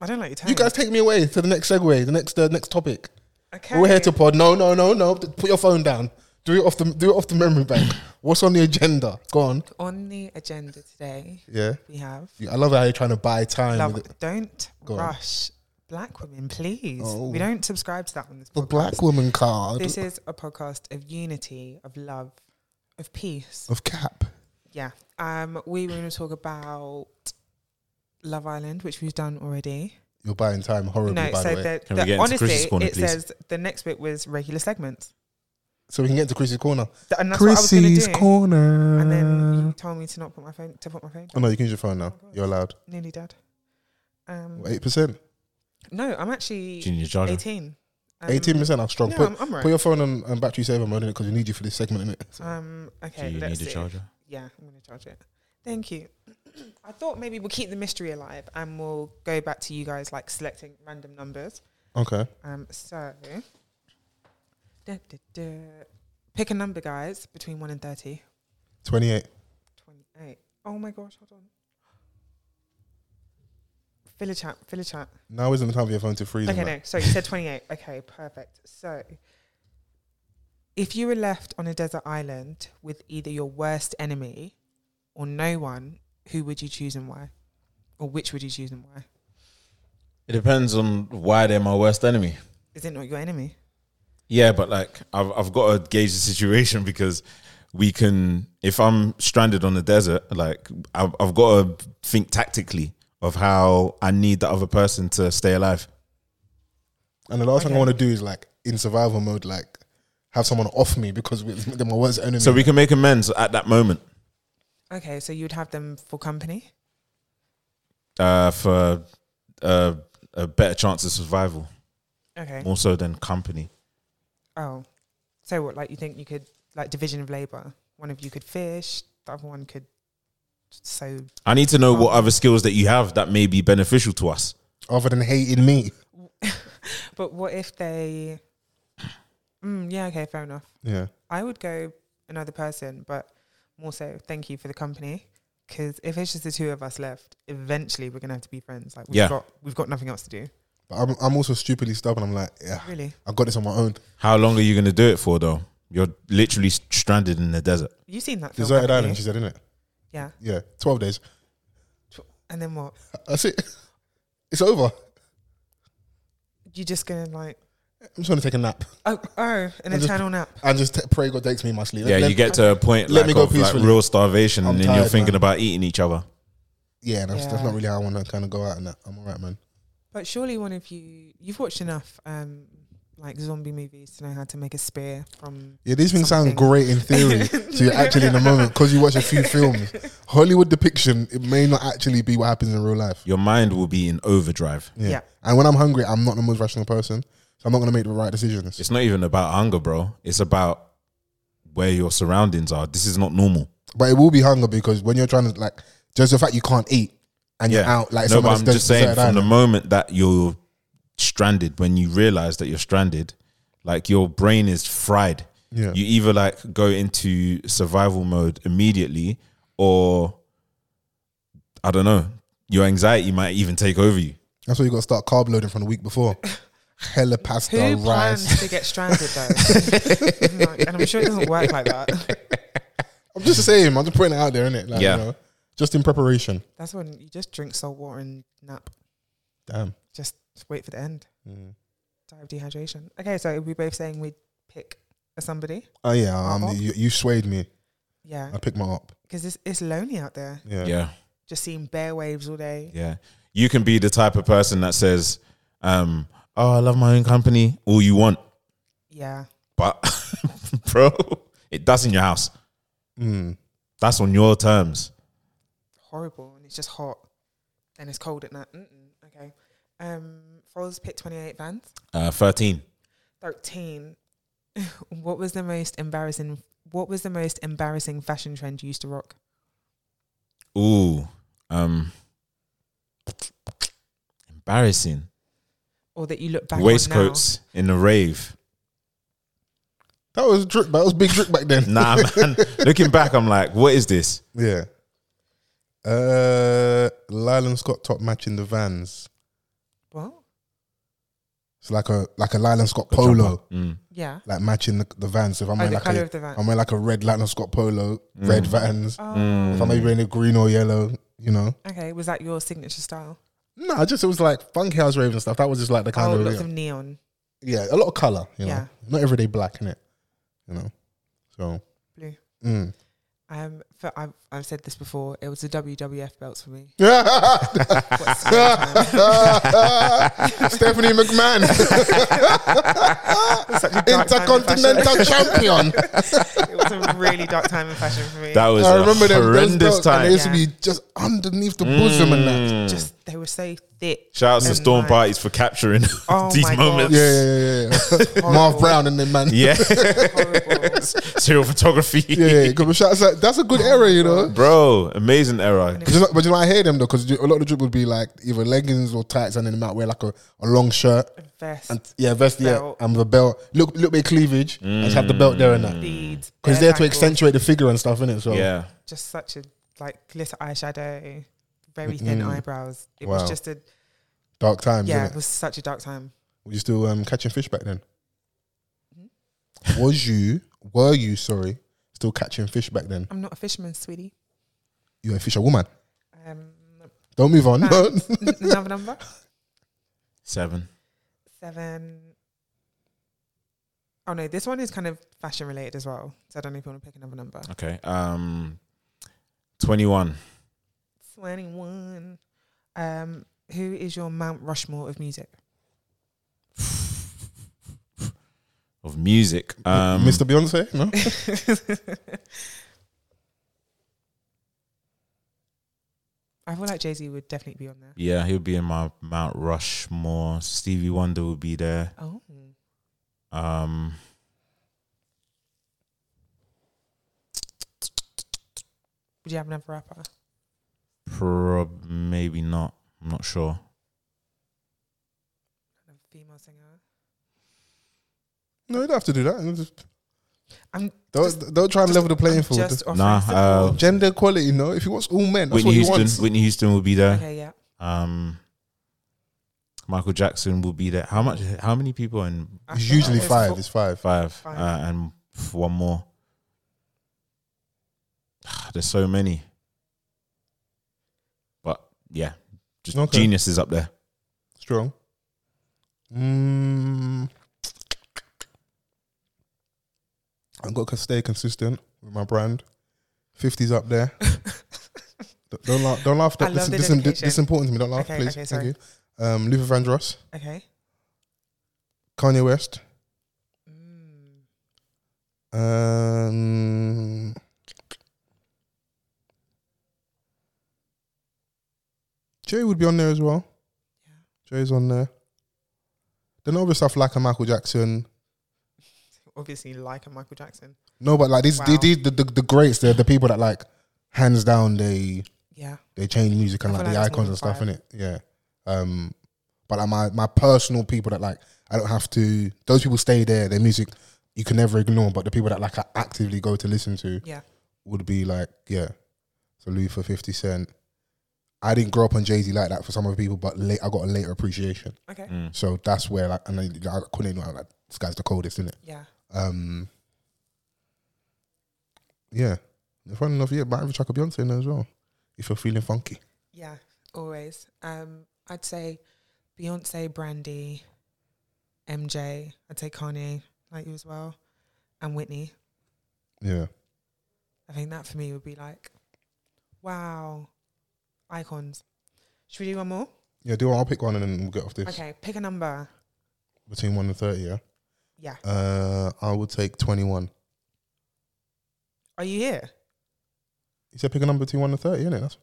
A: I don't like your tone.
D: You guys take me away to the next segue, the next uh, next topic.
A: Okay.
D: We're here to pod. No, no, no, no. Put your phone down. Do it off the do it off the memory bank. What's on the agenda? Go on.
A: On the agenda today,
D: Yeah.
A: we have
D: You- I love how you're trying to buy time.
A: love.
D: with it.
A: Don't
D: Go on.
A: rush black women, please.
D: Oh.
A: We don't subscribe to that on this
D: The
A: podcast.
D: black woman card
A: This is a podcast of unity, of love, of peace.
D: of cap.
A: Yeah. Um, we were going to talk about Love Island, which we've done already.
D: You're buying time horribly,
A: no,
D: by
A: so
D: the way.
A: the,
C: Can we get
A: the,
C: into
A: honestly,
C: Chris's corner,
A: it
C: please?
A: says the next bit was regular segments,
D: so we can get to Chris's corner.
A: Th- and that's what I was going to do.
D: corner.
A: And then you told me to not put my phone to put my phone.
D: oh
A: Down.
D: no, you can use your phone now. You're allowed.
A: Nearly dead. Um,
D: Eight percent,
A: No, I'm actually
C: Junior charger.
A: eighteen. Um,
D: eighteen percent. I'm strong.
A: No,
D: put,
A: I'm, I'm
D: put
A: right.
D: your phone on, on battery saver mode in it because we need you for this segment, innit? So,
A: Um, okay,
C: Do you
A: let's
C: need a
A: see.
C: charger?
A: Yeah, I'm gonna charge it. Thank you. I thought maybe we'll keep the mystery alive and we'll go back to you guys like selecting random numbers.
D: okay.
A: Um, so da, da, da. pick a number, guys, between one and thirty.
D: Twenty-eight.
A: 28. Oh my gosh, hold on. Fill a chat, fill a chat.
D: Now isn't the time for your phone to freeze.
A: Okay,
D: and
A: no,
D: that.
A: so you said 28. Okay, perfect. So, if you were left on a desert island with either your worst enemy or no one, who would you choose and why? Or which would you choose and why?
C: It depends on why they're my worst enemy.
A: Is it not your enemy?
C: Yeah, but like I've I've got to gauge the situation because we can if I'm stranded on the desert, like I've, I've got to think tactically of how I need the other person to stay alive.
D: And the last thing I
A: Okay.
D: want to do is like in survival mode, like have someone off me because we- they're my worst enemy.
C: So we can make amends at that moment
A: Okay, so you would have them for company.
C: uh, for uh, a better chance of survival,
A: Okay.
C: more so than company.
A: Oh, so what? Like you think you could like division of labor? One of you could fish, the other one could sow.
C: I need to know what other skills that you have that may be beneficial to us.
D: other than hating me.
A: But what if they? Mm, yeah, okay, fair enough.
D: Yeah.
A: I would go another person, but more so, thank you for the company. Because if it's just the two of us left, eventually we're gonna have to be friends. Like we've
C: Yeah.
A: got we've got nothing else to do.
D: But I'm, I'm also stupidly stubborn. I'm like, yeah,
A: Really?
D: I got this on my own.
C: How long are you going to do it for, though? You're literally stranded in the desert.
A: You seen that film?
D: Deserted
A: haven't
D: Island,
A: you?
D: she said, innit?
A: Yeah.
D: Yeah, 12 days.
A: And then what?
D: That's it. It's over.
A: You just gonna like
D: I'm just going to take a nap
A: oh oh in a
D: just-
A: channel nap?
D: and just t- pray God takes me in my sleep.
C: yeah,
D: Let-
C: you get to a point
D: let
C: like,
D: me go
C: of, like
D: peacefully.
C: real starvation,
D: I'm
C: and then you're
D: tired,
C: thinking
D: man.
C: about eating each other.
D: Yeah, that's, that's
A: Yeah.
D: not really how I want to kind of go out and that. I'm all right, man.
A: But surely one of you you've watched enough um like zombie movies to know how to make a spear from
D: Yeah, these things sound
A: Something.
D: great in theory. so you're actually in the moment because you watch a few films. Hollywood depiction, it may not actually be what happens in real life.
C: Your mind will be in overdrive.
A: Yeah.
D: And when I'm hungry, I'm not the most rational person. So I'm not going to make the right decisions.
C: It's not even about hunger, bro. It's about where your surroundings are. This is not normal.
D: But it will be hunger because when you're trying to like just the fact you can't eat and you're out like
C: no,
D: someone
C: but I'm just saying, from the
D: moment
C: moment that you're stranded, when you realize that you're stranded, like your brain is fried.
D: Yeah.
C: You either like go into survival mode immediately, or I don't know, your anxiety might even take over you.
D: That's why you got to start carb loading from the week before. Hella
A: who
D: pasta, rice.
A: plans to get stranded though? Like, and I'm sure it doesn't work like that.
D: I'm just saying, I'm just putting it out there, innit? Like,
C: Yeah.
D: You know, just in preparation.
A: That's when you just drink salt water and nap.
D: Damn.
A: Just wait for the end. Die of dehydration. Okay, so we both saying we'd pick a somebody.
D: Oh yeah, um,
A: Uh-huh.
D: you, you swayed me.
A: Yeah.
D: I picked my up.
A: Because it's, it's lonely out there.
D: Yeah.
C: Yeah,
A: Just seeing bare waves all day.
C: yeah. You can be the type of person that says, um, "Oh, I love my own company," all you want,
A: Yeah.
C: but bro, it that's in your house.
D: Mm.
C: That's on your terms.
A: Horrible. And it's just hot. And it's cold at night. Mm-mm. Okay. Um, Foles picked 28 bands.
C: Uh, Thirteen.
A: 13. what was the most embarrassing... What was the most embarrassing fashion trend you used to rock?
C: Ooh, um, embarrassing
A: Or that you look back
C: waistcoats in the rave.
D: That was drip. That was big drip back then.
C: Nah, man. Looking back, I'm like, what is this?
D: Yeah. Uh, Lylan Scott top matching the Vans.
A: on now? What?
D: It's like a like a Lylan Scott
C: Good
D: polo,
C: jumper. Mm.
A: Yeah.
D: like matching the, the Mm. Vans. So if I'm
A: Oh,
D: wearing
A: the
D: like
A: colour
D: a,
A: of the van.
D: I'm wearing like a red Lylan Scott polo, red Vans.
A: Oh,
C: Mm.
D: If I'm maybe wearing a green or yellow, you know.
A: Okay, was that your signature style?
D: No, I just it was like funky house raves and stuff. That was just like the kind
A: oh,
D: of
A: lots
D: yeah.
A: of neon,
D: yeah, a lot of color. You know,
A: Yeah.
D: not everyday black in it. You know, so
A: blue.
D: mm.
A: Um, for I've, I've said this before. It was the WWF belts for me. What's the time?
D: Stephanie McMahon,
A: Such a dark time in
D: intercontinental champion.
A: fashion. It was a really dark time in fashion for me.
C: That was
D: I
C: a
D: remember them those
C: horrendous
D: belts, And they
C: time.
D: used to be just underneath the bosom and that.
C: Mm.
A: just they were so thick.
C: Shouts to
A: and
C: Storm
A: like-
C: Parties for capturing
A: Oh
C: these
A: my God.
C: moments.
D: Yeah, yeah, yeah, yeah, yeah. Marv
A: Horrible.
D: Brown and them man.
C: Yeah.
A: Horrible.
C: Serial photography.
D: yeah, yeah. 'Cause shout out to- that's a good era, you know.
C: Bro, amazing era.
D: 'Cause you know- but you know, I hear them though, because a lot of the drip would be like either leggings or tights, and then they might wear like a, a long shirt
A: Vest,
D: and yeah, vest,
A: Belt.
D: yeah, and the belt. Look, little bit of cleavage, and just have the belt there and that.
A: beads,
D: Because
A: bare
D: they're to
A: bangles,
D: accentuate the figure and stuff, innit? So
C: Yeah.
A: Just such a like glitter eyeshadow, very thin eyebrows. It
D: Mm-hmm. Wow.
A: was just a
D: dark times.
A: yeah.
D: Yeah.
A: It was such a dark time.
D: Were you still um, catching fish back then?
A: Mm-hmm.
D: Was you? Were you? Sorry, still catching fish back then?
A: I'm not a fisherman, sweetie.
D: You're a fisherwoman.
A: Um,
D: Don't move on.
A: Thanks. n- another number
C: Seven.
A: seven. Oh no, this one is kind of fashion related as well. So I don't know if you want to pick another number.
C: Okay. Um, 21.
A: 21. Um, who is your Mount Rushmore of music?
C: Of music. Um,
D: Mr. Beyonce, no.
A: I feel like Jay Z would definitely be on there.
C: Yeah, he'll be in my Mount Rushmore. Stevie Wonder will be there.
A: Oh,
C: Um,
A: would you have another rapper?
C: prob- maybe not. I'm not sure.
A: A female singer?
D: No, you don't have to do that. You just-
A: I'm
D: don't don't try and level the playing
A: I'm
D: field.
A: just offering
C: Nah,
A: support.
C: uh,
D: Gender equality, no. If he wants all men, that's
C: Whitney
D: what he
C: Houston.
D: wants.
C: Whitney Houston will be there.
A: okay, yeah.
C: Um, Michael Jackson will be there. How much? How many people? And
A: I
D: It's
A: feel like
D: usually
A: there's
D: five.
A: four-
D: It's five.
C: five,
A: Five.
C: Uh, and one more. There's so many, but yeah, just
D: Okay.
C: genius is up there.
D: Strong. Mm. I've got to stay consistent with my brand. 50's up there. D- don't laugh. Don't laugh.
A: I
D: That, this, this,
A: love the
D: this,
A: dedication.
D: this important to me. Don't laugh,
A: Okay,
D: please.
A: okay, sorry.
D: Thank you. Um, Luther Vandross,
A: Okay.
D: Kanye West.
A: Mm.
D: Um, Jay would be on there as well. Jay's on there. Then other stuff like a Michael Jackson.
A: Obviously, like a Michael Jackson.
D: No, but like these,
A: Wow.
D: these, these the, the the greats. They're the people that like hands down they
A: Yeah.
D: they change music and
A: I
D: like
A: feel
D: the
A: like that's
D: icons
A: more
D: and stuff in
A: than
D: it. Yeah. Um, but like my my personal people that like I don't have to. Those people stay there. Their music you can never ignore. But the people that like I actively go to listen to.
A: Yeah.
D: would be like, yeah, so Luther, 50 Cent. I didn't grow up on Jay Z like that for some of the people, but late, I got a later appreciation.
A: Okay.
D: So that's where, like, and I, I couldn't ignore like, this guy's the coldest, isn't it?
A: Yeah.
D: Um, yeah. And Funny enough, yeah, might have a track of Beyonce in there as well, if you're feeling funky.
A: Yeah. Always. Um, I'd say Beyonce, Brandy, MJ. I'd say Kanye, like you as well, and Whitney.
D: Yeah.
A: I think that for me would be like, wow, icons. Should we do one more?
D: Yeah, do one. I'll pick one and then we'll get off this.
A: Okay, pick a number.
D: Between 1 and 30, yeah?
A: Yeah.
D: Uh, I would take 21.
A: Are you here?
D: You said pick a number between 1 and 30, innit? That's,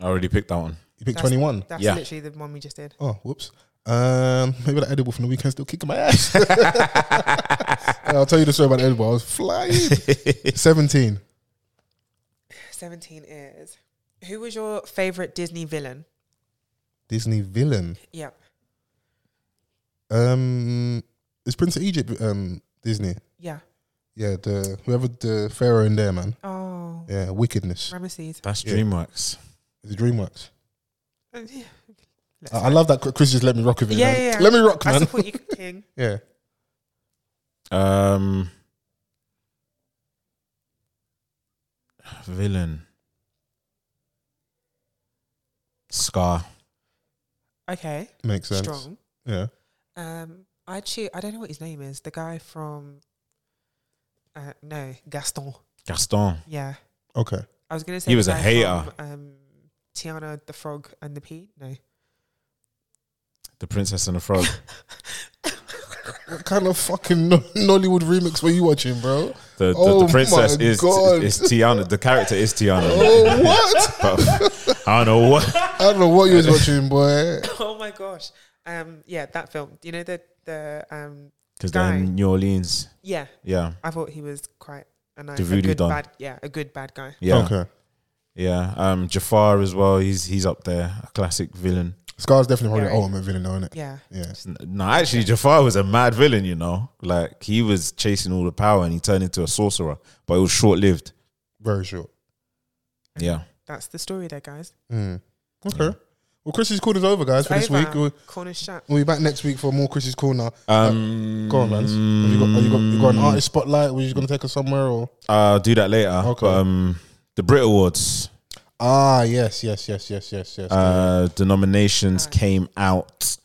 C: I already picked that one.
D: you picked
A: That's-
D: 21.
A: That's
C: Yeah.
A: literally the one we just did.
D: Oh, whoops. Um, maybe that edible from the weekend still kicking my ass. I'll tell you the story about the edible. I was flying. Seventeen.
A: 17 is. Who was your favorite Disney villain?
D: Disney villain.
A: Yep.
D: Um, it's Prince of Egypt. Um, Disney.
A: Yeah.
D: Yeah, the whoever the pharaoh in there, man.
A: Oh,
D: Yeah, wickedness.
A: Ramesses.
C: That's
D: Yeah.
C: DreamWorks.
D: It's DreamWorks.
A: Let's
D: I, I love that Chris just let me rock with it.
A: Yeah,
D: man.
A: yeah, yeah.
D: Let me rock,
A: I
D: man.
A: support you, King.
D: Yeah.
C: Um, villain. Scar.
A: Okay.
D: Makes sense.
A: Strong.
D: Yeah.
A: Um, I choose, I don't know what his name is. The guy from, uh, no, Gaston.
C: Gaston.
A: Yeah.
D: Okay.
A: I was going to say
C: He
A: the
C: was a
A: guy
C: hater.
A: From, um, Tiana the Frog and the Pea. No.
C: The Princess and the Frog.
D: What kind of fucking no- Nollywood remix were you watching, bro?
C: The, the,
D: Oh
C: the princess
D: my
C: is,
D: God.
C: is Tiana. The character is Tiana.
D: Oh, what?
C: But I don't know what.
D: I don't know what you was watching, boy.
A: oh my gosh. Um, yeah, that film. You know the the um,
C: Because they're
A: Guy.
C: in New Orleans.
A: yeah.
C: Yeah.
A: I thought he was quite a nice,
C: The
A: a
C: voodoo
A: good
C: don.
A: bad, yeah, a good bad guy.
C: Yeah.
D: Okay.
C: Yeah. Um, Jafar as well. He's he's up there. A classic villain.
D: Scar's definitely probably
A: Yeah.
D: the ultimate villain, though, isn't it?
A: Yeah,
D: Yeah.
C: N- No, actually, Jafar was a mad villain, you know? Like, he was chasing all the power and he turned into a sorcerer, but it was short lived.
D: Very short.
C: Yeah.
A: that's the story there, guys.
D: Mm. Okay. Well, Chris's corner's over, guys, for
A: It's
D: this week.
A: over.
D: We'll,
A: Corner shut.
D: we'll be back next week for more Chris's corner.
C: Um,
D: Uh, Go on, man. Have you got, have you got, you got an artist spotlight? Were you going to take us somewhere or?
C: I'll do that later.
D: Okay.
C: But, um, the Brit Awards
D: Ah, yes, yes, yes, yes, yes, yes.
C: uh, the nominations came out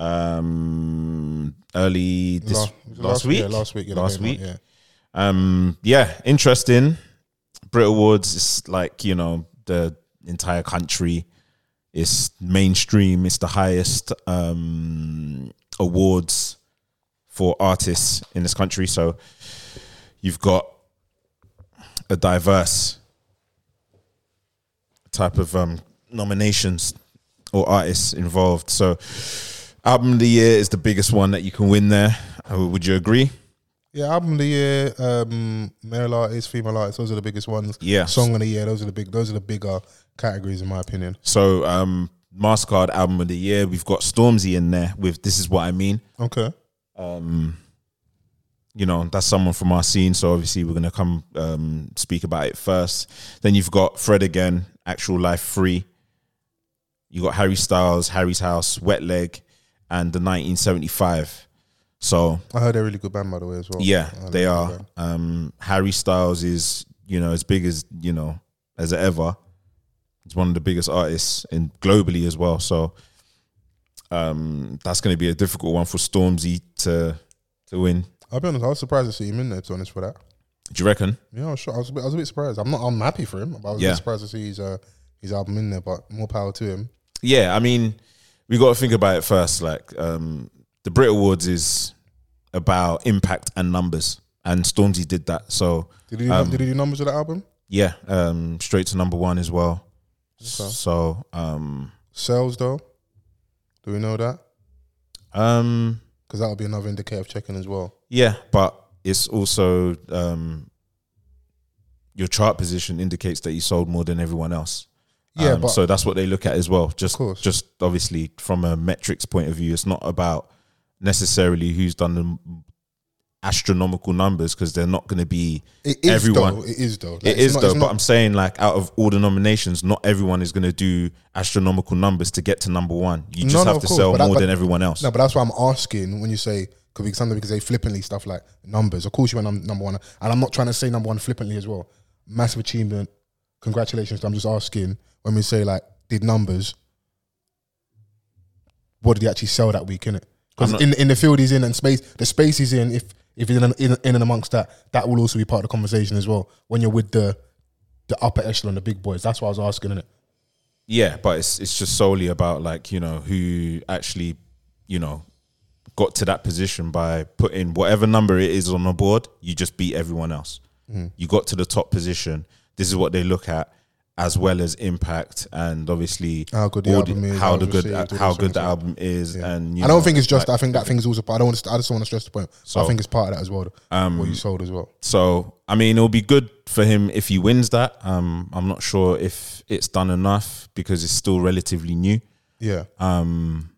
C: um, early this
D: La- was
C: last,
D: it
C: week.
D: yeah, last week, yeah, they
C: last
D: came out,
C: week.
D: yeah.
C: Um, yeah, interesting. Brit Awards is like you know the entire country. It's mainstream. It's the highest um, awards for artists in this country. So you've got a diverse type of um, nominations or artists involved. So album of the year is the biggest one that you can win there. Uh, Would you agree?
D: Yeah, album of the year, um, male artists, female artists, those are the biggest ones.
C: Yeah.
D: Song of the year, those are the big, those are the bigger categories in my opinion.
C: So, um, Mastercard album of the year. We've got Stormzy in there with "This Is What I Mean." Um,
D: Okay.
C: You know, that's someone from our scene, so obviously we're gonna come um, speak about it first. Then you've got Fred again, Actual Life Free. You got Harry Styles, Harry's House, Wet Leg. and the 1975. So
D: I heard they're a really good band by the way as well.
C: yeah,
D: I heard
C: they
D: they're a
C: are.
D: good band.
C: Um, Harry Styles is you know as big as you know as ever. He's one of the biggest artists in globally as well. So um, that's going to be a difficult one for Stormzy to to win.
D: I'll be honest, I was surprised to see him in there. To be honest, for that.
C: Do you reckon?
D: Yeah, I was, sure. I was, a bit, I was a bit surprised. I'm not. I'm happy for him. But I was a
C: Yeah.
D: bit surprised to see his uh, his album in there. But more power to him.
C: yeah, I mean, we got to think about it first. Like, um, the Brit Awards is about impact and numbers, and Stormzy did that. So,
D: Did he? do-
C: Um,
D: did he do numbers of that album?
C: yeah, um, straight to number one as well.
D: Okay.
C: So, um,
D: Sales though. Do we know that?
C: um,
D: Because that'll be another indicator of checking as well.
C: yeah, but it's also um, your chart position indicates that you sold more than everyone else.
D: Yeah,
C: Um,
D: but
C: so that's what they look at as well. Just,
D: course.
C: just obviously from a metrics point of view, it's not about necessarily who's done the m- astronomical numbers because they're not going to be
D: it is
C: everyone.
D: though. It is though. Like,
C: it
D: it's
C: is
D: not-
C: though,
D: it's
C: but
D: not-
C: I'm saying like out of all the nominations, not everyone is going to do astronomical numbers to get to number one. You
D: No,
C: just
D: no,
C: have
D: of
C: to
D: course,
C: sell
D: but that-
C: more
D: but-
C: than everyone else.
D: No, but that's why I'm asking when you say could be something because they flippantly stuff like numbers. Of course, you went num- number one, and I'm not trying to say number one flippantly as well. Massive achievement, congratulations. I'm just asking when we say like did numbers, what did he actually sell that week? In it because
C: I'm not-
D: in in the field he's in and space the space he's in. If if he's in, in in and amongst that, that will also be part of the conversation as well. When you're with the the upper echelon, the big boys. That's what I was asking. In it,
C: yeah, but it's it's just solely about like you know who actually you know got to that position by putting whatever number it is on the board. You just beat everyone else.
D: Mm-hmm.
C: You got to the top position. This is what they look at, as well as impact and obviously
D: How good the
C: all
D: album is,
C: how
D: how
C: the
D: it's
C: good uh,
D: received, all
C: how
D: this
C: good
D: sort
C: the
D: of
C: album is, and you
D: I don't
C: know,
D: think it's just.
C: like-
D: I think that thing is also. Part, I don't. Want to, I just want to stress the point. I
C: So- um,
D: think it's part of that as well. what you sold as well.
C: So I mean, it'll be good for him if he wins that. Um, I'm not sure if it's done enough because it's still relatively new.
D: Yeah.
C: Um,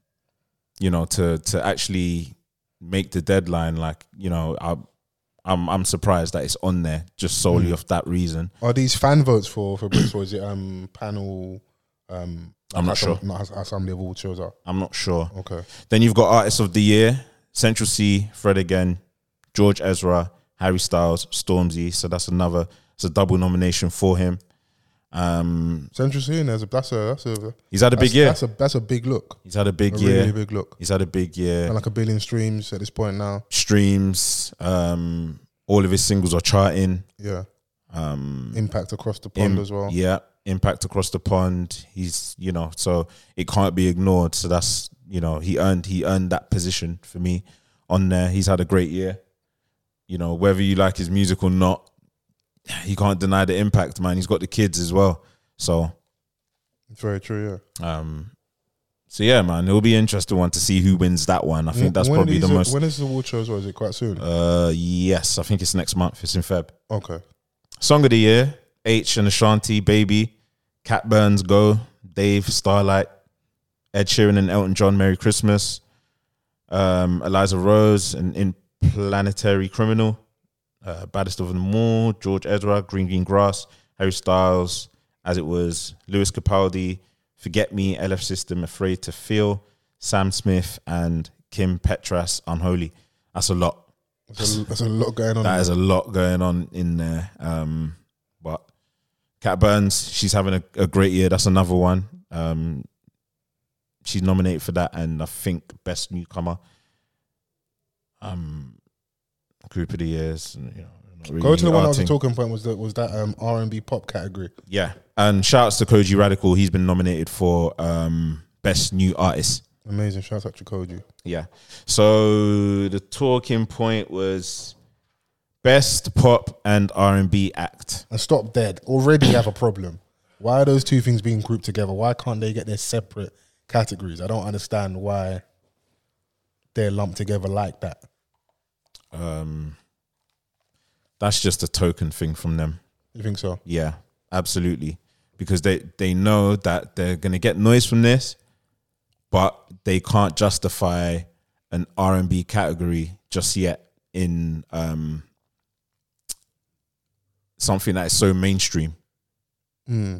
C: you know, to to actually make the deadline, like you know, I, I'm I'm surprised that it's on there just
D: Mm.
C: solely off that reason.
D: Are these fan votes for for Brits or is it um panel? Um,
C: I'm not
D: how some-
C: sure.
D: Not how, how somebody of all shows are.
C: I'm not sure.
D: Okay.
C: Then you've got artists of the year: Central C, Fred again, George Ezra, Harry Styles, Stormzy. So that's another. It's a double nomination for him. Um,
D: Central Scene. There's a that's a that's a
C: he's had a big
D: that's,
C: year.
D: That's a that's a big look.
C: He's had a
D: A
C: big year.
D: really big look.
C: He's had a big year.
D: And like a billion streams at this point now.
C: Streams, um, all of his singles are charting.
D: Yeah.
C: Um,
D: Impact across the pond
C: im-
D: as well.
C: Yeah, impact across the pond. He's you know so it can't be ignored. So that's you know he earned he earned that position for me on there. He's had a great year. You know whether you like his music or not, he can't deny the impact, man. He's got the kids as well. So
D: It's very true. Yeah.
C: um, so yeah, man, it'll be an interesting one to see who wins that one. I think that's
D: When are
C: probably the
D: these-
C: most.
D: When is the award show as well? Is it quite soon?
C: Uh, yes, I think it's next month. It's in Feb.
D: okay.
C: Song of the year: H and Ashanti, Baby, Cat Burns, Go, Dave, Starlight, Ed Sheeran and Elton John, Merry Christmas, um, Eliza Rose, an Implanetary Criminal, uh, Baddest of Them All, George Ezra, Green Green Grass, Harry Styles, As It Was, Lewis Capaldi, Forget Me, LF System, Afraid to Feel, Sam Smith, and Kim Petras, Unholy. That's a lot.
D: There's a, there's a lot going on.
C: That is a lot going on in there. Um, but Kat Burns, she's having a, a great year. That's another one. Um, she's nominated for that, and I think best newcomer. Um, group of the years. And, you know, not really
D: Go to the one that was the
C: arting.
D: talking point was that was that um R and B pop category.
C: Yeah, and shouts to Koji Radical. He's been nominated for um best new artist.
D: Amazing. Shout out to Koji.
C: Yeah. So the talking point was best pop and R and B act.
D: and stop dead already have a problem. Why are those two things being grouped together? Why can't they get their separate categories? I don't understand why they're lumped together like that.
C: um that's just a token thing from them
D: You think so?
C: yeah absolutely because they they know that they're going to get noise from this but they can't justify an r&b category just yet in um something that is so mainstream
D: Hmm.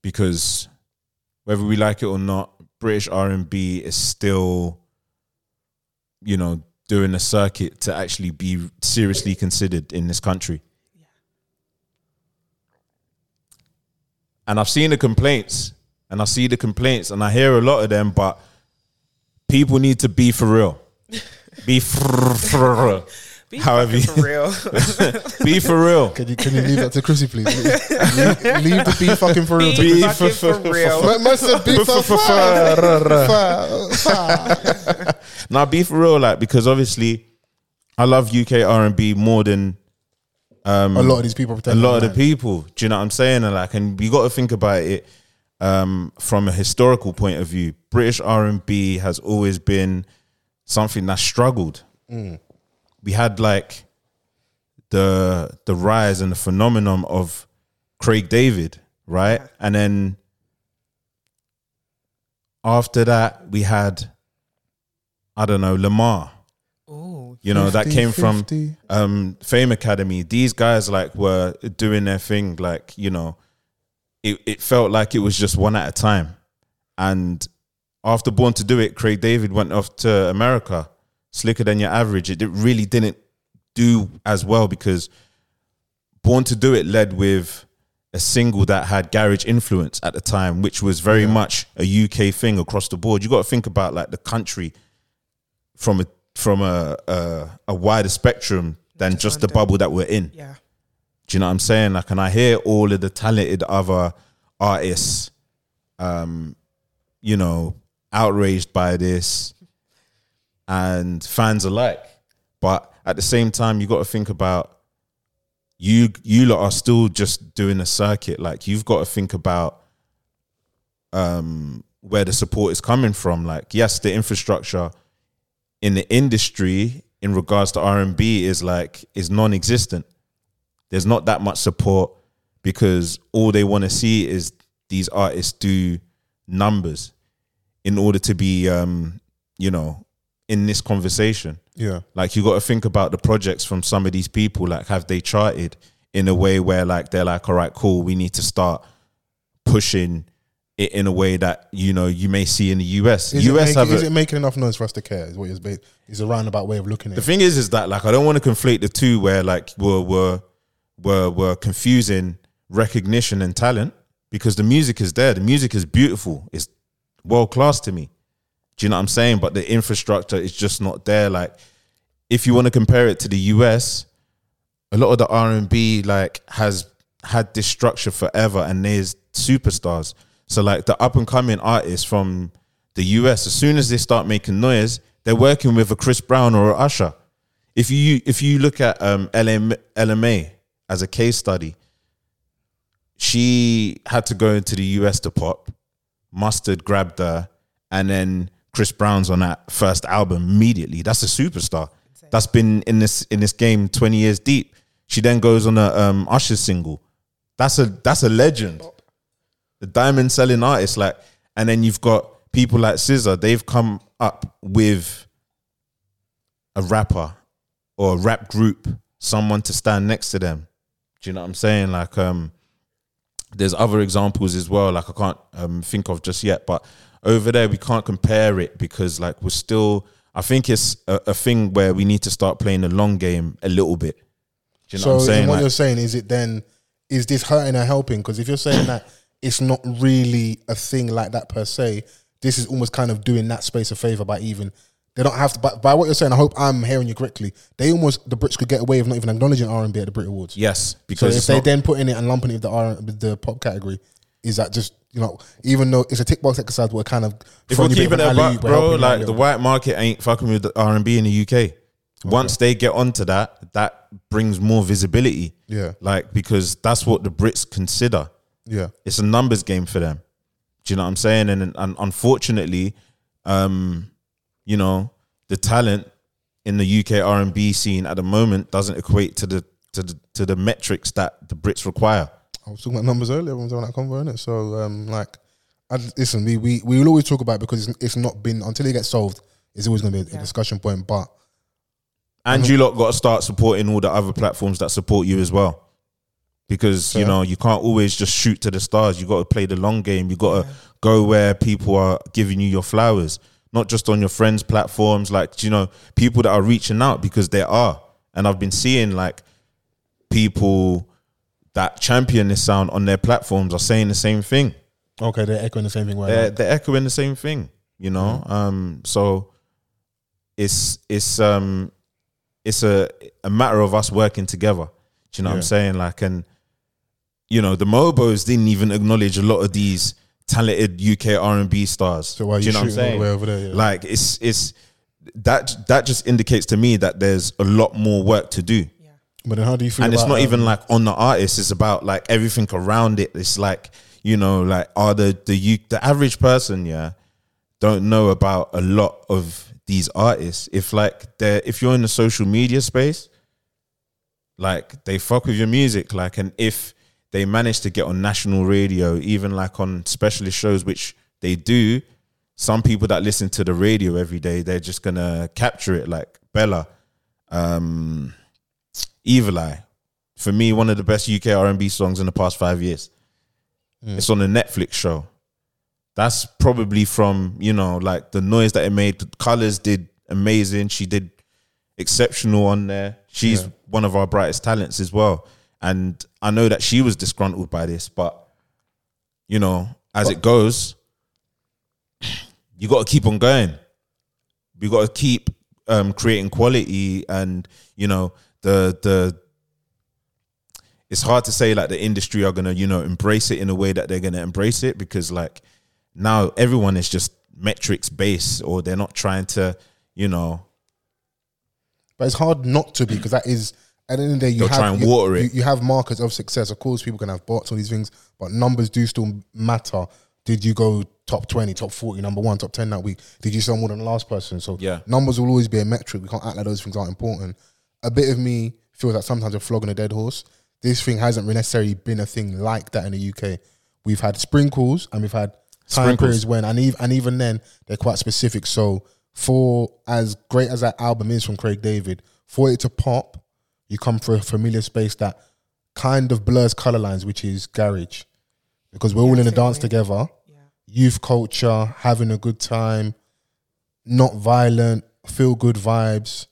C: because whether we like it or not british r&b is still you know, doing a circuit to actually be seriously considered in this country. And I've seen the complaints, and I see the complaints, and I hear a lot of them, but people need to be for real. Be for, for real.
A: Be
C: However,
A: fucking
C: you-
A: for real.
C: be for real.
D: Can you can you leave that to Chrissy, please? Leave, leave- leave the beef fucking for real. to
A: be
C: Be
A: fucking
C: for-
A: for real.
D: Man, man said beef for fire. Fire, fire.
C: Now, be for real, like because obviously, I love UK R and B more than
D: A lot of these people
C: Um, a
D: pretend.
C: lot of the
D: they're mine.
C: people. Do you know what I'm saying? And like, and we got to think about it um, from a historical point of view. British R and B has always been something that struggled. We had like the the rise and the phenomenon of Craig David, right? And then after that, we had I don't know Lamar.
A: Ooh,
C: You know, that
D: 50,
C: came from
D: 50.
C: um, Fame Academy. These guys like were doing their thing, like, you know, it, it felt like it was just one at a time. And after Born to Do It, Craig David went off to America, slicker than your average. It did- really didn't do as well because Born to Do It led with a single that had garage influence at the time, which was very much a UK thing across the board. You got to think about like the country from a from a a, a wider spectrum than just, the
A: London.
C: bubble that we're in.
A: yeah.
C: Do you know what I'm saying? Like, and I hear all of the talented other artists, um, you know, outraged by this, and fans alike. But at the same time, you got to think about you. You lot are still just doing a circuit. Like, you've got to think about um, where the support is coming from. Like, yes, the infrastructure in the industry in regards to R and B is like is non-existent there's not that much support because all they want to see is these artists do numbers in order to be um you know in this conversation
D: Yeah.
C: like you got to think about the projects from some of these people like have they charted in a way where like they're like all right cool we need to start pushing it in a way that you know you may see in the US
D: Is,
C: US
D: it,
C: have
D: making,
C: a,
D: is it making enough noise for us to care? Is what it's ba- It's a roundabout way of looking at
C: the
D: it.
C: thing is, is that like I don't want to conflate the two where like we're we're we're, we're confusing recognition and talent because the music is there. The music is beautiful. It's world class to me. Do you know what I'm saying? But the infrastructure is just not there. Like if you want to compare it to the US, a lot of the R and B like has had this structure forever, and there's superstars. So like the up and coming artists from the US, as soon as they start making noise, they're working with a Chris Brown or a Usher. If you if you look at um, LM, LMA as a case study, she had to go into the US to pop. Mustard grabbed her, and then Chris Brown's on that first album immediately. That's a superstar. That's been in this in this game twenty years deep. She then goes on a um, Usher single. That's a that's a legend. The diamond selling artist, like, and then you've got people like Scissor. They've come up with a rapper or a rap group, someone to stand next to them. Do you know what I'm saying? Like, um, there's other examples as well like i can't um, think of just yet but over there we can't compare it because like we're still i think it's a, a thing where we need to start playing the long game a little bit do you know
D: So,
C: what i'm
D: is
C: saying
D: what
C: Like,
D: you're saying is it then? Is this hurting or helping? Because if you're saying that it's not really a thing like that per se, this is almost kind of doing that space a favor by even. They don't have to. By, by what you're saying, I hope I'm hearing you correctly. They almost the Brits could get away with not even acknowledging R and B at the Brit Awards.
C: yes
D: So
C: because
D: if
C: it's
D: they
C: not-
D: then put in it and lumping it with the R with the pop category, is that just you know even though it's a tick box exercise, we're kind of
C: if we're
D: throwing you a bit of
C: keeping
D: an
C: it back,
D: alley-oop, we're helping
C: bro,
D: you out
C: like
D: a
C: the
D: little.
C: white market ain't fucking with the R and B in the UK. Once they get onto that, that brings more visibility.
D: Yeah.
C: like because that's what the Brits consider.
D: yeah,
C: It's a numbers game for them. Do you know what I'm saying? And and unfortunately, um, you know, the talent in the UK R and B scene at the moment doesn't equate to the to the to the metrics that the Brits require.
D: I was talking about numbers earlier when we were on that convo, innit? So, um, like, I, listen, we, we we will always talk about it because it's, it's not been until it gets solved. It's always going to be a, a discussion point. But
C: And you lot got to start supporting all the other platforms that support you as well. Because, you
D: Fair.
C: know, you can't always just shoot to the stars. You got to play the long game. You got to go where people are giving you your flowers. not just on your friends' platforms, like you know, people that are reaching out because they are. And I've been seeing like people that champion this sound on their platforms are saying the same thing.
D: Okay, they're echoing the same thing. Right
C: They're they're echoing the same thing, you know.
D: Mm-hmm.
C: Um, so it's it's um it's a a matter of us working together. Do you know what
D: Yeah.
C: I'm saying? Like, and you know, the Mobos didn't even acknowledge a lot of these talented UK R and B stars.
D: So why are
C: Do
D: you,
C: you know what I'm
D: shooting all the
C: saying?
D: way over there? Yeah.
C: Like, it's it's that that just indicates to me that there's a lot more work to do
D: but then how do you feel?
C: and it's
D: about,
C: not
D: um,
C: even like on the artist it's about like everything around it it's like you know like are the the you the average person yeah don't know about a lot of these artists if like they're if you're in the social media space like they fuck with your music like and if they manage to get on national radio even like on specialist shows which they do some people that listen to the radio every day they're just gonna capture it like bella um evil eye for me one of the best uk r&b songs in the past five years it's on a netflix show that's probably from you know like the noise that it made colors did amazing she did exceptional on there she's one of our brightest talents as well and i know that she was disgruntled by this but you know as it goes you got to keep on going we got to keep um, creating quality and you know the the it's hard to say like the industry are gonna you know embrace it in a way that they're gonna embrace it because like now everyone is just metrics based or they're not trying to you know
D: But it's hard not to be because that is at the end of the day you
C: They'll
D: have
C: try and
D: you,
C: water it.
D: You, you have markers of success. Of course, people can have bots, all these things, but numbers do still matter. Did you go top twenty, top forty, number one, top ten that week? Did you sell more than the last person? So
C: Yeah.
D: numbers will always be a metric. We can't act like those things aren't important. A bit of me feels like sometimes we're flogging a dead horse. This thing hasn't really necessarily been a thing like that in the UK. We've had sprinkles and we've had time
C: Sprinkles.
D: periods when and even and even then they're quite specific. So for as great as that album is from Craig David, for it to pop, you come from a familiar space that kind of blurs color lines, which is garage, because we're all in the dance together. Youth culture, having a good time, not violent, feel good vibes.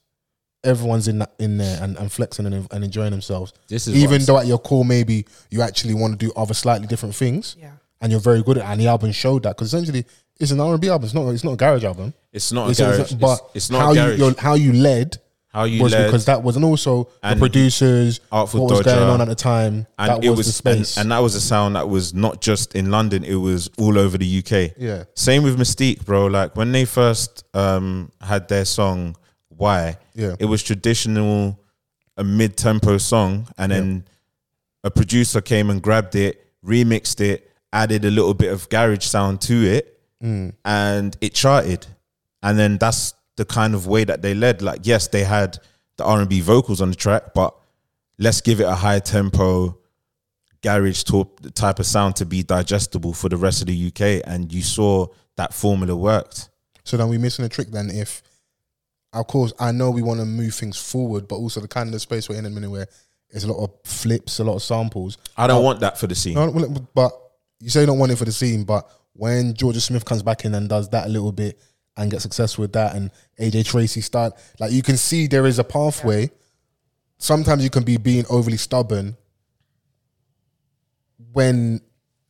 D: Everyone's in that, in there and, and flexing and, and enjoying themselves.
C: This is what
D: even
C: I'm
D: though at your core maybe you actually want to do other slightly different things
A: Yeah.
D: and you're very good at it. And the album showed that because essentially it's an R and B album. It's not it's not a garage album.
C: it's not a
D: It's-
C: garage
D: it's-
C: it's,
D: but
C: it's not
D: how
C: a garage
D: you your, how you led
C: how you
D: was
C: led
D: because that was and also
C: And
D: the producers
C: Artful
D: what was
C: Dodger,
D: going on at the time.
C: and
D: that
C: it
D: was,
C: was
D: the space.
C: And, and that was a sound that was not just in London; it was all over the UK.
D: Yeah.
C: Same with Mystique, bro. Like when they first um, had their song "Why,"
D: Yeah.
C: it was traditional, a mid-tempo song, and then a producer came and grabbed it, remixed it, added a little bit of garage sound to it,
D: Mm.
C: and it charted. And then that's the kind of way that they led. Like, yes, they had the R and B vocals on the track, but let's give it a high tempo garage talk type of sound to be digestible for the rest of the UK. And you saw that formula worked.
D: so then we're missing a trick then if of course I know we want to move things forward, but also the kind of space we're in at the minute where it's a lot of flips, a lot of samples.
C: I don't want that for the scene.
D: No, well, but you say you don't want it for the scene, but when Georgia Smith comes back in and does that a little bit and gets success with that, and AJ Tracy start like you can see there is a pathway. Sometimes you can be being overly stubborn when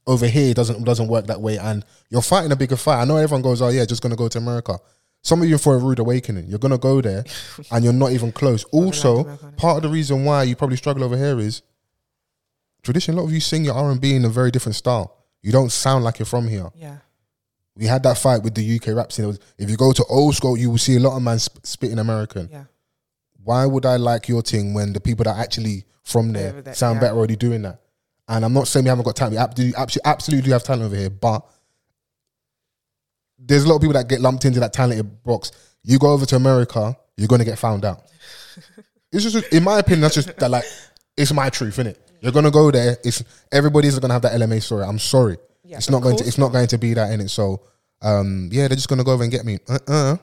D: over here it doesn't doesn't work that way, and you're fighting a bigger fight. I know everyone goes, "Oh yeah, just gonna go to America." Some of you are for a rude awakening. You're gonna go there, and you're not even close. Also,
A: America, innit?
D: part of the reason why you probably struggle over here is tradition. A lot of you sing your R and B in a very different style. You don't sound like you're from here.
A: Yeah.
D: We had that fight with the UK rap scene. It was, if you go to old school, you will see a lot of man sp- spitting American.
A: Yeah.
D: Why would I like your thing when the people that are actually from there
A: Over there,
D: sound
A: yeah.
D: better already doing that? And I'm not saying we haven't got talent. We absolutely, absolutely, absolutely have talent over here, but there's a lot of people that get lumped into that talented box. You go over to America, you're gonna get found out. It's just, in my opinion, that's just that like it's my truth, innit? You're gonna go there. It's everybody's gonna have that LMA story. I'm sorry,
A: Yeah,
D: it's not
A: of
D: going to.
A: course
D: It's not going to be that in it. So, um, yeah, they're just gonna go over and get me. Uh, uh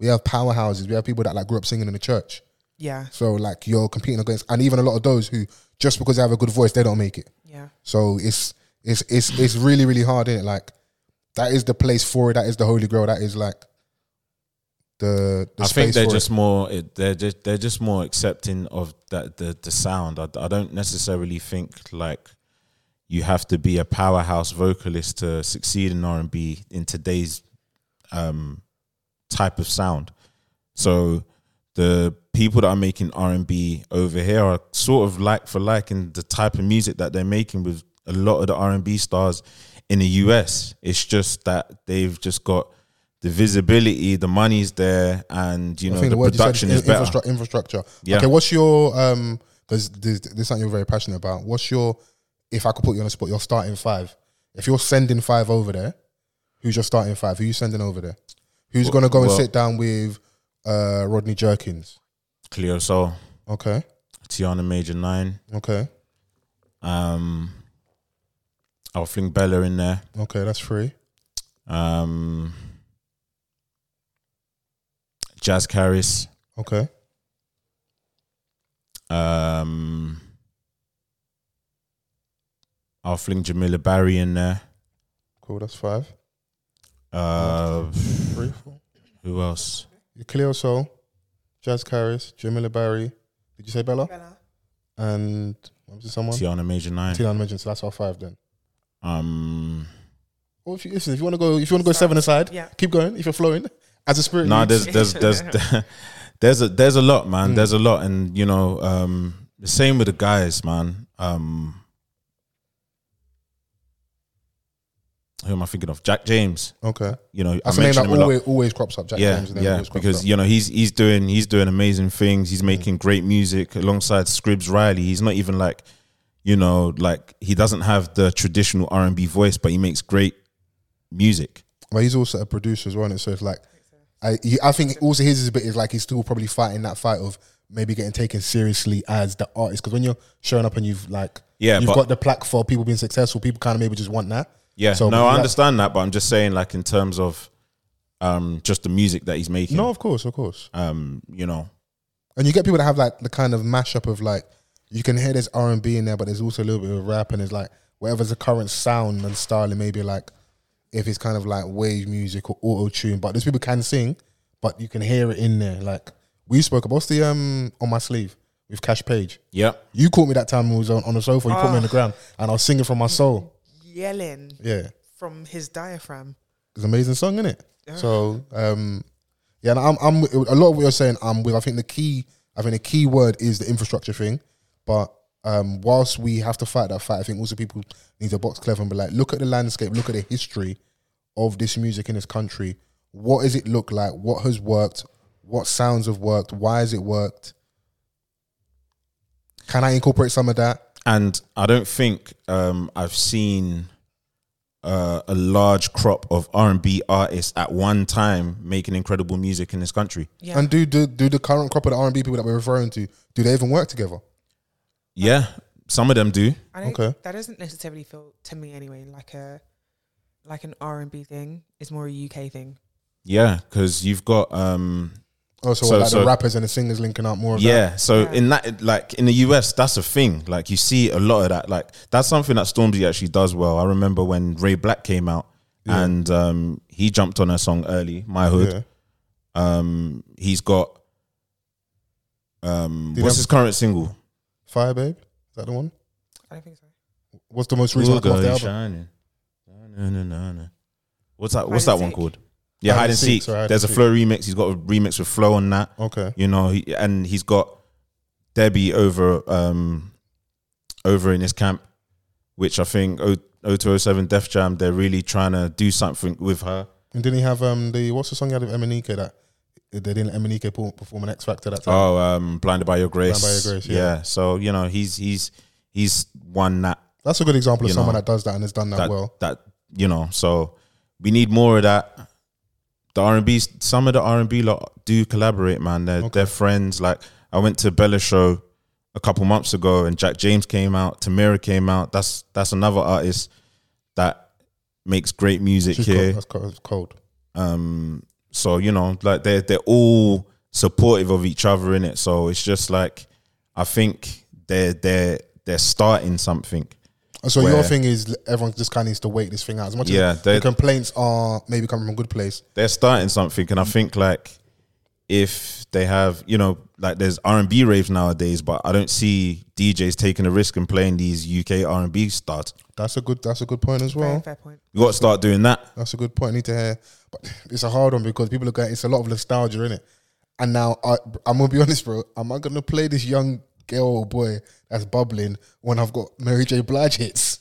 D: We have powerhouses. We have people that like grew up singing in the church.
A: Yeah.
D: So like you're competing against, and even a lot of those who just because they have a good voice, they don't make it.
A: Yeah.
D: So it's it's it's it's really really hard in it. Like that is the place for it. That is the holy grail. That is like the. the
C: I
D: space
C: think they're
D: for
C: just
D: It.
C: more. It, they're just they're just more accepting of that the the sound. I, I don't necessarily think like you have to be a powerhouse vocalist to succeed in R and B in today's um, type of sound. So the people that are making R and B over here are sort of like for like in the type of music that they're making with a lot of the R and B stars in the US. It's just that they've just got the visibility, the money's there, and you
D: I
C: know
D: think
C: the,
D: the word
C: production
D: you said
C: is better.
D: infrastru- infrastructure.
C: Yeah.
D: Okay, what's your um? Because this, this is something you're very passionate about. What's your? If I could put you on the spot, you're starting five. If you're sending five over there, who's your starting five? Who you sending over there? Who's
C: Well-
D: gonna go and
C: well-
D: sit down with uh Rodney Jerkins?
C: Cleo Soul,
D: Okay,
C: Tiana Major Nine.
D: okay,
C: Um, I'll fling Bella in there.
D: okay. That's free.
C: Um, Jazz Carries.
D: Okay,
C: Um, I'll fling Jamila Barry in there.
D: cool. That's five.
C: Uh,
D: Three, four.
C: who else?
D: Cleo Soul, Jazz Caris, Jamila Barry. Did you say Bella? And what was it, someone?
C: Tiana Major Nine.
D: Tina mentioned. So that's our five then.
C: Um,
D: Well, if you, listen, if you want to go, if you want to go seven aside,
A: Yeah.
D: keep going. If you're flowing, as a spirit,
C: no,
D: leads.
C: there's there's there's there's a there's a lot, man. There's a lot, and you know, um, the same with the guys, man. Um, who am I thinking of? Jack James.
D: okay.
C: You know,
D: That's a
C: I
D: name
C: mentioned
D: that
C: him a lot.
D: always, always crops up. Jack
C: yeah,
D: James.
C: yeah, because you know he's he's doing he's doing amazing things. He's making great music alongside Scribs Riley. He's not even like, you know, like he doesn't have the traditional R and B voice, but he makes great music.
D: but he's also a producer as well, and so it's like, I you, I think also his is a bit is like he's still probably fighting that fight of maybe getting taken seriously as the artist because when you're showing up and you've like
C: Yeah,
D: you've
C: but-
D: got the plaque for people being successful, people kind of maybe just want that.
C: Yeah,
D: So
C: no, I
D: like-
C: understand that, but I'm just saying, like in terms of, um, just the music that he's making.
D: No, of course, of course.
C: um, you know,
D: And you get people that have like the kind of mashup of like you can hear there's R and B in there, but there's also a little bit of rap and it's like whatever's the current sound and style and maybe like if it's kind of like wave music or auto tune, but those people can sing, but you can hear it in there. Like we spoke about what's the um on my sleeve with Cash Page.
C: yeah,
D: You caught me that time when we was on, on the sofa, you caught me on the ground and I was singing from my soul.
A: Yelling
D: Yeah.
A: from his diaphragm.
D: It's an amazing song, isn't it? So, um, yeah, and I'm, I'm a lot of what you're saying. I'm with. I think the key. I think the key word is the infrastructure thing. But um, whilst we have to fight that fight, I think also people need to box clever and be like, look at the landscape, look at the history of this music in this country. What does it look like? What has worked? What sounds have worked? Why has it worked? Can I incorporate some of that?
C: and I don't think um I've seen uh, a large crop of R and B artists at one time making incredible music in this country.
A: Yeah.
D: And do, do do the current crop of the R and B people that we're referring to? Do they even work together?
C: Yeah, some of them do.
A: I don't,
D: Okay.
A: That doesn't necessarily feel to me anyway like a like an R and B thing. It's more a UK thing.
C: Yeah, because you've got um
D: Oh, so,
C: So-
D: like
C: so-
D: the rappers and the singers linking up more. Of that?
C: yeah. So
A: Yeah.
C: in that like in the US, that's a thing. Like you see a lot of that. Like that's something that Stormzy actually does well. I remember when Ray Black came out and um he jumped on her song early, My Hood.
D: Yeah.
C: Um, he's got um,
D: Did
C: what's
D: I-
C: his current single?
D: Fire Babe, is that the one?
A: I don't think so.
D: What's the most recent one off the
C: Ooh,
D: album?
C: shining. Na, na, na, na. What's that? What's that
A: Hide and
C: one
A: Seek.
C: called? Yeah, hide, and seek.
D: sorry, Hide
C: There's a
D: and
C: flow remix. He's got a remix with flow on that.
D: Okay,
C: You know, he, and he's got Debbie over um over in his camp, which I think O- 0207 Def Jam. They're really trying to do something with her.
D: and didn't he have um the what's the song he had with Emanike that they didn't Emanike perform, perform an X Factor that time?
C: Oh, um, blinded by your grace.
D: Blinded by Your Grace, yeah.
C: So you know, he's he's he's won that
D: That's a good example of
C: you
D: someone
C: know,
D: that does that and has done that,
C: that
D: well.
C: that you know. So we need more of that. The R and B, some of the R and B lot do collaborate, man. They're they're friends. Like I went to Bella show a couple months ago, and Jack James came out, Tamira came out. That's that's another artist that makes great music
D: She's
C: here.
D: cold. That's cold. that's cold.
C: Um, so you know, like they're they're all supportive of each other in it. So it's just like I think they're they're they're starting something.
D: And so your
C: where-
D: thing is l- everyone just kind of needs to wait this thing out. As much
C: Yeah,
D: as
C: they-
D: the complaints are maybe coming from a good place,
C: they're starting something, and I think like if they have, you know, like there's R and B raves nowadays, but I don't see DJs taking a risk and playing these UK R and B stars.
D: that's a good that's a good point as
A: Very
D: well.
A: fair point.
C: You got to start doing that.
D: That's a good point. I need to hear, but it's a hard one because people are going. It's a lot of nostalgia in it. And now I, I'm gonna be honest, bro. Am I gonna play this young girl or boy that's bubbling when I've got Mary J. Blige hits?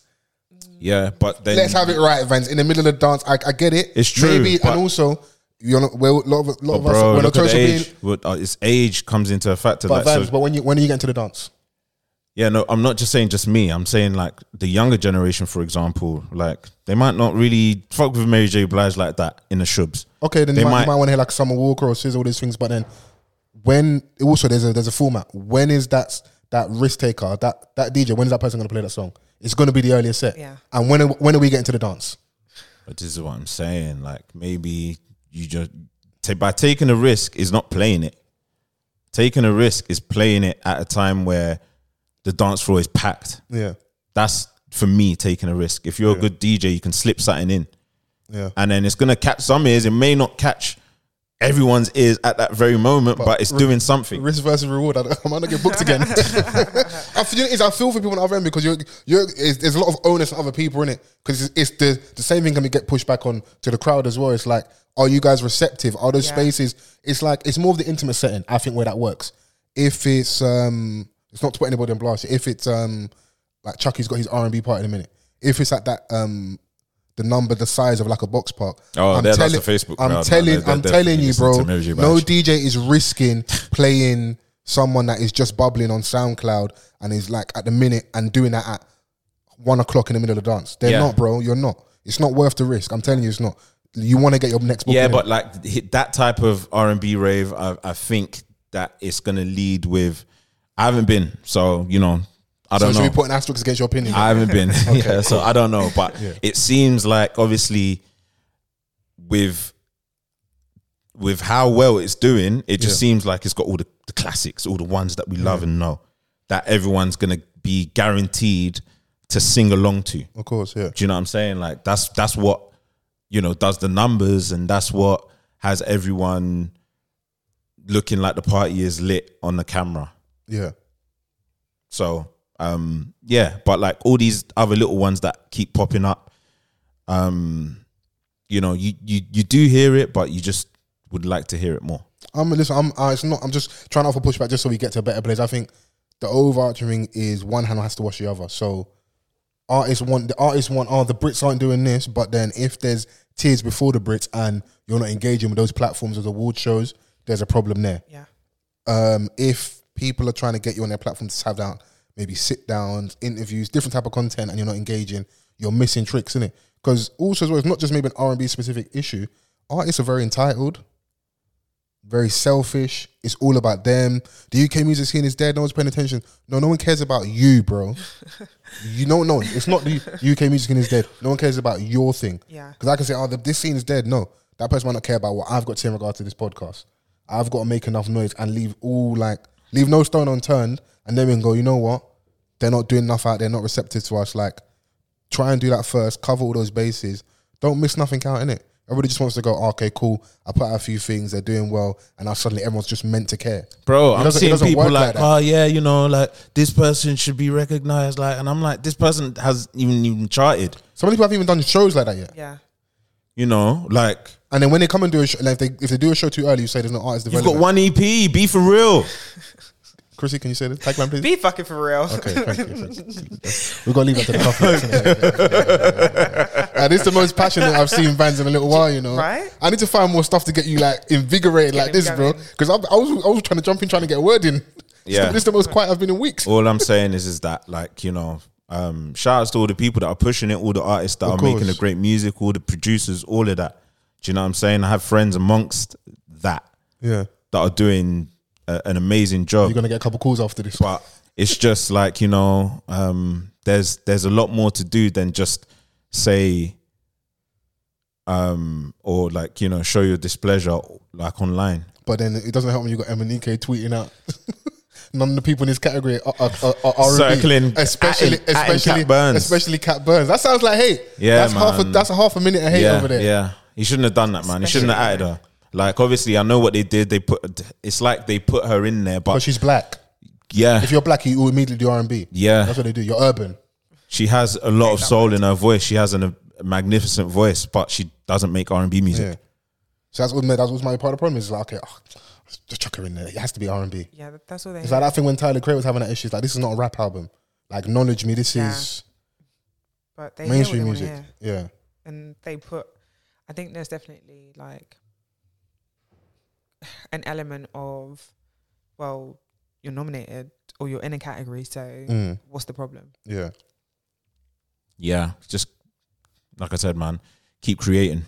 C: Yeah, but then
D: Let's have it right, Vance. In the middle of the dance, I, I get it.
C: It's true,
D: Maybe,
C: but-
D: and also you're not. Well, a lot of, lot
C: But
D: of
C: oh, bro,
D: us. We're
C: look at
D: notorious for
C: the age.
D: being,
C: What- uh, It's age comes into a factor.
D: but
C: like, so-
D: Vance, but when you when you get into the dance,
C: yeah, no, I'm not just saying just me. I'm saying like the younger generation, for example, like they might not really fuck with Mary J. Blige like that in the shubs.
D: okay, then
C: They
D: you might,
C: might-
D: you might want to hear like Summer Walker or SZA, all these things. But then when also there's a there's a format. When is that that risk taker that that DJ? When is that person gonna play that song? It's gonna be the earlier set.
A: Yeah.
D: And when are, when are we getting to the dance?
C: But this is what I'm saying. Like maybe you just ta- by taking a risk is not playing it. Taking a risk is playing it at a time where the dance floor is packed.
D: Yeah.
C: That's for me taking a risk. If you're a good DJ, you can slip something in,
D: Yeah.
C: and then it's gonna catch some ears. It may not catch everyone's ears at that very moment, but, it's doing something.
D: Risk versus reward. I don't- I might not get booked again. I feel, is I feel for people on the other end because you're, you're, it's, there's a lot of onus on other people in it because it's, it's the, the same thing can be get pushed back on to the crowd as well. It's like, are you guys receptive? Are those
A: Yeah.
D: spaces? It's like it's more of the intimate setting. I think where that works. If it's um, it's not to put anybody on blast. If it's um, like Chucky's got his R and B part in a minute. If it's at that um, the number, the size of like a box park.
C: Oh, they're- that's the Facebook crowd,
D: I'm
C: man.
D: telling,
C: They're- they're
D: I'm telling
C: definitely
D: you,
C: listening
D: bro.
C: to Mary J.
D: No
C: Blige.
D: DJ is risking playing someone that is just bubbling on SoundCloud and is like at the minute and doing that at one o'clock in the middle of the dance. They're
C: Yeah.
D: not, bro. You're not. It's not worth the risk. I'm telling you, it's not. You want to get your next book.
C: yeah,
D: innit?
C: but like hit that type of R and B rave, I, I think that it's gonna lead with. I haven't been, so you know, I
D: so
C: don't
D: should
C: know.
D: we put an asterisk against your opinion?
C: I haven't been. yeah, so I don't know. But it seems like obviously with with how well it's doing, it just seems like it's got all the, the classics, all the ones that we love and know that everyone's gonna be guaranteed to sing along to.
D: of course, yeah.
C: Do you know what I'm saying? Like that's that's what you know does the numbers, and that's what has everyone looking like the party is lit on the camera.
D: Yeah.
C: So um yeah, but like all these other little ones that keep popping up, um, you know, you you you do hear it, but you just would like to hear it more.
D: I'm listen. I'm. Uh, it's not. I'm just trying to offer pushback just so we get to a better place. I think the overarching thing is one hand has to wash the other. So artists want the artists want. Oh, the Brits aren't doing this, but then if there's tears before the Brits and you're not engaging with those platforms as award shows, there's a problem there.
A: Yeah.
D: Um, if people are trying to get you on their platforms to have down maybe sit downs, interviews, different type of content, and you're not engaging, you're missing tricks in it. Because also as well, it's not just maybe an R and B specific issue. Artists are very entitled very selfish. It's all about them. The UK music scene is dead. No one's paying attention. No, no one cares about you, bro. you know, no, it's not the UK music scene is dead. No one cares about your thing.
A: Yeah.
D: Because I can say, oh, the, this scene is dead. No, that person might not care about what I've got to say in regard to this podcast. I've got to make enough noise and leave all like leave no stone unturned, and then we can go. You know what? They're not doing enough out. there, not receptive to us. Like try and do that first, cover all those bases. Don't miss nothing out in it. Everybody just wants to go, "Oh, okay, cool. I put out a few things, they're doing well, and now suddenly everyone's just meant to care.
C: Bro,
D: It
C: I'm
D: doesn't- it
C: seeing
D: doesn't
C: people
D: work
C: like,
D: like that.
C: oh yeah, you know, like this person should be recognized, like, and I'm like, this person has even even charted,
D: So many people haven't even done shows like that yet.
A: Yeah.
C: you know, like
D: And then when they come and do a show, like if they if they do a show too early, you say there's no artist
C: you've
D: development.
C: got one EP, be for real.
D: Chrissy, can you say this? Tagline, please.
A: Be fucking for real.
D: Okay, thank you. We're gonna leave that to the coffee. uh, this is the most passionate I've seen Vans in a little while. You know,
A: Right?
D: I need to find more stuff to get you like invigorated
A: Get
D: like
A: him
D: this, bro.
A: going.
D: Because I, I was I was trying to jump in, trying to get a word in.
C: Yeah.
D: this is the most quiet I've been in weeks.
C: all I'm saying is is that like you know um shout outs to all the people that are pushing it all the artists that
D: Of
C: are making the
D: course.
C: great music all the producers all of that do you know what I'm saying I have friends amongst that
D: Yeah.
C: that are doing a, an amazing job
D: You're gonna get a couple calls after this.
C: but it's just like you know um there's there's a lot more to do than just say um or like you know show your displeasure like online
D: E But then it doesn't help when you got Emanike tweeting out. none of the people in this category are, are, are, are R&B.
C: Circling
D: especially,
C: at in- at in
D: especially,
C: Cat Burns.
D: especially Cat Burns. That sounds like hate.
C: Yeah,
D: that's half. A,
C: man.
D: that's a half a minute of hate
C: yeah,
D: over there.
C: Yeah, he shouldn't have done that, man. He shouldn't have added her. Like, obviously, I know what they did. They put. It's like they put her in there,
D: But
C: but
D: she's black.
C: yeah,
D: If you're black, you immediately do R and B.
C: Yeah.
D: that's what they do. You're urban.
C: she has a lot of soul in her voice. She has an, a magnificent voice, but she doesn't make R and B music.
D: Yeah. So that's what that's what's my part of the problem is like okay, oh, just chuck her in there. It has to be R and B.
A: Yeah, that- that's all they.
D: It's like that thing when Tyler Craig was having that issue. It's like this is not a rap album. Like knowledge me. This
A: Yeah.
D: is
A: but they
D: mainstream
A: mainstream hear what they
D: music.
A: music, hear.
D: Yeah.
A: and they put. I think there's definitely like an element of, well, you're nominated or you're in a category, so
D: Mm.
A: what's the problem?
D: Yeah.
C: Yeah, just like I said, man, keep creating.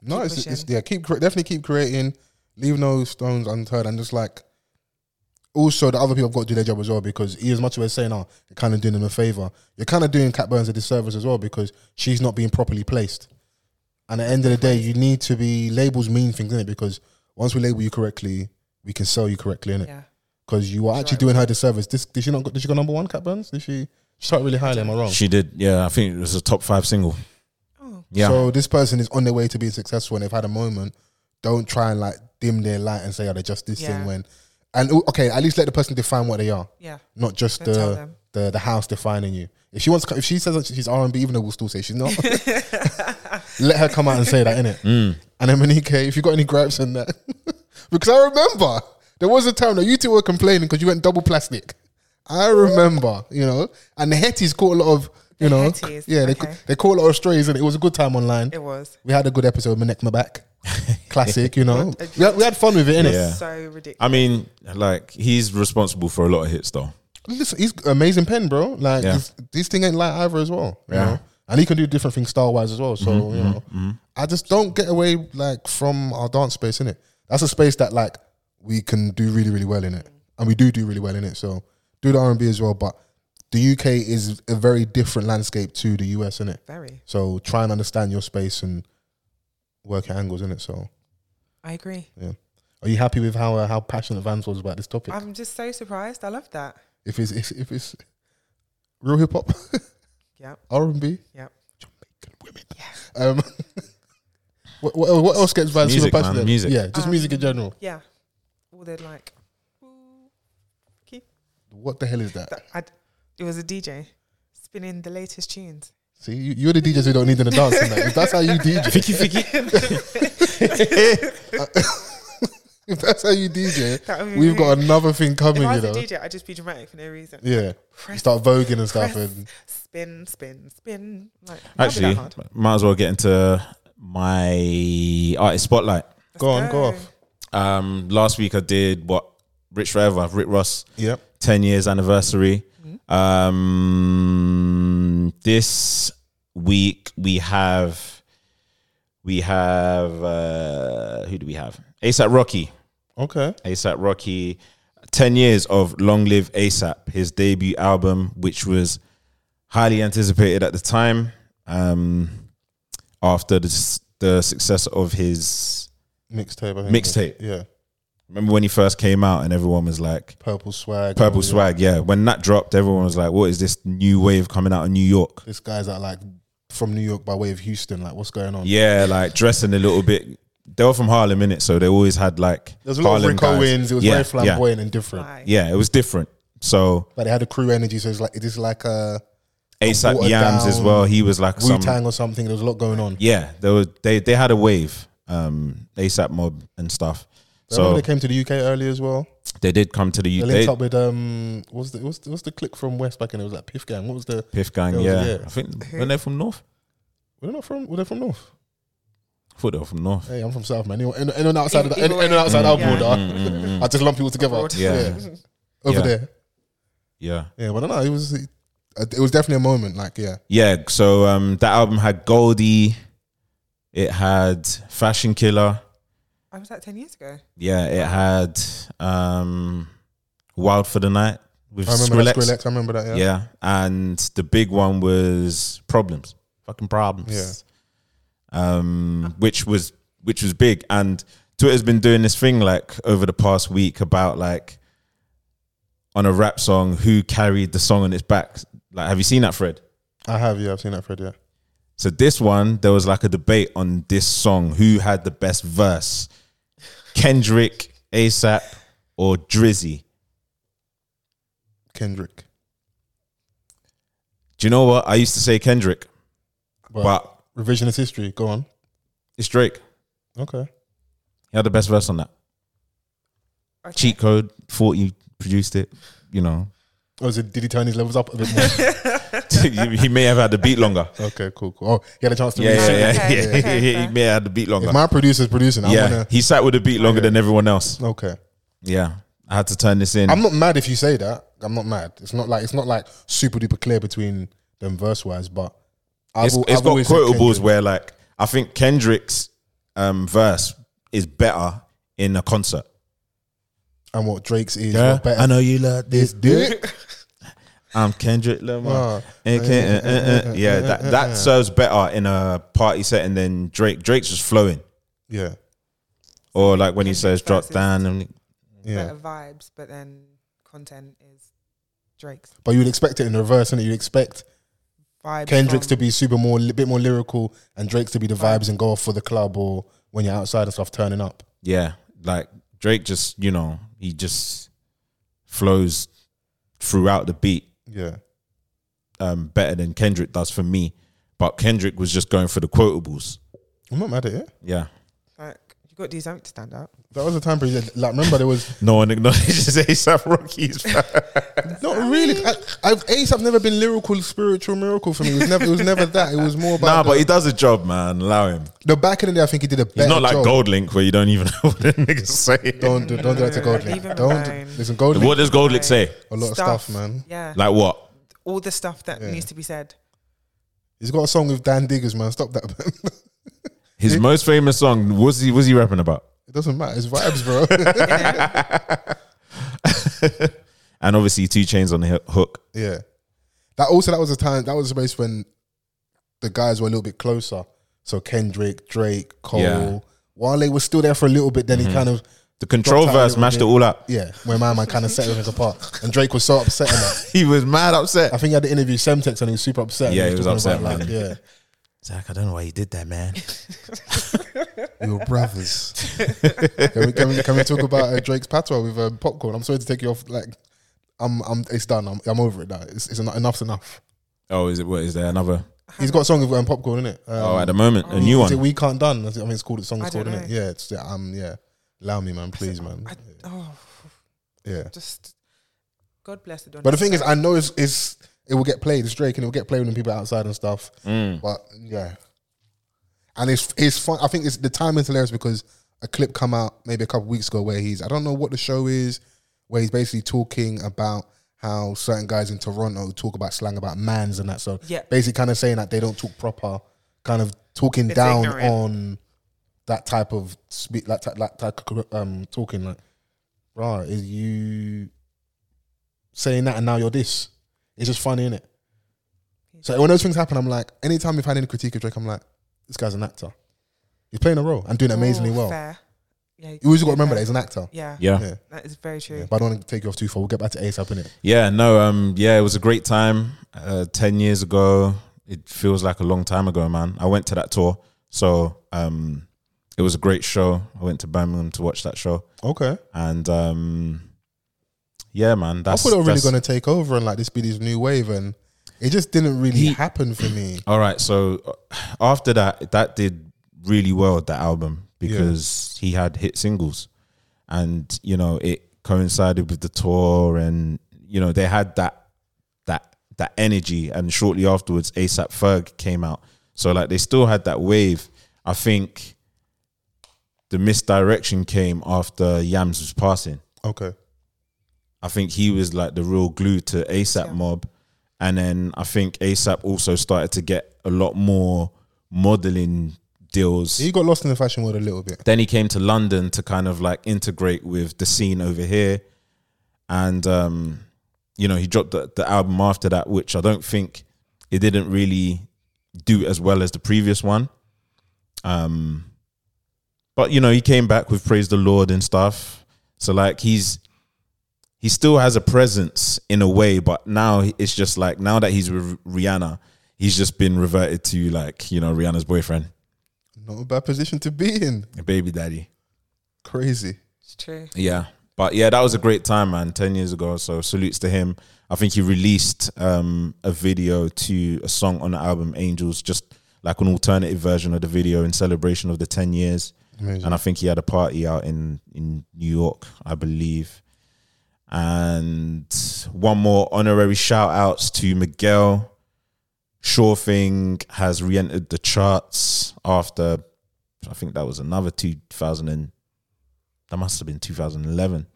D: No,
A: Keep
D: it's, it's
A: pushing.
D: yeah. Keep cre- definitely keep creating. Leave no stones unturned, and just like also the other people have got to do their job as well because he, as much as we're saying, oh, you're kind of doing them a favor, you're kind of doing Cat Burns a disservice as well because she's not being properly placed. And at the end of the day, you need to be labels mean things in it because once we label you correctly, we can sell you correctly in it
A: Yeah,
D: because you are actually doing her disservice. This did she not? go- Did she go number one? Cat Burns? Did she? She started really highly. Am I wrong?
C: She did. Yeah, I think it was a top five single.
A: Oh.
C: Yeah.
D: So this person is on their way to being successful and they've had a moment. Don't try and like dim their light and say, "Oh, they're just this
A: Yeah.
D: thing." When and oh, okay, at least let the person define what they are,
A: yeah,
D: not just
A: Don't tell
D: the,
A: them.
D: the the house defining you. If she wants, if she says that she's R and B, even though we'll still say she's not, let her come out and say that in it. And then Monique, if you got any gripes on that, because I remember there was a time that you two were complaining because you went double plastic. I remember, you know, and the Hetties caught a lot of, you know,
A: Hetties,
D: yeah, they,
A: okay.
D: they caught a lot of strays, and it was a good time online.
A: it was
D: We had a good episode with Neck My Back. Classic, you know.
A: What a
D: We had, we had fun with it, innit?
C: Yeah.
A: so ridiculous.
C: I mean, like he's responsible for a lot of hits, though.
D: Listen, he's amazing pen, bro. Like
C: Yeah.
D: this, this thing ain't light either as well. You
C: Yeah. Mm-hmm,
D: know? And he can do different things style wise as well. So, you know. I just don't get away like from our dance space, innit? That's a space that like we can do really, really well in it. And we do do really well in it. So do the R and B as well. But the UK is a very different landscape to the US, innit?
A: Very,
D: So try and understand your space and work your angles, innit? So
A: I agree.
D: Are you happy with how uh, how passionate Vance was about this topic?
A: I'm just so surprised. I love that.
D: if it's if, if it's real hip hop,
A: Yeah,
D: R and B,
A: yeah.
D: Jamaican women. Um, what, what, what else gets Vance
C: Music,
D: super
C: man,
D: passionate?
C: music.
D: Yeah,
A: Um,
D: just music in general.
A: Yeah. All they'd like. Ooh, keep
D: What the hell is that?
A: that. I'd, it was a DJ spinning the latest tunes.
D: See, you, you're the DJs who don't need in the dance. in that. If that's how you DJ, if that's how you
A: That would
D: DJ,
A: be
D: we've
A: me.
D: got another thing
A: If
D: coming.
A: I
D: You
A: was a
D: know,
A: DJ, I'd just be dramatic for no reason.
D: yeah. You
A: Press,
D: start voguing and stuff,
A: press,
D: and
A: spin, spin, spin. Like it can't be that
C: Actually,
A: hard.
C: might as well get into my artist spotlight.
D: go on, go
A: go.
D: off.
C: Um, last week I did what Rich Forever, Rick Ross,
D: Yep.
C: ten years anniversary. Um, this week we have we have uh, who do we have? ASAP Rocky.
D: Okay.
C: ASAP Rocky. 10 years of Long Live ASAP, his debut album, which was highly anticipated at the time um, after the, the success of his.
D: Mixtape. I think it was.
C: Mixtape.
D: Yeah.
C: Remember when he first came out and everyone was like,
D: Purple swag.
C: Purple
D: all the-
C: Swag, yeah. When that dropped, everyone was like, what is this new wave coming out of New York?
D: this guy's that like from New York by way of Houston. Like, what's going on?
C: Yeah, like dressing a little bit. They were from Harlem, innit? So they always had like.
D: There was a lot
C: Harlem
D: of Rick
C: guys.
D: Owens. It was
C: Yeah,
D: very flamboyant and different.
A: Like,
C: Yeah. yeah, it was different. So
D: But they had a crew energy, so it's like it's like a
C: ASAP
D: watered
C: Yams as
D: down
C: well. He was like
D: Wu
C: some
D: Tang or something. There was a lot going on.
C: yeah, they were they they had a wave, um, ASAP Mob and stuff.
D: So
C: So
D: they came to the UK early as well.
C: they did come to the
D: They linked
C: UK.
D: up with um, what's the what's the, what's the click from West back in? It was like Piff Gang. What was the?
C: Piff Gang,
D: There was-
C: yeah.
D: yeah.
C: I think when they're from North,
D: Were they not from? Were they from North?
C: I thought they were from North.
D: Hey, I'm from South, man. Anyone, anyone- anyone outside of that,
A: Either
D: anyone,
A: way.
D: outside our
A: Mm, yeah.
D: border, I just lump people together.
A: Abroad.
C: Yeah.
D: over
C: Yeah.
D: there.
C: Yeah,
D: Yeah, but no, it was it was definitely a moment. Like, yeah,
C: yeah. So um, that album had Goldie, it had Fashion Killer,
A: I was like ten years ago.
C: yeah, it had um, Wild for the Night with
D: I remember that
C: Skrillex,
D: Skrillex. I remember that.
C: Yeah.
D: Yeah,
C: and the big one was Problems, fucking Problems.
D: Yeah.
C: um, which was which was big. And Twitter's been doing this thing like over the past week about like on a rap song who carried the song on its back. Like, have you seen that, Fred?
D: I have, yeah, I've seen that, Fred. Yeah,
C: So this one, there was like a debate on this song who had the best verse, Kendrick, ASAP, or Drizzy.
D: Kendrick.
C: Do you know what? I used to say Kendrick, but
D: revisionist history. Go on.
C: it's Drake.
D: Okay.
C: He had the best verse on that.
A: Okay.
C: Cheat Code, 40 produced it, you know.
D: Oh, so did he turn his levels up a bit more?
C: he may have had the beat longer.
D: okay, cool, cool. Oh, he had a chance to.
C: Yeah, yeah,
D: reshoot.
C: yeah.
A: Okay,
C: yeah.
A: okay,
C: he
A: fair.
C: may have had the beat longer.
D: If my producer's producing, I'm
C: yeah,
D: gonna.
C: he sat with a beat longer than everyone else.
D: Okay.
C: Yeah, I had to turn this in.
D: I'm not mad if you say that. I'm not mad. It's not like it's not like super duper clear between them verse wise, but I've,
C: it's
D: al-
C: it's
D: I've
C: got
D: always said
C: quotables
D: Kendrick.
C: where like I think Kendrick's um, verse is better in a concert.
D: and what Drake's is
C: Yeah,
D: what better.
C: I know you love this dude.
D: Dick.
C: I'm Kendrick Lamar.
D: Ah.
C: And Ken- uh, uh, uh. yeah, that that serves better in a party setting than Drake. Drake's just flowing,
D: Yeah,
C: or like when he
A: Kendrick's
C: says "drop
A: verse is-
C: down" and
D: yeah.
A: Better vibes, but um, then content is Drake's
D: But you'd expect it in reverse, and you'd expect
A: vibes.
D: Kendrick's to
A: from-
D: be super more, li- bit more lyrical, and Drake's to be the vibes and go off for the club or when you're outside and stuff, turning up.
C: yeah, like Drake just you know he just flows throughout the beat.
D: Yeah,
C: um, better than Kendrick does for me. But Kendrick was just going for the quotables.
D: I'm not mad at it.
C: Yeah.
A: like you got to do something to stand out.
D: That was a time period. Like, remember there was
C: No one acknowledges ASAP Rocky's.
D: not really. I, I've Ace. I've never been lyrical, spiritual miracle for me. It was never. It was never that. It was more about
C: nah,
D: the,
C: but he does a job, man. Allow him.
D: the back in the day. I think he did a better
C: It's not like
D: job.
C: Gold Link where you don't even know what the niggas say.
D: Don't do, don't do that to
A: No,
D: Gold
A: leave
D: Link.
A: him
D: Don't do,
A: alone.
D: listen. Gold Link.
C: What does Gold Link say?
D: A lot of stuff, man.
A: Yeah,
C: Like what?
A: all the stuff that
D: Yeah.
A: needs to be said.
D: He's got a song with Dan Diggers, man. Stop that. man.
C: His most famous song was he was he rapping about?
D: it doesn't matter. It's vibes, bro.
C: And obviously two chains on the Hoo- hook.
D: yeah. That also that was a time. That was a space when the guys were a little bit closer. So Kendrick, Drake, Cole,
C: Yeah. Mm-hmm.
D: Wale was still there for a little bit. Then he kind of
C: The control
D: Dropped out a
C: verse
D: little
C: mashed it
D: bit.
C: all up.
D: yeah, where my man kind of set everything apart. And Drake was so upset. in that.
C: He was mad
D: I
C: upset.
D: think he had the interview Semtex and he was super upset.
C: Yeah,
D: And
C: he was
D: talking
C: upset,
D: like, yeah,
C: Zach, I don't know why you did that, man.
D: we were brothers. can, we, can, we, can we talk about uh, Drake's patois with um, popcorn? I'm sorry to take you off. Like, I'm, I'm, it's done. I'm, I'm over it now. It's, it's en- enough's enough.
C: Oh, is it what is there another?
D: He's got a song with um, popcorn in it.
C: Oh, at the moment, a new
D: Is it
C: one.
D: We Can't Done? I think it's called. The song
A: I
D: is called
A: don't
D: in it.
A: know.
D: Yeah, it's yeah, um, yeah. Allow me, man, please, man.
A: I, oh,
D: Yeah.
A: just God bless it.
D: But the thing is, I know it's, it's it will get played. It's Drake, and it will get played when people are outside and stuff. But yeah, and it's it's fun. I think it's the timing is hilarious because a clip come out maybe a couple weeks ago where he's I don't know what the show is where he's basically talking about how certain guys in Toronto talk about slang about mans and that. So
A: Yeah.
D: basically, kind of saying that they don't talk proper, kind of talking
A: It's
D: down
A: ignorant.
D: on that type of speak, like that like, type of um talking like. Right, is you saying that and now you're this. It's just funny, innit? So when those things happen, I'm like, anytime we've had any critique of Drake, I'm like, this guy's an actor. He's playing a role and doing amazingly well.
A: Oh, Fair. Yeah,
D: You always got to remember that he's an actor.
A: Yeah,
C: Yeah.
D: Yeah.
A: that is very true.
D: Yeah, But I don't want to take you off too far. We'll get back to ASAP in it.
C: Yeah, no, um, yeah, it was a great time. Uh, Ten years ago, it feels like a long time ago, man. I went to that tour, so um, it was a great show. I went to Birmingham to watch that show,
D: Okay.
C: and um, yeah, man,
D: I
C: that's
D: thought they were really
C: that's-
D: going to take over and like this be this new wave, and it just didn't really happen for me.
C: All right, so uh, after that, that did really well that album because he had hit singles, and you know it coincided with the tour, and you know they had that that that energy, and shortly afterwards, ASAP Ferg came out, so like they still had that wave. I think the misdirection came after Yams was passing.
D: Okay.
C: I think he was like the real glue to ASAP Mob, and then I think ASAP also started to get a lot more modeling deals.
D: He got lost in the fashion world a little bit.
C: then he came to London to kind of like integrate with the scene over here, and um, you know he dropped the, the album after that, which I don't think it didn't really do as well as the previous one. Um, but you know he came back with praise the Lord and stuff. So like he's he still has a presence in a way, but now it's just like now that he's with Rihanna, he's just been reverted to like you know Rihanna's boyfriend,
D: Not a bad position to be in.
C: baby daddy.
D: Crazy.
A: It's true.
C: Yeah. But yeah, that was a great time, man. Ten years ago, so salutes to him. I think he released um, a video to a song on the album Angels, just like an alternative version of the video in celebration of the ten years.
D: Amazing.
C: And I think he had a party out in in New York, I believe. And one more honorary shout outs to Miguel. Sure Thing has re-entered the charts after I think that was another 2000 and that must have been 2011.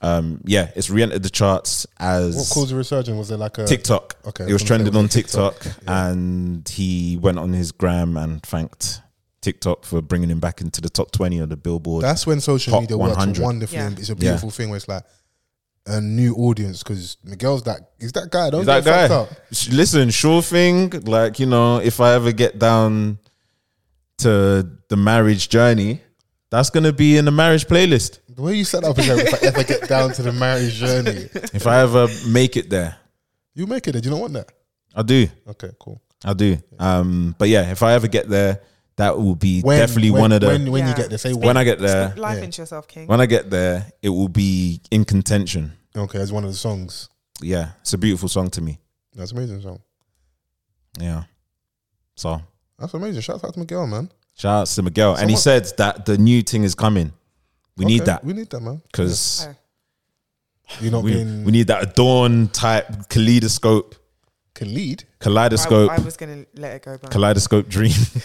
C: Um, yeah, it's re-entered the charts as
D: What caused the resurgence? Was there like a
C: TikTok.
D: Uh, Okay,
C: it
D: I
C: was
D: was gonna
C: trending
D: say,
C: on
D: was it
C: TikTok,
D: TikTok? Yeah.
C: and he went on his gram and thanked TikTok for bringing him back into the top 20 of the Billboard.
D: That's when social
C: Top
D: media
C: 100.
D: works wonderfully.
A: Yeah.
D: It's a beautiful thing where it's like a new audience because Miguel's that is that guy. Don't
C: He's
D: get
C: that guy.
D: fucked up.
C: Sh- Listen, sure thing. Like you know, if I ever get down to the marriage journey, that's gonna be in the marriage playlist.
D: The way you set up is like, if I ever get down to the marriage journey,
C: If I ever make it there,
D: you make it. Do you not want that?
C: I do,
D: Okay, cool.
C: I do. Um, but yeah, if I ever get there, that will be
D: When,
C: definitely
D: when-
C: one of the.
D: when, when you
A: Yeah.
D: get there. Say
C: when I get there,
A: Speak life
D: yeah.
A: into yourself, King.
C: when I get there, it will be in contention.
D: okay as one of the songs.
C: Yeah, it's a beautiful song to me.
D: That's an amazing song.
C: Yeah. So
D: That's amazing. Shout out to Miguel, man.
C: shout outs to Miguel, and he
D: Someone-
C: said that the new thing is coming. We need
D: Okay,
C: that
D: We need that, man.
C: because.
A: Oh.
D: You not
C: We,
D: being
C: we need that Adorn type kaleidoscope,
D: Khalid.
C: kaleidoscope,
A: I, I was gonna let it go, but
C: kaleidoscope dream.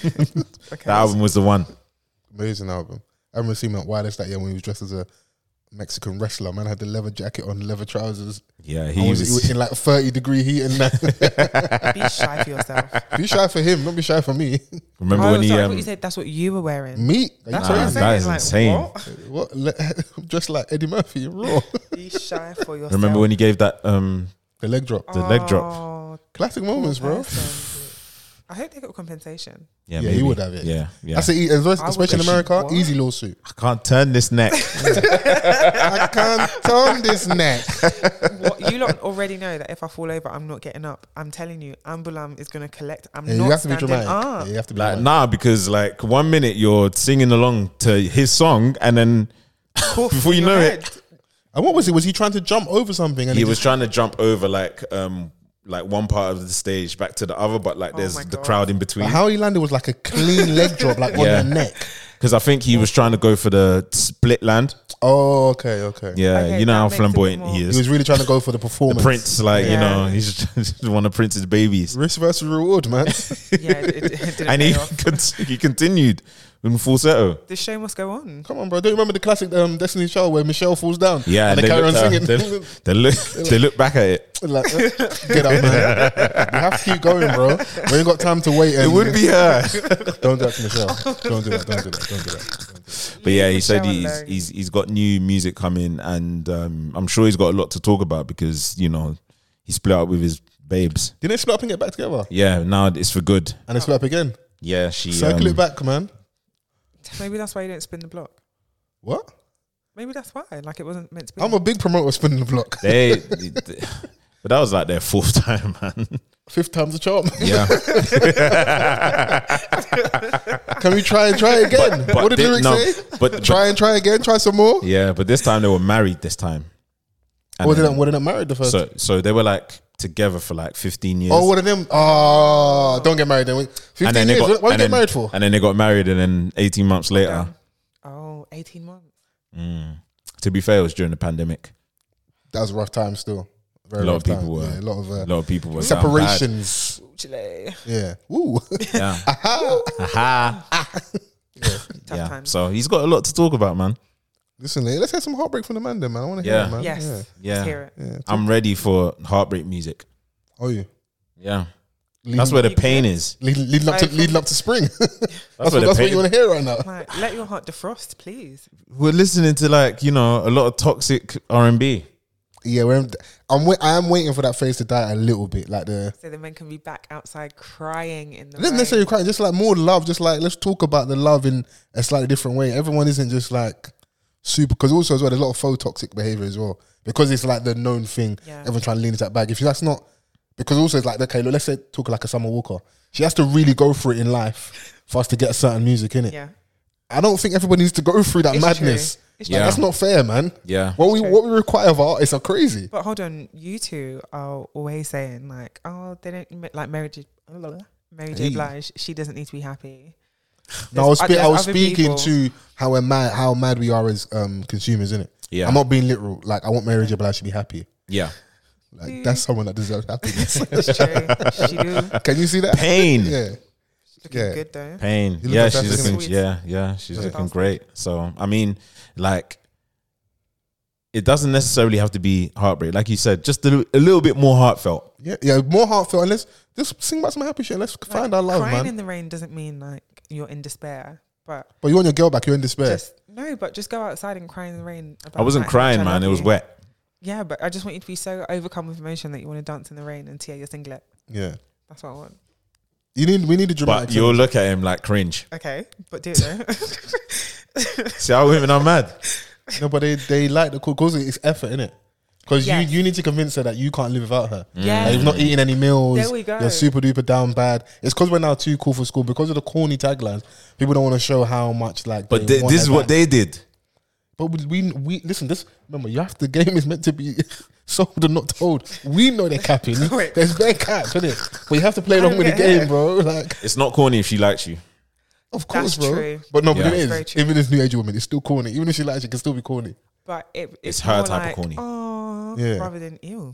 C: that
A: okay.
C: album was the one.
D: Amazing album. I remember seeing him at Wireless that year when he was dressed as a Mexican wrestler. Man had the leather jacket on, leather trousers.
C: Yeah,
D: He
C: he
D: was, he was
C: was.
D: in like thirty degree heat and that.
A: Be shy for yourself.
D: be shy for him, don't be shy for me.
C: Remember
A: Oh,
C: when he?
A: sorry, I thought
C: Um,
A: you said that's what you were wearing.
D: me? Are you
C: Nah,
A: That's what I'm
D: crazy?
A: saying.
C: that is
A: like,
C: insane.
A: What?
D: What? Le- I'm dressed like Eddie Murphy, raw.
A: Be shy for yourself.
C: remember when he gave that um
D: the leg drop.
C: the leg drop?
A: Oh,
D: Classic
A: poor
D: moments, bro.
A: person. I hope they got compensation.
C: Yeah,
D: Yeah, he
C: maybe.
D: would have it.
C: Yeah, yeah.
D: That's it. as well-
A: I
D: Especially in
A: would-
D: America,
A: What?
D: easy lawsuit.
C: I can't turn this neck.
D: I can't turn this neck.
A: What you lot already know that if I fall over, I'm not getting up. I'm telling you, Ambulam is gonna collect. I'm
D: Yeah,
A: not
D: you have to be
A: standing
D: dramatic.
A: up.
D: Yeah, you have to be
C: like
D: dramatic.
C: nah, because like one minute you're singing along to his song, and then before you know it,
D: And what was it? Was he trying to jump over something? And
C: he
D: he
C: was trying to jump over like um like one part of the stage back to the other, but like there's
A: Oh my
C: the
A: God.
C: crowd in
D: just-
C: between.
D: how he landed was like a clean leg drop, like
C: Yeah.
D: on the neck.
C: Because I think he was trying to go for the split land.
D: Oh, okay, okay.
C: Yeah,
A: Okay,
C: you know
A: that
C: how
A: makes a bit
C: flamboyant
A: more-
C: he
D: He
C: is.
D: was really trying to go for the performance.
C: Prince, like you
A: Yeah.
C: know, he's just one of Prince's babies,
D: Risk versus reward, man.
A: Yeah, it, it, it didn't
C: and
A: pay
C: he
A: off.
C: cont- he continued in falsetto.
A: The show must go on.
D: Come on, bro. Don't you remember the classic um, Destiny Child where Michelle falls down?
C: Yeah,
D: and they, carry on
C: looked, uh,
D: singing.
C: They, they look, they look back at it.
D: like, uh, get up, man. You have to keep going, bro. We ain't got time to wait. And
C: It would be her.
D: Don't do that to Michelle. Don't do that. Don't do that. Don't do that. Don't do that.
C: But yeah, he said
A: Michelle
C: he's,
A: alone.
C: he's he's got new music coming, and um, I'm sure he's got a lot to talk about because you know he split up with his babes.
D: Did they split up and get back together?
C: Yeah, now it's for good.
D: And they split up again.
C: Yeah, she
D: Circle
C: um,
D: it back, man.
A: Maybe that's why you don't spin the block.
D: What?
A: Maybe that's why. Like it wasn't meant to be.
D: I'm a big promoter of spinning the block.
C: They, but that was like their fourth time, man.
D: Fifth time's a charm.
C: Yeah.
D: Can we try and try again?
C: But
D: what did
C: they-
D: the lyrics
C: no,
D: say?
C: but- but-
D: try and try again. Try some more.
C: Yeah, but this time they were married. This time, And
D: Or they
C: then-
D: not, were they not married the first?
C: so so they were like together for like fifteen years.
D: Oh, one of them. Oh, don't get married then.
C: and
D: Fifteen years. what what
C: and
D: you get
C: then-
D: married for?
C: And then they got married, and then eighteen months later.
A: oh, 18 months.
C: To be fair, it was during the pandemic.
D: That was a rough time. Still, very
C: A lot
D: rough
C: of people
D: time.
C: were
D: Yeah, a lot of uh,
C: a lot of people were down bad.
D: separations.
A: Chile.
D: Yeah. Ooh.
C: Yeah. Aha.
A: Tough
C: Yeah.
A: times.
C: So he's got a lot to talk about, man.
D: Listen, eh, let's hear some heartbreak from the man, then, man. I want to hear
C: Yeah.
D: it, man.
A: yes.
D: Yeah.
A: Let's
C: Yeah.
A: hear it.
D: Yeah.
C: I'm ready for heartbreak music.
D: Oh, you.
C: Yeah. That's where the pain is.
D: leading, leading up to
A: Like-
D: leading up to spring. that's
C: That's,
D: what, that's
C: where the
D: what you
C: pain.
D: want to hear right now.
A: Like, let your heart defrost, please.
C: We're listening to like you know a lot of toxic R and B.
D: Yeah, we're, I'm. wait- I am waiting for that phase to die a little bit. Like the
A: So the men can be back outside crying in the
D: it doesn't necessarily crying, just like more love. Just like let's talk about the love in a slightly different way. Everyone isn't just like super because also as well there's a lot of photoxic behavior as well because it's like the known thing.
A: Yeah.
D: Everyone trying to lean into that bag. If that's not because also it's like okay, look, let's say talk like a Summer Walker. She has to really go for it in life for us to get certain music in it.
A: Yeah.
D: I don't think everybody needs to go through that
A: It's
D: madness.
A: true. It's
D: Like,
C: true.
D: That's not fair, man.
C: Yeah.
D: What we
A: true.
D: what we require of artists are crazy.
A: But hold on, you two are always saying like, oh, they don't ma- like Mary J. blah, blah, blah. Mary J.
D: Hey.
A: Blige. She doesn't need to be happy.
D: No, I was,
A: There's-
D: spe- I
A: there's
D: was
A: other
D: speaking
A: people.
D: to how we're mad, how mad we are as um, consumers, innit?
C: Yeah.
D: I'm not being literal. Like, I want Mary J. Blige to be happy.
C: Yeah.
D: Like, that's someone that deserves happiness.
A: It's true. she do.
D: Can you see that?
C: Pain.
D: Yeah.
A: Looking
D: Yeah.
A: good though.
C: Pain.
D: You look
C: yeah,
D: fantastic,
C: she's looking.
A: innit?
C: Yeah, yeah, she's
A: Yeah.
C: looking great. So I mean, like, it doesn't necessarily have to be heartbreak, like you said, just a, li- a little bit more heartfelt.
D: Yeah. Yeah. More heartfelt. And let's just sing about some happy shit. Let's find our love,
A: Crying
D: man.
A: in the rain doesn't mean like you're in despair, but
D: but you want your girl back. You're in despair.
A: just no. But just go outside and cry in the rain. About
C: I wasn't
A: like, how
C: crying,
A: much I
C: man.
A: love
C: It was
A: you.
C: wet.
A: Yeah, but I just want you to be so overcome with emotion that you want to dance in the rain and tear your singlet.
D: yeah.
A: That's what I want.
D: You need. We need a
C: But
D: dramatic.
C: you'll look at him like cringe.
A: Okay, but do it though.
C: See how women are mad.
D: no, but they, they like the because it's effort, innit? Because
A: Yes.
D: you, you need to convince her that you can't live without her.
A: Yeah.
D: Like, you've not eaten any meals.
A: There we go.
D: You're super duper down bad. It's because we're now too cool for school. Because of the corny taglines, people don't want to show how much like.
C: But
D: they
C: th-
D: want
C: this
D: her
C: is what
D: back.
C: they did.
D: But we, we we listen. This remember, you have the game is meant to be sold and not told. We know they're capping.
A: Correct.
D: There's bare cap, isn't it? But you have to play along with the
A: get
D: game,
A: hurt.
D: bro. Like,
C: It's not corny if she likes you.
D: of course,
A: That's
D: bro.
A: true.
D: But no, but
C: Yeah.
D: it
A: Very
D: is.
A: true.
D: Even this new age woman, it's still corny. Even if she likes, it, it can still be corny.
A: but it, it's,
C: It's her
A: more
C: type of
A: like,
C: corny.
A: Oh,
D: Yeah.
A: rather than ew.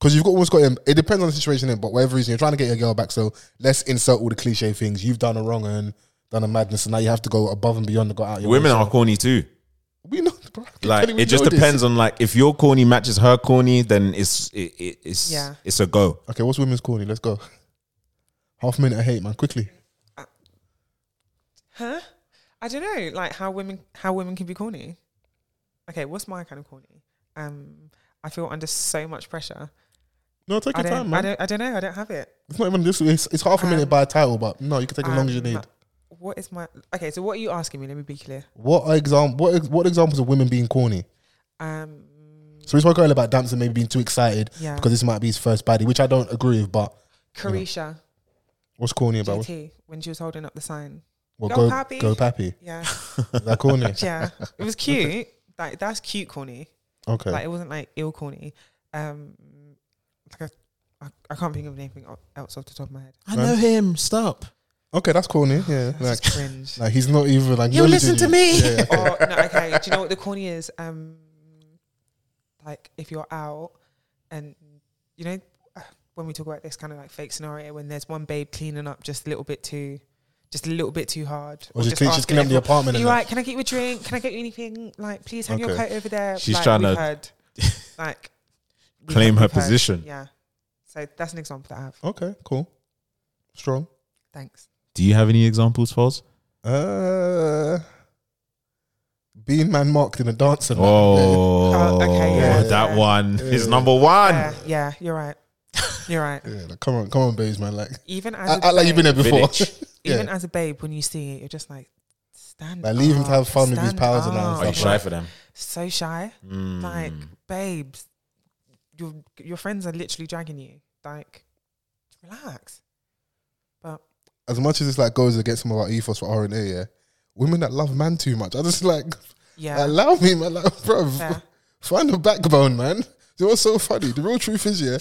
D: Because you've got almost got him. It depends on the situation, innit? but whatever reason you're trying to get your girl back. So let's insert all the cliche things you've done a wrong and done a madness, and now you have to go above and beyond to go out. Your
C: Women
D: way. So
C: are corny too.
D: we know, bro.
C: Like it just depends on like if your corny matches her corny, then it's it, it, it's
A: Yeah.
C: it's a go.
D: Okay, what's women's corny? Let's go. Half minute of hate, man. Quickly.
A: Huh? I don't know, like how women how women can be corny. Okay, what's my kind of corny? Um, I feel under so much pressure.
D: No, take
A: I
D: your
A: don't,
D: time,
A: I
D: man.
A: don't, I don't know. I don't have it.
D: It's not even this. It's, it's half a minute
A: Um,
D: by title, but no, you can take as long as you
A: Um,
D: need.
A: What is my okay? So what are you asking me? Let me be clear.
D: What are exam? What ex- what examples of women being corny?
A: Um,
D: So we spoke earlier about Damson maybe being too excited
A: Yeah.
D: because this might be his first baddie, which I don't agree with. But
A: Carisha
D: what's corny about what?
A: GT when she was holding up the sign.
D: Well,
A: Go
D: go
A: Pappy.
D: go pappy.
A: Yeah,
D: Is that corny?
A: yeah, it was cute. Like that's cute corny.
D: Okay.
A: Like it wasn't like ill corny. Um, like I, I, I can't think of anything o- else off the top of my head.
C: I
D: know
C: him. Stop.
D: Okay, that's corny. Yeah, like,
A: That's just cringe.
D: like he's not even like.
C: You listen
D: acknowledging
C: to
D: you.
C: me.
D: Yeah, yeah.
A: or no, okay. Do you know what the corny is? Um, like if you're out and you know uh, when we talk about this kind of like fake scenario, when there's one babe cleaning up just a little bit too, just a little bit too hard,
D: Or just clean, she's cleaning up the
A: everyone,
D: apartment.
A: "Are
D: And
A: You
D: that.
A: right? Can I get you a drink? Can I get you anything? Like, please hang your
D: Okay.
A: coat over there.
C: She's
A: like,
C: trying to
A: we've heard, like we've
C: claim
A: heard-
C: her
A: we've heard.
C: position.
A: Yeah. So that's an example that I have.
D: Okay, cool, strong.
A: Thanks.
C: Do you have any examples, Foz?
D: Uh, being man marked in a dance. and that.
C: Oh,
A: Oh, okay, yeah,
C: that
A: yeah.
C: one is
D: Yeah.
C: number one.
A: Yeah, Uh, yeah, you're right. You're right.
D: Yeah, like, come on, come on, babes, man. Like,
A: Even as
D: I,
A: a
D: I like you've been there
A: babe-
D: before.
C: Village.
D: yeah.
A: even as a babe, when you see it, you're just like, stand.
D: Like, leave him to
A: up,
D: have fun with his
A: stand
D: powers and that and
A: up.
C: Are you
D: stuff.
C: shy for them?
A: So shy,
C: Mm.
A: like babes, your your friends are literally dragging you. Like, relax. But
D: As much as this like goes against some of our ethos for R and A, yeah. Women that love man too much, I just like
A: yeah,
D: allow me, man. Like, bro,
A: fair.
D: find a backbone, man. You know what's so funny? The real truth is, yeah,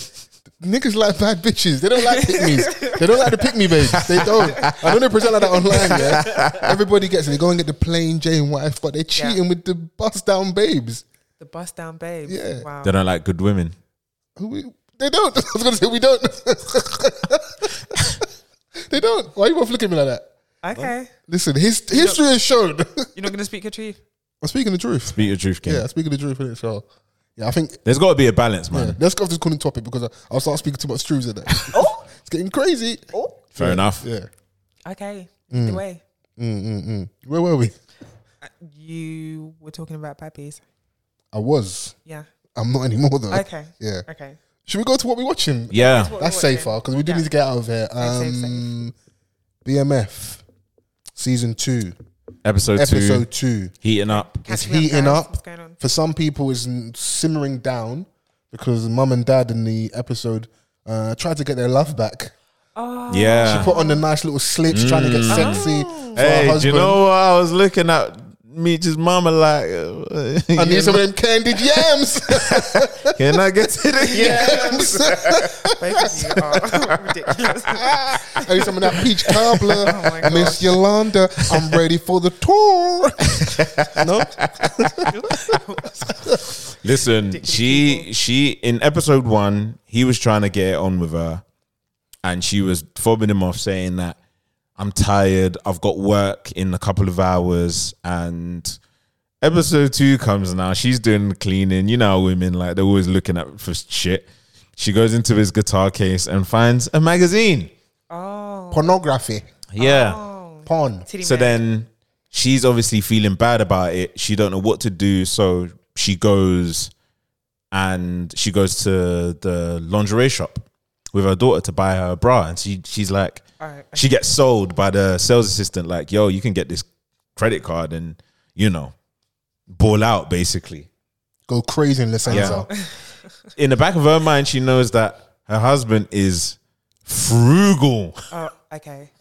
D: niggas like bad bitches. They don't like pick me's. They don't like the pick me babes. They don't. I know they present like that online, yeah. Everybody gets it. They go and get the plain Jane wife, but they're cheating with the bust down babes.
A: the bust down babes.
D: Yeah.
A: Wow.
C: They don't like good women.
D: Who we, they don't. I was going to say, we don't. they don't. Why you both looking at me like that?
A: Okay,
D: Listen, his, history has shown.
A: you're not gonna speak your truth.
D: I'm speaking the truth.
C: Beat your truth, King.
D: Yeah, I'm speaking the truth in it, so. Yeah, I think
C: There's got to be a balance, man.
D: Yeah, let's go off this corner topic because I, I'll start speaking too much truths in there. oh, it's getting crazy. Oh,
C: Fair enough.
D: yeah.
A: Okay, the way
D: Mm, mm, mm. Where were we?
A: Uh, you were talking about babes.
D: I was.
A: Yeah.
D: I'm not anymore though.
A: Okay.
D: Yeah.
A: Okay.
D: Should we go to what we're watching?
C: Yeah.
A: What
D: That's
A: we're watching.
D: safer because we do
A: Yeah.
D: Um, need to get out of here.
A: safe, safe.
D: Um, BMF season two.
C: Episode, two,
D: Episode two.
C: heating up.
D: It's
A: Catch me up,
D: heating
A: guys.
D: up.
A: What's going on?
D: For some people, it's n- simmering down because mum and dad in the episode uh, tried to get their love back.
A: Oh.
C: Yeah.
D: Put on the nice little slips, trying to get sexy for her
C: Hey, do you
D: husband.
C: know what? I was looking at Meech's mama like, uh,
D: I
C: you
D: need some of
C: know,
D: them candied yams.
C: can I get to the
D: yams.
A: Both of you are ridiculous.
D: I need some of that peach cobbler.
A: Oh my
D: Miss
A: gosh.
D: Yolanda, I'm ready for the tour. no?
C: Listen, she she in episode one, he was trying to get it on with her, and she was fobbing him off, saying that I'm tired, I've got work in a couple of hours, and episode two comes now. She's doing the cleaning. You know, how women like they're always looking at for shit. She goes into his guitar case and finds a magazine.
D: Pornography.
C: Yeah.
D: Porn.
A: Titty
C: So
A: man.
C: then she's obviously feeling bad about it. She don't know what to do, so she goes and she goes to the lingerie shop with her daughter to buy her a bra, and she she's like,
A: Alright.
C: she gets sold by the sales assistant, like, yo, you can get this credit card and you know, ball out basically.
D: Go crazy in Licenza.
C: In the back of her mind, she knows that her husband is frugal.
A: Oh, okay.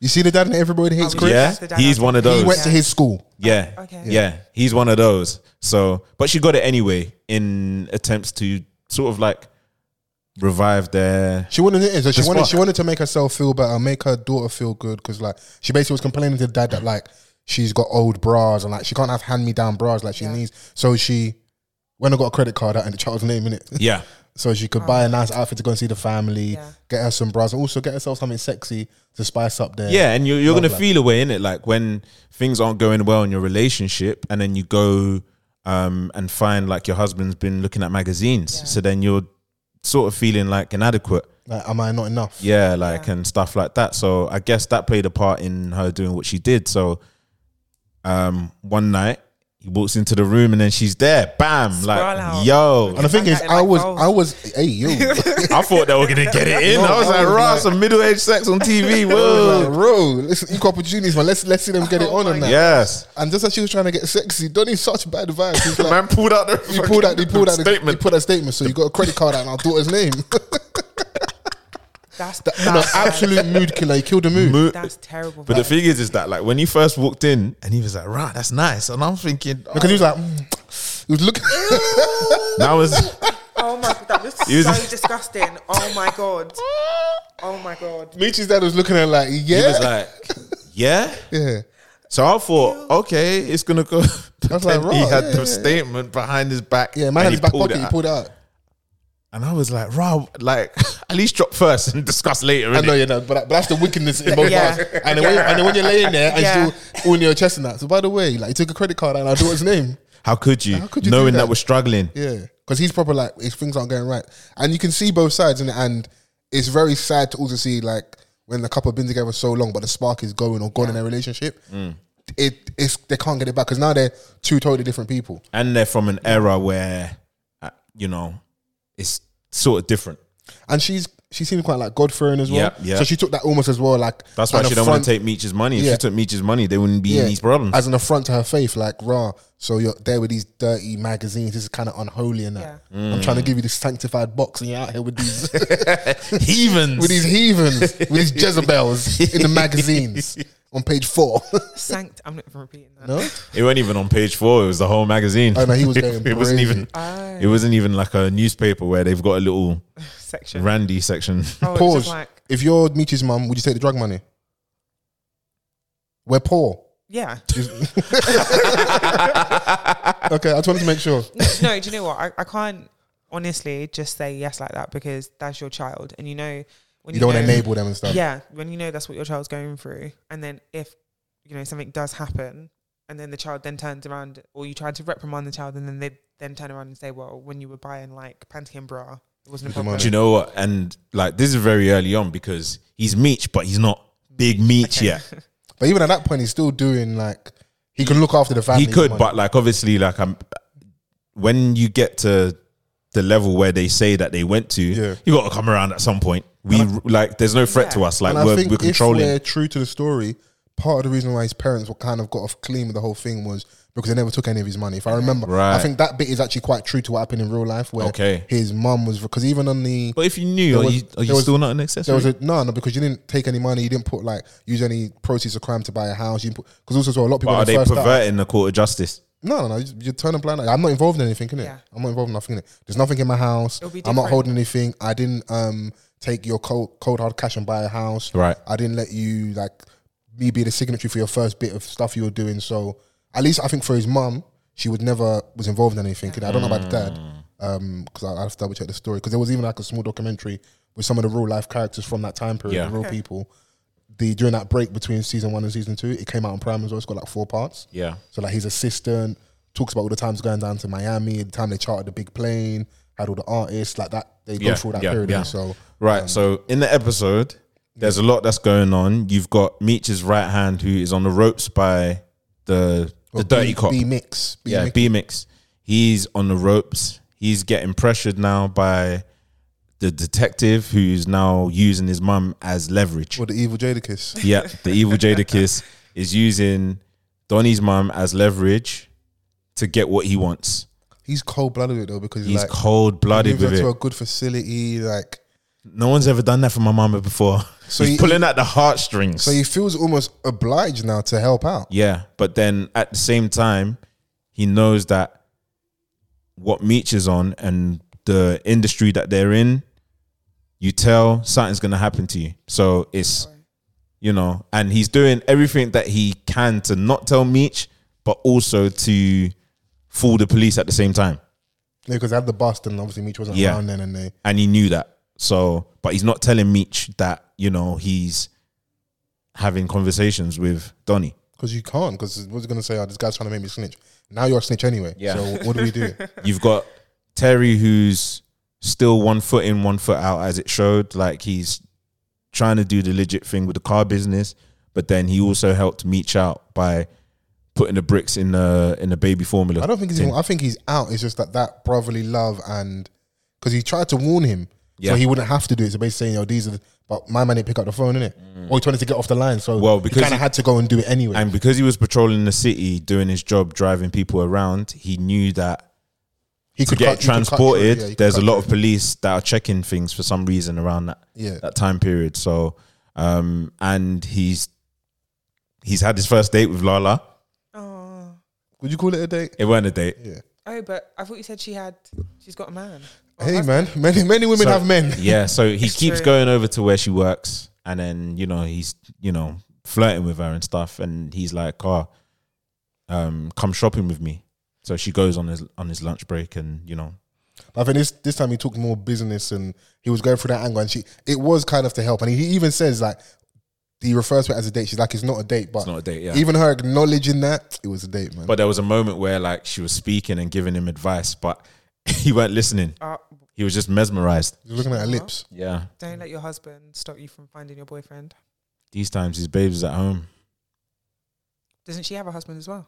D: You see the dad in Everybody Hates
A: Oh,
D: Chris?
C: yeah,
A: that's the
C: he's one of those.
D: He went to his school.
C: Yeah.
A: Okay.
C: Yeah. He's one of those. So, but she got it anyway in attempts to sort of like revive their.
D: She wanted it. So she
C: The
D: wanted
C: spark.
D: she wanted to make herself feel better, make her daughter feel good, because like she basically was complaining to dad that like she's got old bras and like she can't have hand me down bras like she needs. So she went and got a credit card out and the child's name in it.
C: Yeah.
D: so she could buy a nice outfit to go and see the family,
A: Yeah.
D: get her some bras, and also get herself something sexy to spice up there.
C: Yeah. And you're, you're
D: Love
C: going to
D: life.
C: feel a way in it. Like when things aren't going well in your relationship and then you go um, and find like your husband's been looking at magazines. So then you're sort of feeling like inadequate.
D: Like, am I not enough?
C: Yeah. Like, and stuff like that. So I guess that played a part in her doing what she did. So um, one night, he walks into the room and then she's there. Bam!
A: Sprawl
C: like,
A: out.
C: yo.
D: And the thing
A: Like
D: is,
A: that,
D: I
A: like
D: was,
A: goals.
D: I was, hey yo,
C: I thought they were gonna get it in.
D: No,
C: I was
D: I
C: like,
D: was
C: raw,
D: like-
C: some middle aged sex on TV.
D: like,
C: Whoa.
D: bro, listen, equal opportunities, man. Let's let's see them get it on and that.
C: yes.
D: And just as she was trying to get sexy, Donnie's such bad vibes. He's
C: The
D: like,
C: man pulled out the
D: you pulled out, you pulled out, the- you
C: statement.
D: pulled out a statement. So you got a credit card out in our daughter's name.
A: That's
D: no,
A: that's,
D: absolute mood killer. He killed the mood.
C: Mo-
A: that's terrible.
C: but the
A: Like,
C: thing is, is that like when he first walked in and he was like, "Right, that's nice," and I'm thinking, oh.
D: Because he was like, mm. he was looking.
C: that was
A: oh my god, that was
C: was-
A: so disgusting. Oh my god. Oh my god.
D: Michi's dad was looking at her like, yeah,
C: he was like, "Yeah."
D: yeah.
C: So I thought, okay, it's gonna go. But
D: was like,
C: then he
D: raw,
C: had
D: yeah,
C: the
D: yeah,
C: statement behind his back.
D: Yeah, man had
C: and he
D: his back
C: pulled
D: pocket.
C: it
D: He
C: out.
D: pulled it out.
C: and I was like, "Raw, like at least drop first and discuss later."
D: I
C: innit?"
D: know you know, but, but that's the wickedness in both
A: Yeah.
D: yeah. And then, when, and then when you're laying there and
A: Yeah.
D: yeah. still on your chest and that. So by the way, like you took a credit card and I do his name.
C: How could you?
D: How could you do
C: knowing that?
D: that?
C: we're struggling?
D: Yeah, because he's proper like if things aren't going right, and you can see both sides, and and it's very sad to also see like when the couple have been together so long, but the spark is going or gone in their relationship.
C: Mm.
D: It it's they can't get it back because now they're two totally different people.
C: and they're from an era where uh, you know it's sort of different.
D: And she's she seemed quite like God fearing as well.
C: Yeah, yeah.
D: So she took that almost as well like
C: That's why
D: an
C: she don't want
D: affront-
C: to take Meech's money. If
D: Yeah.
C: she took Meech's money, they wouldn't be
D: yeah,
C: in these problems.
D: as an affront to her faith. Like rah, so you're there with these dirty magazines. This is kind of unholy and that.
C: Mm.
D: I'm trying to give you this sanctified box, and you're out here with these.
C: Heathens.
D: with these heathens, with these Jezebels in the magazines on page four.
A: Sanct I'm not even repeating that.
D: no,
C: it wasn't even on page four. It was the whole magazine.
D: Oh, no, he was going
C: it wasn't
D: crazy.
C: even.
A: Oh,
C: It wasn't even like a newspaper where they've got a little
A: section.
C: randy section.
A: oh, it was
D: pause.
A: just like
D: if you're Michi's mum, would you take the drug money? We're poor.
A: yeah.
D: Okay, I just wanted to make sure.
A: no, do you know what? I, I can't honestly just say yes like that because that's your child, and you know when
D: You don't want to
A: know-
D: enable them and stuff.
A: Yeah, when you know that's what your child's going through, and then if you know something does happen, and then the child then turns around, or you try to reprimand the child, and then they then turn around and say, "Well, when you were buying like panty and bra, it wasn't a problem."
C: Do you know what? And like this is very early on because he's Meech, but he's not big Meech yet.
D: But even at that point, he's still doing like he can look after the family.
C: he
D: with
C: could,
D: money.
C: but like obviously, like I'm. When you get to the level where they say that they went to,
D: Yeah.
C: you got to come around at some point. We like, there's no threat to us. Like
D: and I
C: we're,
D: think
C: we're
D: if
C: controlling.
D: we're true to the story, part of the reason why his parents were kind of got off clean with the whole thing was because they never took any of his money. If I remember, I
C: Right.
D: think that bit is actually quite true to what happened in real life, where
C: Okay.
D: his mum was because even on the
C: But if you knew,
D: There
C: are
D: was-
C: you, are
D: there
C: you
D: was-
C: still not an
D: there
C: accessory?
D: was a no, no, because you didn't take any money, you didn't put like use any proceeds of crime to buy a house. You because also so a lot of people
C: but
D: when
C: are
D: they
C: they
D: first start-
C: perverting the court of justice?
D: No, no, no. You, you turn a blind eye. I'm not involved in anything, innit?
A: Yeah.
D: I'm not involved in nothing in it. There's nothing in my house.
A: It'll be
D: I'm not
A: different.
D: holding anything. I didn't um take your cold, cold hard cash and buy a house.
C: Right.
D: I didn't let you like me be the signatory for your first bit of stuff you were doing. So at least I think for his mum, she would never was involved in anything. innit? I don't know about the dad. Um, because I, I have to double check the story because there was even like a small documentary with some of the real life characters from that time period,
C: Yeah.
D: the real people. The during that break between season one and season two, it came out on Prime as well. It's got like four parts.
C: Yeah.
D: So like his assistant talks about all the times going down to Miami, the time they chartered the big plane, had all the artists like that. They go
C: Yeah,
D: through that
C: yeah,
D: period.
C: yeah.
D: and So um,
C: Right. so in the episode, there's a lot that's going on. You've got Meech's right hand who is on the ropes by the the dirty
D: B,
C: cop.
D: B mix. B
C: yeah,
D: mix.
C: B mix. He's on the ropes. He's getting pressured now by the detective who's now using his mum as leverage.
D: or the evil Jadakiss.
C: yeah, the evil Jadakiss is using Donnie's mum as leverage to get what he wants.
D: He's cold blooded with it though because
C: He's
D: like
C: cold
D: he
C: blooded
D: moves her
C: with
D: to a
C: it.
D: good facility. Like
C: No one's ever done that for my mama before.
D: So
C: So he's
D: he-
C: pulling at the heartstrings.
D: so he feels almost obliged now to help out.
C: Yeah, but then at the same time, he knows that what Meech is on and the industry that they're in, you tell something's gonna happen to you. So it's you know, and he's doing everything that he can to not tell Meech, but also to fool the police at the same time.
D: Because they had the bust and obviously Meech wasn't
C: Yeah.
D: around then and they
C: And he knew that. So but he's not telling Meech that, you know, he's having conversations with Donnie.
D: because you can't because what's he gonna say? Oh, this guy's trying to make me snitch. Now you're a snitch anyway.
C: Yeah.
D: So what do we do?
C: You've got Terry, who's still one foot in, one foot out, as it showed. Like he's trying to do the legit thing with the car business, but then he also helped Meech out by putting the bricks in the in the baby formula.
D: I don't think he's.
C: thing.
D: Even, I think he's out. It's just that that brotherly love and because he tried to warn him, so
C: Yeah.
D: he wouldn't have to do it. So basically, saying, "Yo, these are." The, but my man didn't pick up the phone, innit? Or he wanted to get off the line, so
C: Well,
D: he
C: because
D: kind of
C: he-
D: had to go and do it anyway.
C: And because he was patrolling the city, doing his job, driving people around, he knew that
D: he
C: to
D: cut-
C: get
D: he cut through,
C: transported,
D: yeah, he could
C: there's a
D: cut
C: lot
D: through.
C: of police that are checking things for some reason around that
D: Yeah.
C: that time period. So, um, and he's he's had his first date with Lala.
A: Oh.
D: Would you call it a date?
C: It weren't a date.
A: Oh, but I thought you said she had. She's got a man. Or
D: Hey
A: husband.
D: man, many many women
C: So-
D: have men.
C: yeah so he
A: It's
C: keeps
A: true.
C: going over to where she works and then you know he's you know flirting with her and stuff and he's like oh um come shopping with me so she goes on his on his lunch break and you know
D: I think this this time he took more business and he was going through that angle and she it was kind of to help and he even says like he refers to it as a date. She's like it's not a date, but
C: it's not a date yeah
D: even her acknowledging that it was a date, man.
C: but there was a moment where like she was speaking and giving him advice but he weren't listening
A: Uh,
C: he was just mesmerized
D: He's looking at her lips.
C: yeah
A: don't let your husband stop you from finding your boyfriend.
C: these times his baby's at home
A: Doesn't she have a husband as well?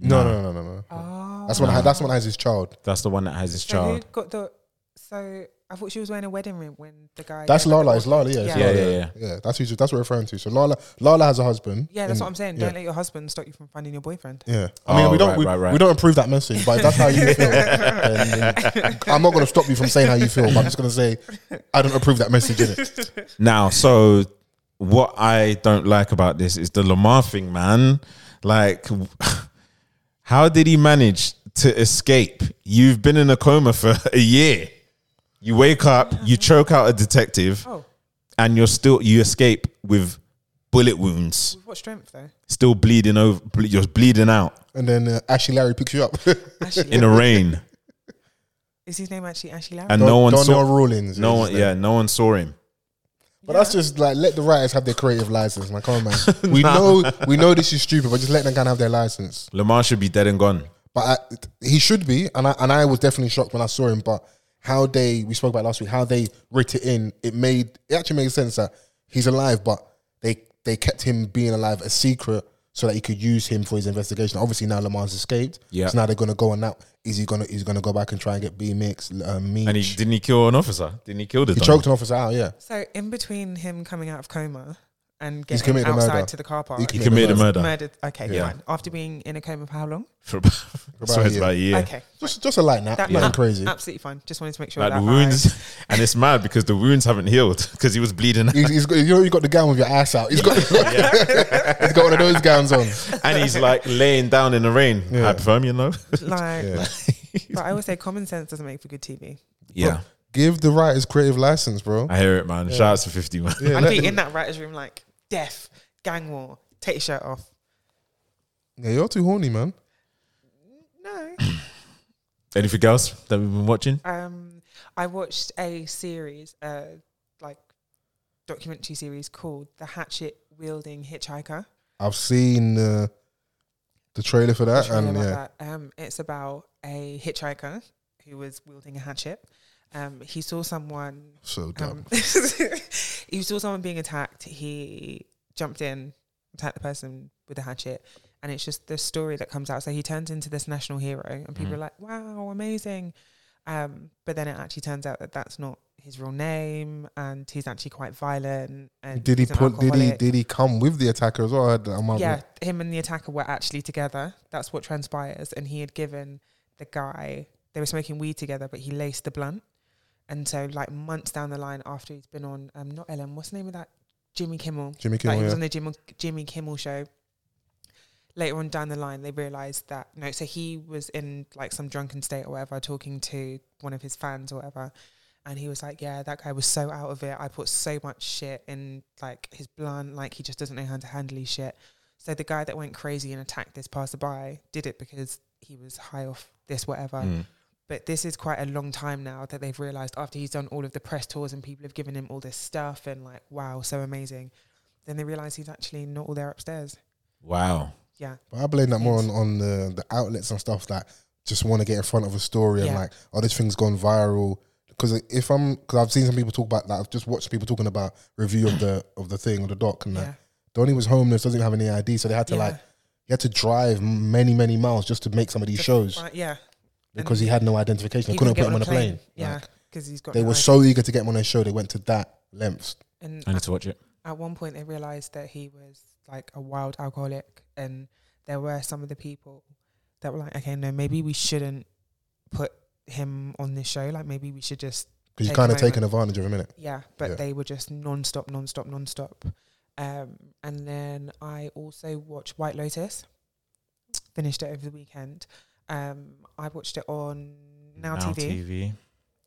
D: No,
C: Nah,
D: no, no, no, no.
A: Oh.
D: That's when I, that's when I has his child.
C: that's the one that has his
A: so who
C: child
A: got the? So I thought she was wearing a wedding ring when the guy.
D: That's Lala. It's Lala. Yeah, it's
A: Yeah.
D: Lala.
C: Yeah, yeah,
D: Yeah, that's who, that's what we're referring to. So Lala, Lala has a husband.
A: Yeah, that's
D: and-
A: what I'm saying.
D: Yeah.
A: Don't let your husband stop you from finding your boyfriend.
D: Yeah, I mean
C: Oh,
D: we don't
C: right,
D: we,
C: right, right.
D: we don't approve that message, but if that's how you feel. then I'm not going to stop you from saying how you feel. But I'm just going to say I don't approve that message in it.
C: Now, so what I don't like about this is the Lamar thing, man. Like, how did he manage to escape? You've been in a coma for a year. You wake up, you choke out a detective,
A: Oh,
C: and you're still you escape with bullet wounds,
A: with what strength though?
C: still bleeding over. ble- You're bleeding out
D: And then uh, Ashley Larry picks you up.
A: Ashley,
C: in the rain,
A: is his name actually Ashley Larry?
C: and no one
D: Donnell
C: saw.
D: Rawlings.
C: No
D: is
C: one,
D: his
C: yeah,
D: name.
C: no one saw him.
D: But that's just like let the writers have their creative license. man. come on, man. We
C: Nah.
D: know we know this is stupid, but just let them kind of have their license.
C: Lamar should be dead and gone.
D: but I, he should be. And I and I was definitely shocked when I saw him. But how they we spoke about last week, how they writ it in, it made it actually made sense that he's alive, but they they kept him being alive a secret so that he could use him for his investigation. Obviously now Lamar's escaped,
C: Yeah.
D: So now they're gonna go and now is he gonna is he gonna go back and try and get B mix uh, me?
C: And he
D: he,
C: didn't he kill an officer? Didn't he kill the? He
D: choked an officer out, yeah.
A: So in between him coming out of coma and
D: He's
A: getting
D: committed a murder.
A: outside to the car park.
D: He
C: He
D: committed
C: committed a murder.
A: Murdered. Okay,
C: Yeah.
A: fine. After being in a coma for how long?
C: for about, so
D: a
C: it's
D: year.
C: about a year.
A: Okay,
D: Just, just a light nap,
A: That-
D: nothing
A: yeah.
D: crazy.
A: absolutely fine. Just wanted to make sure
C: Like
A: that
C: the
A: I-
C: wounds, and it's mad because the wounds haven't healed because he was bleeding,
D: He's, he's got, you know, you got the gown with your ass out. He's got, he's got one of those gowns on.
C: and he's like laying down in the rain,
D: Yeah.
C: hypothermia. No,
A: Like,
D: Yeah.
A: but I always say common sense doesn't make for good TV.
C: yeah,
D: Give the writers creative license, bro.
C: I hear it, man. Shout out to Fifty Man.
D: Yeah,
A: I'd
D: let
A: be
D: them-
A: in that writer's room like deaf, gang war, take your shirt off.
D: yeah, you're too horny, man.
A: No.
C: Anything else that we've been watching?
A: Um, I watched a series, uh, like documentary series called The Hatchet Wielding
D: Um,
A: Hitchhiker.
D: I've seen uh, the trailer for that,
A: Sorry
D: and
A: about
D: yeah,
A: that. Um, it's about a hitchhiker who was wielding a hatchet. Um, he saw someone.
D: so dumb.
A: Um, he saw someone being attacked. He jumped in, attacked the person with the hatchet, and it's just the story that comes out. So he turns into this national hero, and
C: Mhm.
A: people
D: Mm-hmm.
A: are like, "Wow, amazing!" Um, but then it actually turns out that that's not his real name, and he's actually quite violent. And
D: did he
A: he's an
D: put? Did he?
A: alcoholic.
D: Did he come with the attacker as well? I had that on my-
A: Yeah, him and the attacker were actually together. That's what transpires. And he had given the guy, they were smoking weed together, but he laced the blunt. And so, like, months down the line after he's been on, um, not Ellen, what's the name of that? Jimmy Kimmel.
D: Jimmy
A: like,
D: Kimmel.
A: he was on
D: yeah.
A: the Jimmy, Jimmy Kimmel show. Later on down the line, they realized that, no, so he was in like some drunken state or whatever, talking to one of his fans or whatever. And he was like, yeah, that guy was so out of it. I put so much shit in like his blunt. Like he just doesn't know how to handle his shit. So the guy that went crazy and attacked this passerby did it because he was high off this whatever.
C: Mm.
A: But this is quite a long time now that they've realized after he's done all of the press tours and people have given him all this stuff and like, wow, so amazing. Then they realize he's actually not all there upstairs.
C: Wow.
A: Yeah.
D: But I blame that more on, on the, the outlets and stuff that just want to get in front of a story and
A: Yeah.
D: like, oh, this thing's gone viral. Because if I'm, because I've seen some people talk about that. I've just watched people talking about review of the of the thing or the doc and
A: Yeah.
D: that. Donnie was homeless, doesn't even have any ID, so they had to
A: Yeah.
D: like, he had to drive many many miles just to make some of these
A: Just
D: shows
A: fi- yeah.
D: because he had no identification. They
A: He
D: couldn't
A: couldn't
D: put him on a plane.
A: Yeah.
D: Like,
A: Because he's got.
D: they
A: no
D: were
A: ID.
D: so eager to get him on their show, they went to that lengths.
A: And
C: I
A: at,
C: need to watch it.
A: at one point, they realized that he was like a wild alcoholic, and there were some of the people that were like, "Okay, no, maybe we shouldn't put him on this show. Like, maybe we should just
D: Because you're kind
A: Take a
D: of
A: moment.
D: taking advantage of him, innit?
A: Yeah, but
D: Yeah.
A: they were just non-stop, non-stop, non-stop. Um, and then I also watched White Lotus. Finished it over the weekend. Um, I watched it on Now, TV,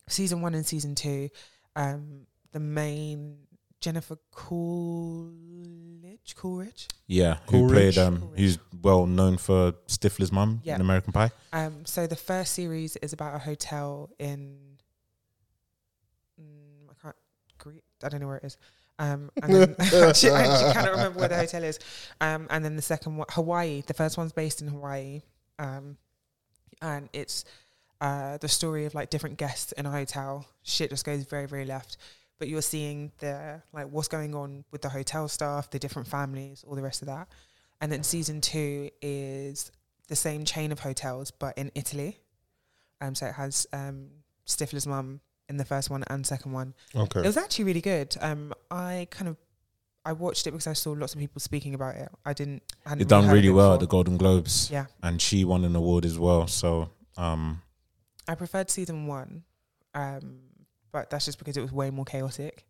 A: season one and season two. Um, the main Jennifer Coolidge, Coolidge.
C: Yeah, who
D: Coolidge.
C: played? Um, he's well known for Stifler's mum
A: Yeah.
C: in American Pie.
A: Um, so the first series is about a hotel in. Mm, I can't. Gre- I don't know where it is. Um, and then I actually, I actually cannot remember where the hotel is. Um, and then the second one, Hawaii. The first one's based in Hawaii. Um, and it's uh, the story of like different guests in a hotel. Shit just goes very, very left. But you're seeing the like what's going on with the hotel staff, the different families, all the rest of that. And then season two is the same chain of hotels, but in Italy. Um, so it has um, Stifler's mum in the first one and second one. It
D: Okay.
A: was actually really good. Um, I kind of I watched it because I saw lots of people speaking about it. I didn't. I hadn't
C: It done
A: heard of
C: really
A: it
C: well at the
A: before.
C: Golden Globes.
A: Yeah.
C: and she won an award as well. So, um,
A: I preferred season one, um, but that's just because it was way more chaotic.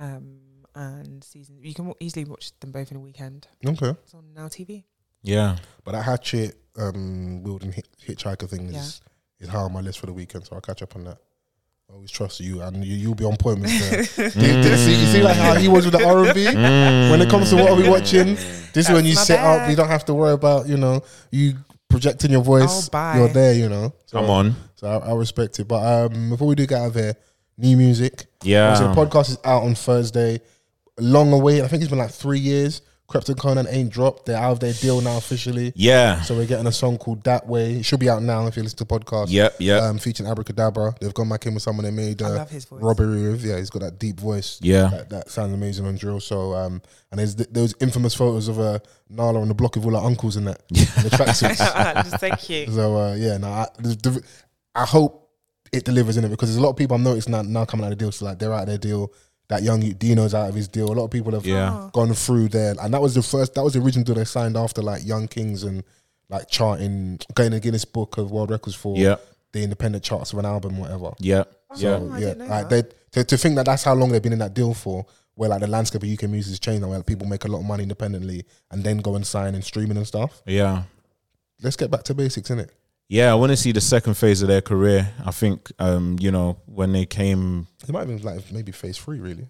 A: Um, and season you can wa- easily watch them both in a weekend.
D: Okay.
A: It's on Now TV.
C: yeah,
D: But that hatchet um, wielding hit, hitchhiker thing is is high on my list for the weekend, so I'll catch up on that. I always trust you, and you, you'll be on point with the. Did- did- see, you see, like how he was with the R and B. When it comes to what are we watching, this is when you
A: my
D: set up.
A: bag.
D: You don't have to worry about you know you projecting your voice.
A: Oh, bye.
D: You're there, you know. So,
C: come on,
D: So I, I respect it. But um, before we do get out of here, new music. So the
C: yeah,
D: podcast is out on Thursday. Long away. I think it's been like three years. Crepton Conan ain't dropped. They're out of their deal now officially.
C: yeah,
D: So we're getting a song called That Way. It should be out now if you listen to the podcast.
C: yep, yep,
D: Um, featuring Abracadabra. They've gone back in with someone they made uh,
A: love his voice.
D: robbery with. Yeah, he's got that deep voice.
C: yeah.
D: That, that sounds amazing on drill. So, um, and there's th- those infamous photos of uh, Nala on the block with all her uncles and that. in the tracksuits.
A: just so cute.
D: so, uh, yeah, no, I, the, the, I hope it delivers in it because there's a lot of people I'm noticing now, now coming out of the deal. So, like, they're out of their deal. that young Dino's out of his deal. A lot of people have
C: Yeah. Oh.
D: gone through there, and that was the first. That was the original deal they signed after like Young Kings and like charting, going to Guinness Book of World Records for
C: Yeah.
D: the independent charts of an album, whatever.
C: Yeah. Yeah.
A: Oh, I
D: yeah,
A: didn't know
D: like they to, to think that that's how long they've been in that deal for, where like the landscape of UK music has changed, and where people make a lot of money independently and then go and sign and streaming and stuff.
C: Yeah.
D: Let's get back to basics, innit?
C: Yeah, I want to see the second phase of their career. I think, um, you know, when they came,
D: It might have been like maybe phase three, really.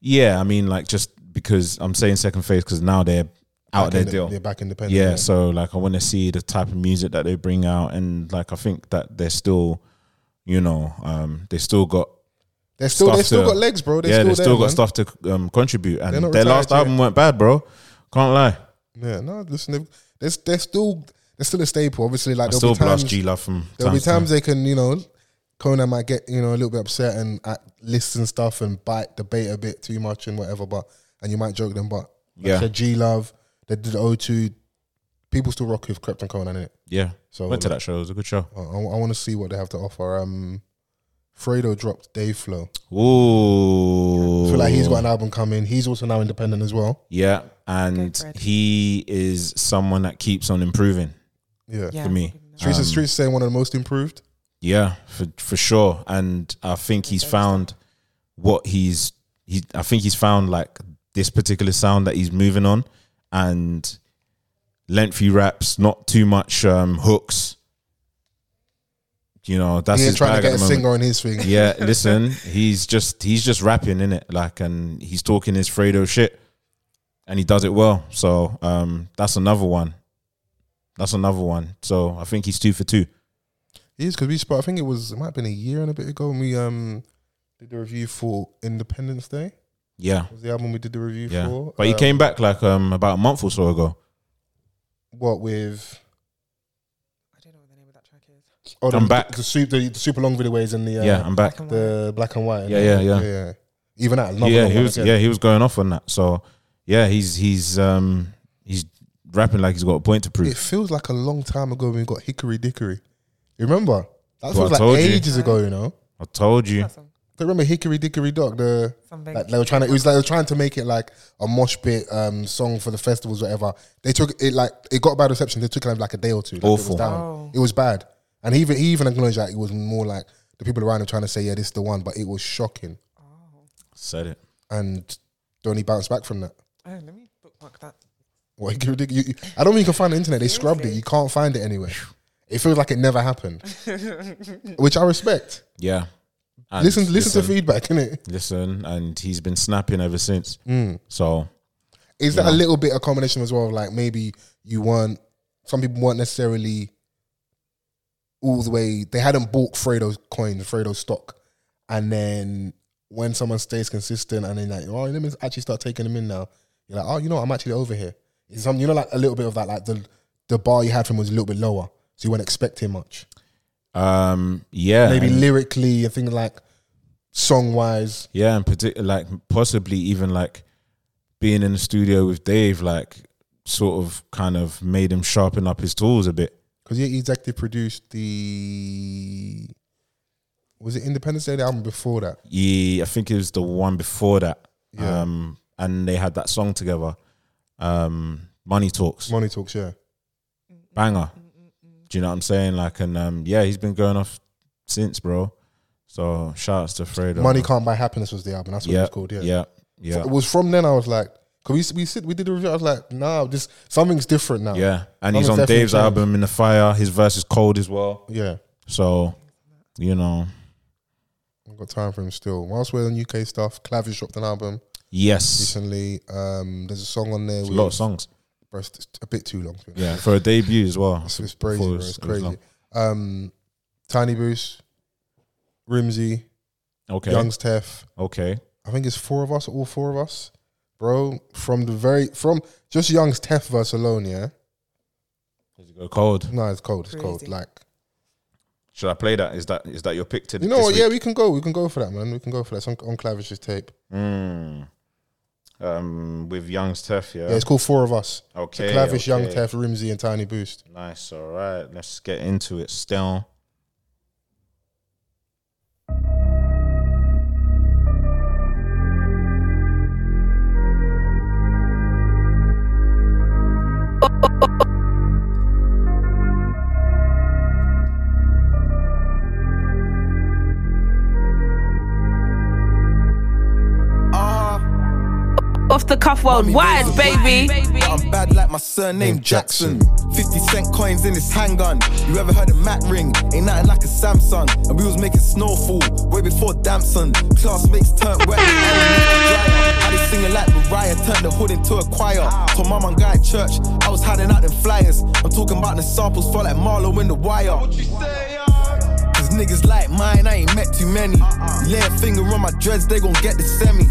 C: yeah, I mean, like just because I'm saying second phase because now they're out
D: Back
C: of their
D: inde-
C: deal.
D: They're back independent.
C: yeah, so like I want to see the type of music that they bring out, and like I think that they're still, you know, um, they still got
D: they're still they
C: stuff
D: still
C: to-
D: got legs, bro. They're
C: yeah,
D: still
C: they
D: there,
C: still got
D: man.
C: stuff to um, contribute, and
D: They're
C: their
D: not
C: last
D: retired yet.
C: album went bad, bro. Can't lie.
D: Yeah, no, listen, they've- they're they're still they're still a staple. Obviously, like
C: I
D: there'll
C: still
D: be times
C: blast G Love from
D: there'll
C: time
D: be
C: to time.
D: times they can you know. Conan might get you know a little bit upset and at lists and stuff and bite debate a bit too much and whatever, but and you might joke them, but
C: Yeah.
D: G Love, they did the O2, people still rock with Crept and Conan in it.
C: Yeah,
D: So
C: went to that show. It was a good show.
D: I, want to see what they have to offer. Um, Fredo dropped Dave Flow.
C: Ooh,
D: I feel like he's got an album coming. He's also now independent as well.
C: Yeah, and
A: Good bread.
C: he is someone that keeps on improving
D: Yeah,
A: Yeah.
C: for me.
D: Streets
C: Um,
D: of Streets saying one of the most improved.
C: Yeah, for for sure. And I think he's found what he's he. I think he's found like this particular sound that he's moving on, and lengthy raps, not too much um, hooks. You know, that's
D: He ain't
C: his
D: trying to
C: bag at
D: get a
C: the moment.
D: singer on his thing.
C: Yeah, listen, he's just he's just rapping in it, like, and he's talking his Fredo shit, and he does it well. So um, that's another one. That's another one. So I think he's two for two.
D: It is because we spoke. I think it was it might have been a year and a bit ago when we um did the review for Independence Day.
C: Yeah,
D: Was the album we did the review
C: yeah.
D: for?
C: But he
D: Um,
C: came back like um about a month or so ago.
D: what with
A: I don't know what the name of that track is.
D: oh,
C: I'm
D: the,
C: back.
D: The, super the, super long videos and the uh,
C: yeah, I'm back.
A: Black and White.
D: the black and white.
C: Yeah, yeah, yeah.
D: yeah. Even that,
C: Yeah, he was yeah he was going off on that. So yeah, he's he's um he's rapping like he's got a point to
D: It
C: prove.
D: feels like a long time ago when we got Hickory Dickory. You remember? That
C: Well, I
D: feels like
C: told you.
D: ages ago. You know?
C: I told you.
A: That song.
D: Do you remember Hickory Dickory Dog? The
A: Something.
D: like they were trying to. It was like they were trying to make it like a mosh pit um, song for the festivals, whatever. They took it like it got a bad reception. They took like, like a day or two. Like, It
C: Awful.
D: was, down.
A: Oh.
D: it was bad. And he even he even acknowledged that it was more like the people around him trying to say, "Yeah, this is the one," but it was shocking.
C: Said it.
D: And don't he bounce back from that?
A: oh, let me bookmark that.
D: What, Hickory Dickory? You, you- I don't think you can find it on the internet. They scrubbed it. You can't find it anywhere. It feels like it never happened, which I respect.
C: Yeah. And
D: Listen, listen, to feedback, innit?
C: listen, and he's been snapping ever since.
D: Mm.
C: So
D: Is that a little bit of combination as well? Of like maybe you weren't. Some people weren't necessarily all the way. They hadn't bought Fredo's coins, Fredo's stock, and then when someone stays consistent, and then like, oh, let me actually start taking them in now. You're like, oh, you know, what, I'm actually over here. It's some, you know, like a little bit of that. Like the the bar you had from was a little bit lower, so you weren't expecting much.
C: um yeah.
D: Maybe
C: and-
D: lyrically, I think like song wise.
C: Yeah, and particular like possibly even like being in the studio with Dave, like sort of kind of made him sharpen up his tools a bit.
D: Because he executive produced the was it Independence Day the album before that?
C: Yeah, I think it was the one before that.
D: Yeah.
C: Um and they had that song together. Um Money Talks.
D: Money Talks, yeah.
C: Banger. Do you know what I'm saying? Like and um yeah, he's been going off since, bro. So shouts to Fredo.
D: Money Can't Buy Happiness was the album. That's what it
C: yeah,
D: was called. Yeah.
C: yeah. Yeah.
D: It was from then. I was like, because we we sit we did the review. I was like, nah, this something's different now.
C: Yeah. And he's
D: Something's
C: on
D: definitely
C: Dave's
D: changed.
C: album In the Fire. His verse is cold as well.
D: yeah.
C: So, you know,
D: I've got time for him still. Whilst we're on UK stuff, Clavish dropped an album
C: yes.
D: recently. Um, there's a song on there.
C: A
D: With,
C: lot of songs.
D: bro, it's- it's a bit too long. to be honest.
C: Yeah. For a debut as well.
D: It's, it's crazy,
C: Before
D: bro.
C: it was-
D: It's
C: it was
D: crazy.
C: long.
D: Um, Tiny Boost, Rimsey,
C: Okay.
D: Young's Tef.
C: Okay.
D: I think it's four of us, all four of us, bro. From the very from just Young's Tef verse alone, yeah.
C: Does it go cold?
D: No, it's cold. It's cold.
A: Crazy.
D: Like
C: Should I play that? Is that is that your pick today?
D: you know what? Yeah, we can go. We can go for that, man. We can go for that. It's on, on Clavish's tape.
C: Mm. Um, with Young's Tef, yeah.
D: Yeah, it's called Four of Us.
C: okay.
D: so Clavish, Young
C: okay.
D: Tef, Rimsey, and Tiny Boost.
C: Nice. All right. Let's get into it. Still.
F: the cuff world wide, baby.
G: I'm bad like my surname
D: Name Jackson.
G: Jackson. 50 cent coins in his handgun. You ever heard a Mac ring? Ain't nothing like a Samsung. And we was making snowfall way before Damson. Classmates turned wet. I was singing like Mariah, turned the hood into a choir. Told mum and guy at church, I was hiding out them flyers. I'm talking about the samples, fall like Marlo in the wire. Cause niggas like mine, I ain't met too many. Lay a finger on my dreads, they gon' get the semi.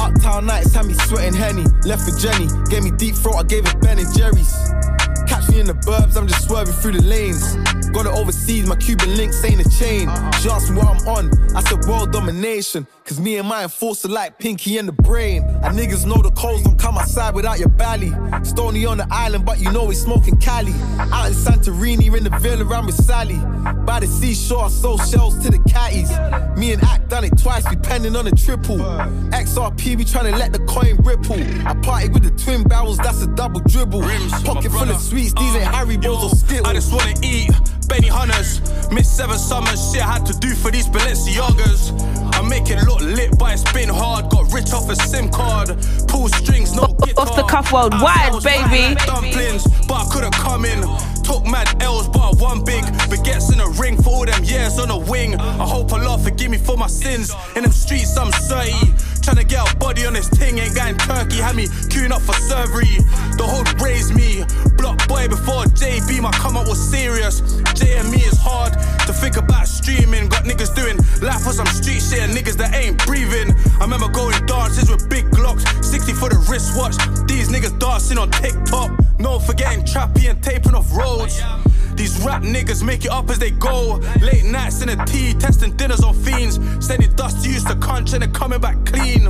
G: Uptown nights had me sweating henny. Left for Jenny, gave me deep throat, I gave it Ben and Jerry's. Catch me in the burbs, I'm just swerving through the lanes. Got it overseas, my Cuban links ain't a chain. She asked me what I'm on, I said world domination. Cause me and my enforcer like Pinky and the brain. And niggas know the coals don't come outside without your bally. Stony on the island, but you know we smoking Cali. Out in Santorini, in the villa, I'm with Sally. By the seashore, I sold shells to the catties. Me and Act done it twice, we pending on a triple. XRP, we tryna let the coin ripple. I party with the twin barrels, that's a double dribble.
H: Rims, my
G: Pocket full
H: brother. Uh-huh.
G: of sweets, these ain't Harry Bros or
H: I
G: Skittles.
H: just wanna eat Benny Hunters. Miss seven summers, shit I had to do for these Balenciagas. I make it look lit, but it's been hard. Got rich off a SIM card. Pull strings, no
F: Off-
H: guitar.
F: off the cuff world
H: I
F: wide,
H: was fine
F: baby.
H: like Dumplings, but I couldn't come in. Took mad L's, but I won big. Baguettes in a ring for all them years on the wing. I hope Allah forgive me for my sins. In them streets, I'm 30. Tryna get a body on this thing, ain't going turkey. Had me queuing up for surgery. The hood raised me. Block boy before JB, my come up was serious. J and me is hard to think about streaming. Got niggas doing life for some street shit and niggas that ain't breathing. I remember going dances with big glocks, 60 for the wristwatch. These niggas dancing on TikTok. No forgetting trappy and taping off roads. These rap niggas make it up as they go. Late nights in a tea, testing dinners on fiends. Sending dust to use the crunch and they're coming back clean.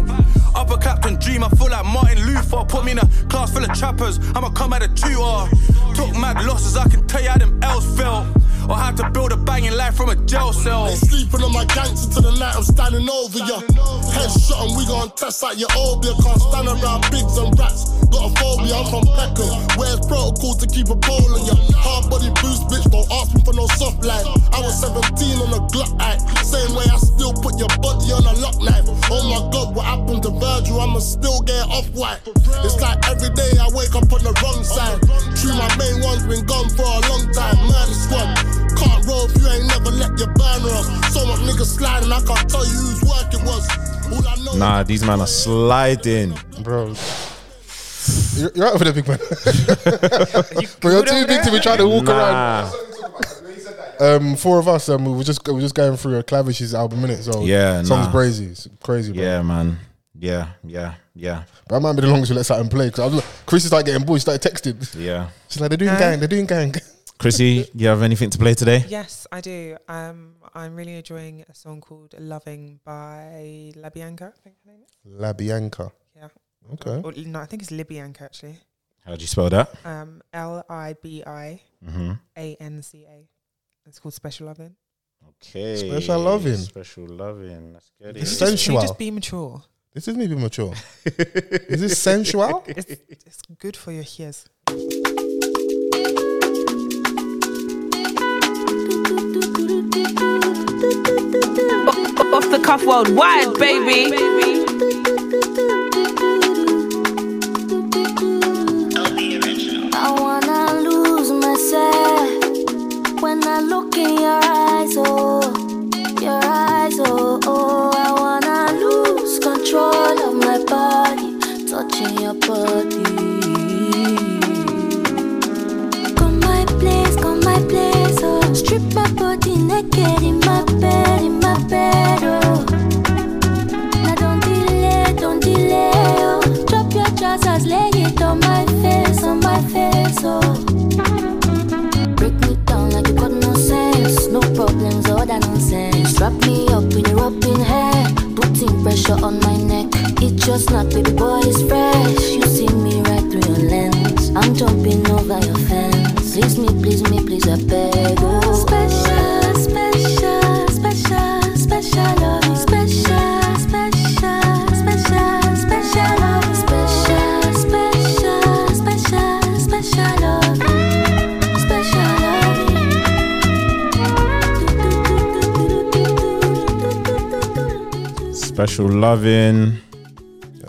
H: Upper Clapton dream, I feel like Martin Luther. Put me in a class full of trappers, I'ma come out a tutor. Took mad losses, I can tell you how them L's felt. Or how to build a banging life from a jail cell.
I: They sleeping on my gangster till the night I'm standing over ya. Headshot and we gon' test out your obia. Can't stand around pigs and rats. Got a phobia, I'm from Peckham. Where's protocol to keep a pole on ya? Hard body boost, bitch, don't ask me for no soft life. I was 17 on a Glock act. Same way I still put your body on a lock knife. Oh my god, what happened to Virgil? I'ma still get off white. It's like every day I wake up on the wrong side. True, my main one's been gone for a long time. Murder squad. Can't roll if you ain't never let your burner off. So much niggas sliding, I can't tell you whose work it was. All I know
C: Nah, these man are sliding.
D: bro. You're, you're out of there, big man. but you're
A: good
D: too
A: over
D: big to be
A: there?
D: trying to walk around.
C: Nah,
D: Um, four of us, um, we were just we were just going through a Clavish's album minute. So
C: Yeah,
D: song's
C: nah.
D: crazy, it's crazy, bro.
C: yeah, man, yeah, yeah, yeah,
D: But I might be the longest we let something play because Chris started getting bored. She started texting.
C: yeah.
D: She's like, they're doing gang, they're doing gang.
C: Chrissy, you have anything to play today?
A: Yes, I do. Um, I'm really enjoying a song called "Loving" by La Bianca. I think her name is.
D: La Bianca.
A: Yeah.
D: Okay.
A: Or, no, I think it's Libyanca actually.
C: How do you spell that? Mm-hmm.
A: Um, L I B I A N C A. It's called Special Loving.
C: Okay.
D: Special loving.
C: Special loving. Let's get
D: It's
A: Just-
D: sensual.
A: Can you just be mature?
D: This isn't even mature. Is this sensual?
A: It's, it's good for your ears.
F: Off off the cuff world wide, baby.
J: I wanna lose myself when I look in your eyes, oh, your eyes, oh, oh. I wanna lose control of my body, touching your body. Come my place, come my place, oh. Strip my body naked in my bed, in my bed, oh. Now don't delay, don't delay, oh. Drop your trousers, lay it on my face, on my face, oh. Break me down like you got no sense, no problems, all that nonsense. Wrap me up in your wrapping hair, putting pressure on my neck. It's just not baby boy, it's fresh. You see me right through your lens. I'm jumping over your fence. Please me, please me, please I beg. Oh. Special, special, special, special love. Special, special, special, special love. Special, special, special, special love. Special love.
C: Special loving.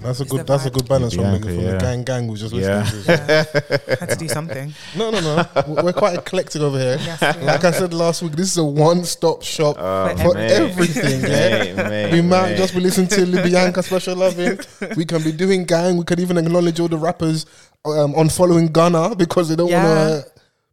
D: That's a
A: It's
D: good.
A: the
D: That's a
A: vibe.
D: good balance from,
C: Bianca,
D: the, from
C: yeah.
D: the gang. Gang was just
C: Yeah.
D: listening to. us.
A: Had to do something.
D: No, no, no. We're- We're quite eclectic over here.
A: Yes, we
D: like I said last week, this is a one-stop shop
C: Oh,
D: for
C: mate.
D: everything. Yeah?
C: Mate, mate,
D: we might
C: mate.
D: just be listening to Lil Bianca Special Loving. We can be doing gang. We can even acknowledge all the rappers um, on following Ghana because they don't
A: Yeah.
D: want to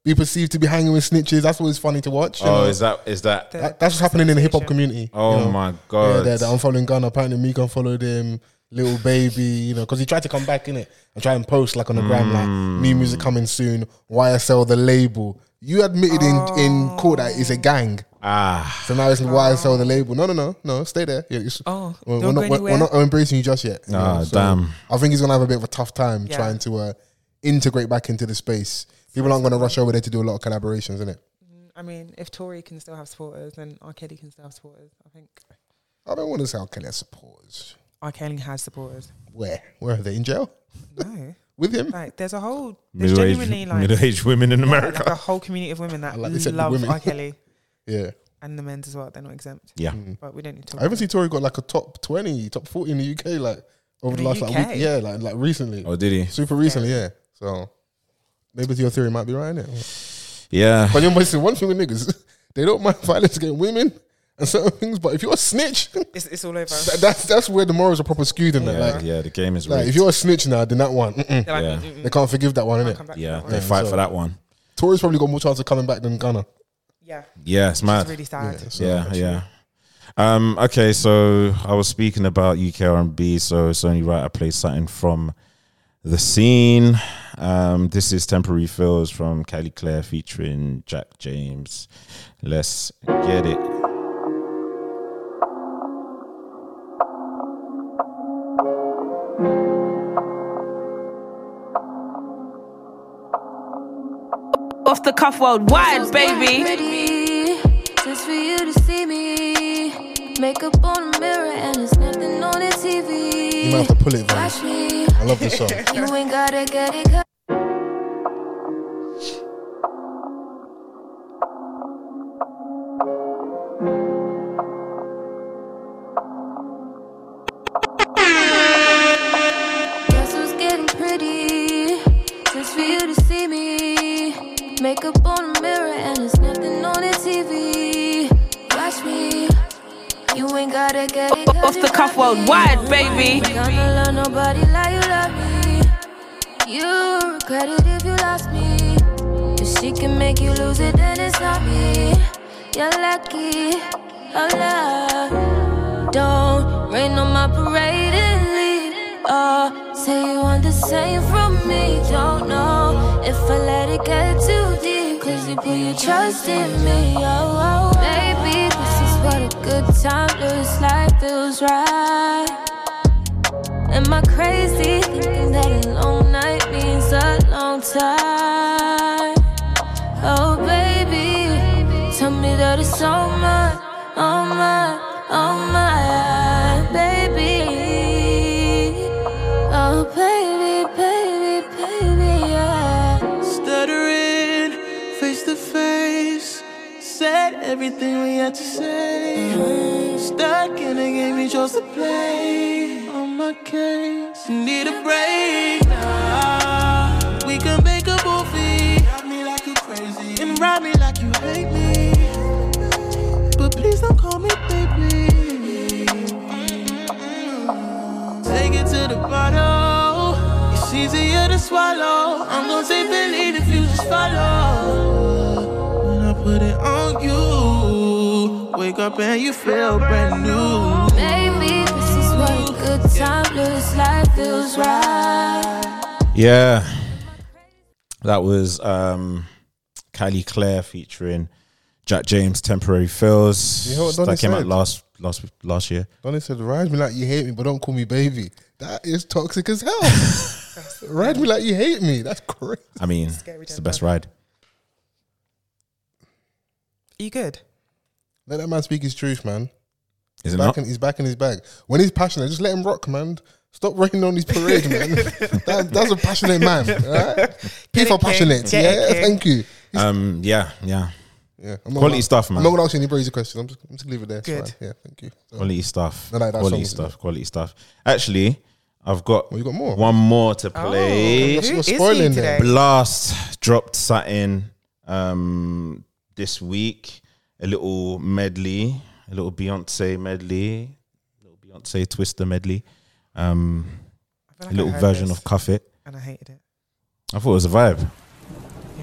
D: be perceived to be hanging with snitches. That's always funny to watch. you
C: Oh,
D: know?
C: is that is that?
D: That- that's what's happening in the hip hop community.
C: Oh my
D: Yeah,
C: god!
D: they're, they're unfollowing Ghana. Apparently, me can follow them. Little baby, you know, because he tried to come back in it and try and post like on the gram,
C: Mm.
D: like new music coming soon. YSL the label. You admitted in in court that it's a gang,
C: ah,
D: so now it's YSL the label. No, no, no, no. Stay there. Yeah, it's-
A: Oh,
D: we're, we're
A: don't
D: not
A: go
D: we're, we're not embracing you just yet. you
C: Ah, damn.
D: I think he's gonna have a bit of a tough time
A: Yeah.
D: trying to uh, integrate back into the space. People aren't gonna rush over there to do a lot of collaborations, isn't it?
A: I mean, if Tory can still have supporters, then R. Kelly can still have supporters. I think
D: I don't want to say okay, let's pause.
A: R. Kelly has supporters.
D: Where? Where are they in jail
A: No.
D: with him?
A: Like, there's a whole, there's
C: middle-aged
A: genuinely like,
C: middle-aged women in America.
A: like a whole community of women that
D: like they said the
A: love
D: women.
A: R. Kelly
D: Yeah.
A: and the men's as well. They're not exempt.
C: Yeah.
A: But we don't need to.
D: I haven't seen Tory got like a top twenty, top forty in the UK like over
A: In
D: the,
A: the
D: last like
A: UK?
D: week. Yeah, like like recently,
C: Oh, did he?
D: super recently. Yeah, so maybe your theory might be right. Innit?
C: Yeah.
D: But you're missing one thing with niggas, they don't mind violence against women and certain things. But if you're a snitch,
A: It's, it's all over.
D: that, that's that's where the morals are proper skewed in that.
C: Yeah,
D: Like,
C: yeah, the game is
D: like if
C: rigged.
D: you're a snitch now, then that one mm-mm,
A: They're like,
C: Yeah.
A: "Mm-mm,
D: they can't forgive that one,
A: come
D: innit?
A: back to
C: yeah,
A: that one."
C: they fight
D: so-
C: for that one.
D: Tory's probably got more chance of coming back than Ghana.
A: Yeah.
C: Yeah, it's mad.
A: It's really sad.
D: so
C: yeah, yeah. Um, okay, so I was speaking about UK R and B, so it's only right I play something from the scene. Um, this is Temporary Fills from Kelly Clare featuring Jack James. Let's get it.
F: Off the cuff worldwide, baby.
K: Pretty, just for you to see me. Makeup on a mirror and it's nothing on the TV.
D: You might have to pull it, man.
K: Watch me.
D: I love this song.
K: You ain't gotta get it. cut. Guess who's getting pretty? Just for you to see me. Makeup on a mirror and it's nothing on the TV. Watch me. You ain't gotta get it.
F: Off the cuff worldwide, baby.
K: Gonna love nobody like you love me. You regret it if you lost me. If she can make you lose it, then it's not me. You're lucky, oh love. Don't rain on my parade and leave. Oh, say you want the same from me. Don't know if I let it get too deep. Cause you put your trust in me. Oh, oh, baby, this is what a good time looks like. Feels right. Am I crazy thinking that a long night means a long time? Oh baby, tell me that it's all mine, all mine, all mine, baby. Oh baby, baby, baby, yeah.
E: Stuttering, face to face. Said everything we had to say. Stuck in a game we chose to play. On my case, need a break now. We can make a movie. Rob me like you crazy, and rob me like you hate me. But please don't call me baby. Take it to the bottle. It's easier to swallow. I'm gonna take the lead if you just follow. When I put it on you, wake up and you feel brand new.
K: Maybe this is what a good time looks like, feels right.
C: Yeah. That was um Kylie Clare featuring Jack James Temporary Fills.
D: You know what Donny
C: that came out
D: said?
C: last last last year.
D: Donnie said, "Ride me like you hate me, but don't call me baby." That is toxic as hell. Ride me like you hate me. That's crazy.
C: I mean,
A: Scary
C: it's the
A: Temper.
C: best ride.
A: Are you good?
D: Let that man speak his truth, man.
C: Is
D: He's
C: it
D: back,
C: not?
D: in, he's back in his bag. When he's passionate, just let him rock, man. Stop raining on his parade, man. That, that's a passionate man. all Right? P
A: Get
D: for
A: it, King.
D: passionate.
A: Get it,
D: yeah,
A: King.
D: thank you.
C: Um, yeah, yeah.
D: Yeah, I'm not
C: Quality
D: gonna-
C: stuff, man.
D: I'm not gonna ask you any crazy questions. I'm just, I'm just gonna leave it there. It's
A: Good.
D: fine. Yeah, thank you. So,
C: Quality stuff.
D: I like that
C: quality
D: song. Oh,
C: stuff. Quality stuff. Actually, I've got
D: you got more.
C: One more to
A: Oh,
C: play.
D: You're- you're spoiling
A: today?
D: them.
C: Blast dropped something um, this week. A little medley, a little Beyonce medley, little Beyonce Twister medley, um,
A: feel
C: a
A: like I
C: little
A: heard
C: version
A: this
C: of Cuff It.
A: and I hated it.
C: I thought it was a vibe.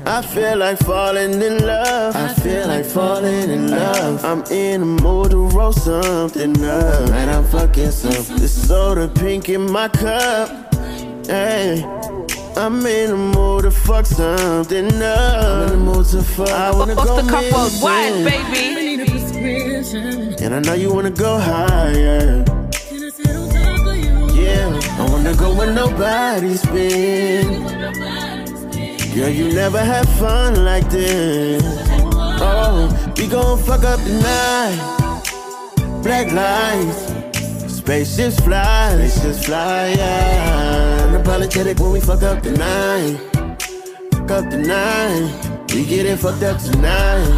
L: I feel like falling in love. I feel like falling in love. I'm in a mood to roll something up. Man, I'm fucking some. The soda pink in my cup. Hey. I'm in the mood to fuck something up. I'm in the mood to fuck. I wanna
F: Off
L: go
F: the cuff world wide,
L: missing.
F: baby.
L: And I know you wanna go higher. Yeah, I wanna go where nobody's been. Girl, you never had fun like this. Oh, we gon' fuck up the night. Black lights, spaceships fly, spaceships fly. Yeah, unapologetic when we fuck up the night. Fuck up the night, we get it fucked up tonight.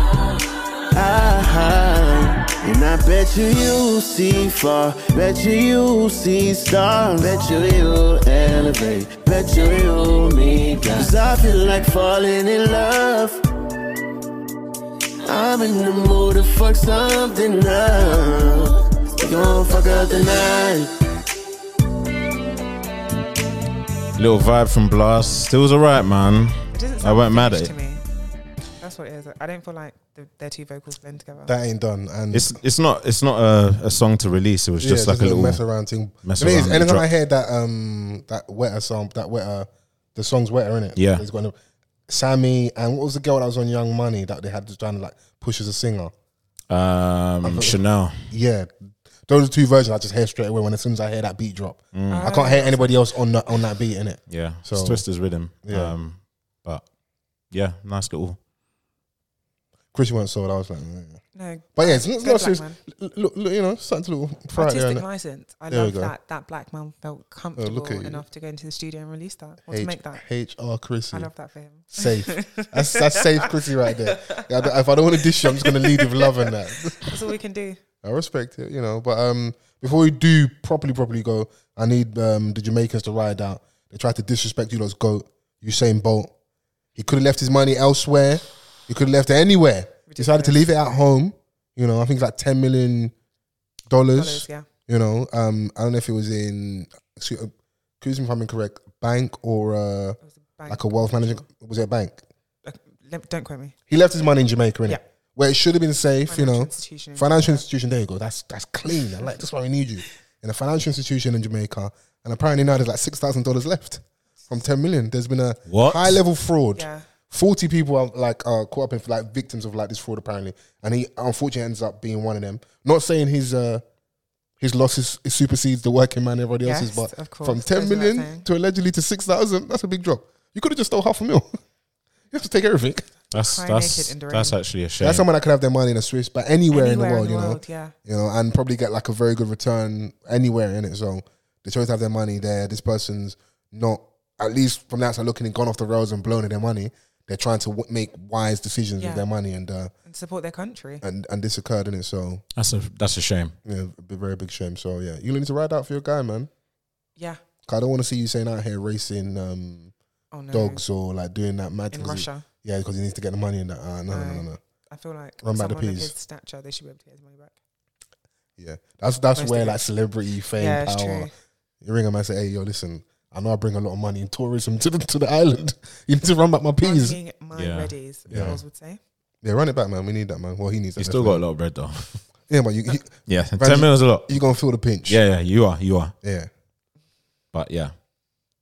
L: Ah, and I bet you you see far, bet you you see stars, bet you you elevate, bet you you meet God. Cause I feel like falling in love. I'm in the mood to fuck something up. We gon' fuck up the night.
C: Little vibe from Blast. It was alright, man.
A: It doesn't
C: I
A: sound
C: weren't mad at
A: finished
C: it.
A: to me. That's what it is. I don't feel like the, their two vocals blend together.
D: That ain't done. And
C: It's it's not it's not a, a song to release. It was
D: yeah,
C: just like a little
D: mess around thing.
C: mess
D: The thing is,
C: around,
D: anytime
C: drop.
D: I hear that um that wetter song, that wetter, the song's wetter, innit?
C: Yeah.
D: It's got no- Sammy and what was the girl that was on Young Money that they had to trying to like push as a singer?
C: Um, Chanel.
D: Yeah. Those two versions I just hear straight away when as soon as I hear that beat drop.
C: Mm.
D: I can't hear anybody else on that on that beat, innit?
C: Yeah,
D: So-
C: it's Twister's rhythm.
D: Yeah.
C: Um, but yeah, nice little.
D: Chris you weren't sold, I was like, mm.
A: No,
D: But yeah, it's, it's
A: Good
D: not
A: black
D: serious.
A: man.
D: L- Look, look, you know, something a little Friday.
A: artistic
D: innit?
A: license. I
D: There we
A: love
D: go. Oh,
A: that that black man felt comfortable
D: at you.
A: enough to go into the studio and release that or to
D: H-
A: make that.
D: HR Chrissy.
A: I love that for him.
D: Safe. That's, that's safe Chrissy right there. Yeah, I don't- if I don't want to dish you, I'm just going to lead with love and that.
A: That's all we can do.
D: I respect it, you know. But um, before we do properly, properly go, I need um, the Jamaicans to ride out. They tried to disrespect you lot's goat, Usain Bolt. He could have left his money elsewhere. He could have left it anywhere. Decided to leave it at home. You know, I think it's like $10 million.
A: Dollars, yeah.
D: You know, um, I don't know if it was in, excuse uh, excuse me if I'm incorrect, bank or uh,
A: bank.
D: like a wealth manager. Was it a bank?
A: Lem- Don't quote me.
D: He left his money in Jamaica, innit?
A: Yeah.
D: Where it should have been safe, you know.
A: institution in
D: financial institution, there you go. That's that's clean. I like that's why we need you. In a financial institution in Jamaica. And apparently now there's like six thousand dollars left from ten million. There's been a
C: What?
D: high level fraud.
A: Yeah.
D: Forty people are like uh, caught up in like victims of like this fraud apparently. And he unfortunately ends up being one of them. Not saying his uh his losses supersedes the working man, everybody
A: Yes,
D: else's, but
A: of course.
D: from ten
A: Goes without
D: million
A: saying.
D: to allegedly to six thousand, that's a big drop. You could have just stole half a mil. you have to take everything.
C: That's
A: Cry
C: that's
A: naked in the
C: that's
A: rain.
C: actually a shame.
D: That's someone that could have their money in a Swiss, but anywhere, in the
A: Anywhere
D: world, you know,
A: yeah.
D: you know, and probably get like a very good return anywhere in it. So they chose to have their money there. This person's not, at least from the outside looking, in, gone off the rails and blown their money. They're trying to w- make wise decisions
A: Yeah.
D: with their money, and uh,
A: And support their country.
D: and and this occurred in it. So
C: That's a that's a shame.
D: yeah, a b- very big shame. So yeah, you need to ride out for your guy, man.
A: Yeah.
D: 'Cause I don't want to see you saying out here racing um,
A: Oh no.
D: dogs or like doing that mad
A: in
D: 'cause he-
A: Russia.
D: yeah, because he needs to get the money in that. Uh, no, no, no,
A: No.
D: no, no.
A: I feel like
D: Run back
A: someone
D: the
A: of
D: piece.
A: his stature, they should be able to get his money back.
D: Yeah, that's that's
A: Most
D: where
A: of it.
D: like celebrity fame
A: yeah, it's
D: power.
A: true.
D: You ring him and say, "Hey, yo, listen, I know I bring a lot of money in tourism to the, to the island. You need to run back my peas.
A: Being my
C: Yeah.
A: readies, the
D: Yeah.
A: girls would say.
D: Yeah, run it back, man. We need that, man. Well, he needs.
C: You
D: that,
C: still got a
D: definitely.
C: lot of bread though.
D: Yeah, but you he,
C: Yeah,
D: Randy-
C: ten million is a lot.
D: you gonna feel the pinch.
C: Yeah, yeah, you are, you are.
D: yeah.
C: But yeah,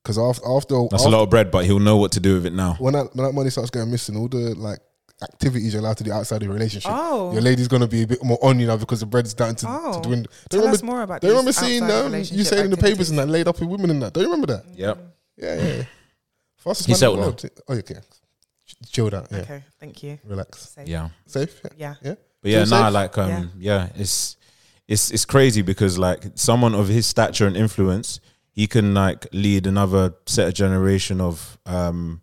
D: Because after after,
C: that's
D: after
C: a lot of bread. But he'll know what to do with it now.
D: when that when that money starts going missing, all the like activities you're allowed to do outside of your relationship.
A: Oh.
D: Your lady's gonna be a bit more on you now because the bread's down to,
A: Oh.
D: to dwindle.
A: Tell
D: remember,
A: us more about
D: Don't you remember
A: these
D: seeing
A: outside
D: um, you
A: relationship
D: saying in the papers
A: activities.
D: and that laid up with women and that. Don't you remember that?
C: Yep.
D: Yeah, yeah. yeah. Fastest
C: He's
D: man in the
C: settled
D: world. Oh, okay. Ch- Chilled out. Yeah.
A: Okay, thank you.
D: Relax.
A: Safe.
C: Yeah,
D: Safe. Yeah.
A: Yeah.
D: Yeah.
C: but yeah,
D: Feel
C: nah,
D: safe?
C: like um, yeah. it's it's it's crazy because like someone of his stature and influence, he can like lead another set of generation of um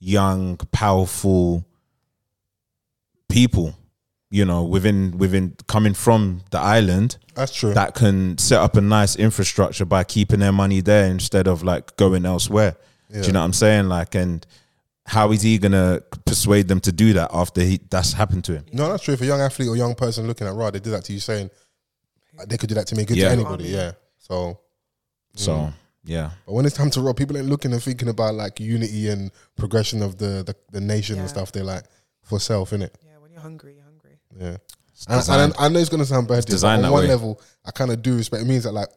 C: young, powerful people. you know, within within coming from the island,
D: That's true.
C: That can set up a nice infrastructure by keeping their money there instead of like going elsewhere. Do
D: Yeah.
C: you know what I'm saying? Like, and how is he gonna persuade them to do that after he that's happened to him?
D: No, that's true. If a young athlete or young person looking at Ra, they did that to you, saying uh, they could do that to me, good
C: Yeah.
D: to anybody. Yeah. So,
C: So
D: mm.
C: yeah,
D: But when it's time to rob, people ain't looking and thinking about like unity and progression of the the, the nation and stuff. They're like for self, innit?
A: Yeah, when you're hungry, you're hungry.
D: Yeah.
C: It's
D: And, and
C: designed-
D: I know it's gonna sound bad,
C: it's
D: dude, but
C: designed
D: on
C: that
D: one
C: way.
D: level, I kind of do respect. It means that like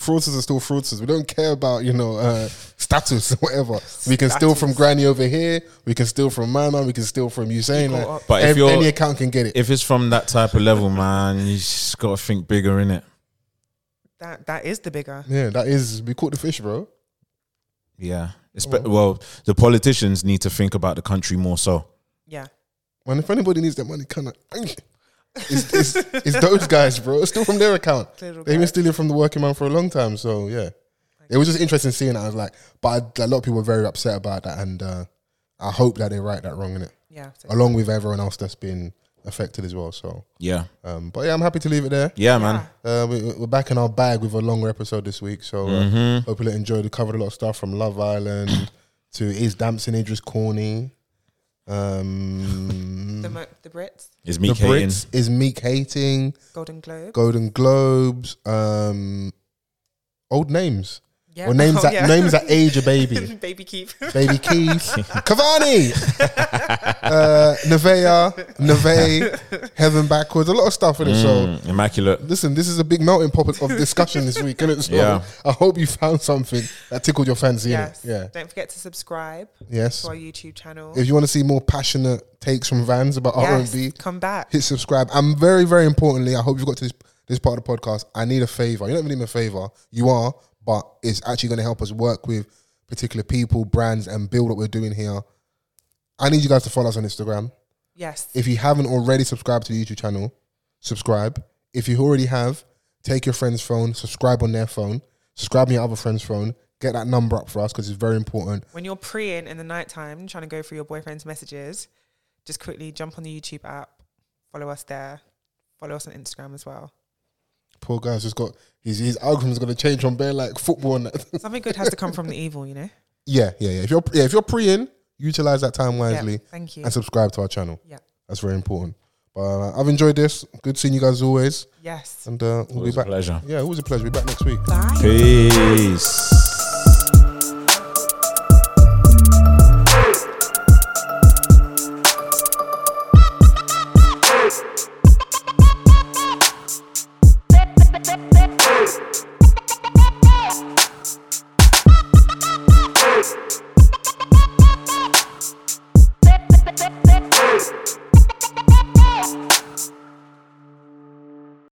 D: fraudsters are still fraudsters. We don't care about you know uh, status or whatever. We can steal from Granny over here. We can steal from my man. We can steal from Usain. Like,
C: But if
D: ev-
C: you're
D: any account can get it.
C: If it's from that type of level, man, you just gotta think bigger in it.
A: That that is the bigger.
D: Yeah, that is we caught the fish, bro.
C: Yeah. Espe- well, the politicians need to think about the country more so.
A: Yeah.
D: When if anybody needs their money, kind of it's, it's, it's those guys, bro. It's still from their account.
A: Little
D: They've been stealing from the working man for a long time. So yeah, it was just interesting seeing that. I was like, but I, a lot of people were very upset about that, and uh, I hope that they right that wrong in it.
A: Yeah.
D: along with everyone else that's been affected as well. So
C: Yeah.
D: um, but yeah, I'm happy to leave it there.
C: Yeah, man.
D: Uh, we, we're back in our bag with a longer episode this week, so uh,
C: Mhm.
D: hope you enjoyed. We covered a lot of stuff from Love Island to Is Damson Idris corny? Um,
A: The, Mo- the Brits,
C: Is Meek
D: the
C: hating?
D: Brits? Is Meek hating?
A: Golden Globe.
D: Golden Globes, um, old names.
A: Yeah.
D: Or names
A: Oh,
D: that
A: yeah.
D: names that age a baby.
A: Baby Keith.
D: Baby Keys, Cavani, uh, Nevea, Neve, Heaven Backwards, a lot of stuff in it. So
C: Mm, immaculate.
D: listen, this is a big melting pot of discussion this week, innit? So
C: Yeah.
D: I hope you found something that tickled your fancy.
A: Yes.
D: Innit? Yeah.
A: Don't forget to subscribe.
D: Yes.
A: To our YouTube channel.
D: If you want to see more passionate takes from Vans about
A: Yes,
D: R&B,
A: come back.
D: hit subscribe. And very, very importantly, I hope you've got to this this part of the podcast. I need a favor. You don't really need a favor. You are, but it's actually going to help us work with particular people, brands, and build what we're doing here. I need you guys to follow us on Instagram.
A: Yes.
D: If you haven't already subscribed to the YouTube channel, subscribe. If you already have, take your friend's phone, subscribe on their phone, subscribe on your other friend's phone, get that number up for us because it's very important.
A: When you're preying in the nighttime, trying to go through your boyfriend's messages, just quickly jump on the YouTube app, follow us there, follow us on Instagram as well.
D: Poor guy's just got his, his algorithm's going to change from bare like football and that.
A: Something good has to come from the evil, you know.
D: Yeah, yeah, yeah. If you're yeah, if you're pre-in, utilize that time wisely.
A: thank you.
D: And subscribe to our channel.
A: Yeah.
D: that's very important. But uh, I've enjoyed this. Good seeing you guys as always.
A: Yes.
D: and uh, we'll
C: Always
D: be
C: a
D: back.
C: pleasure.
D: Yeah, always a pleasure. We'll be back next week.
C: Peace.
K: Hey!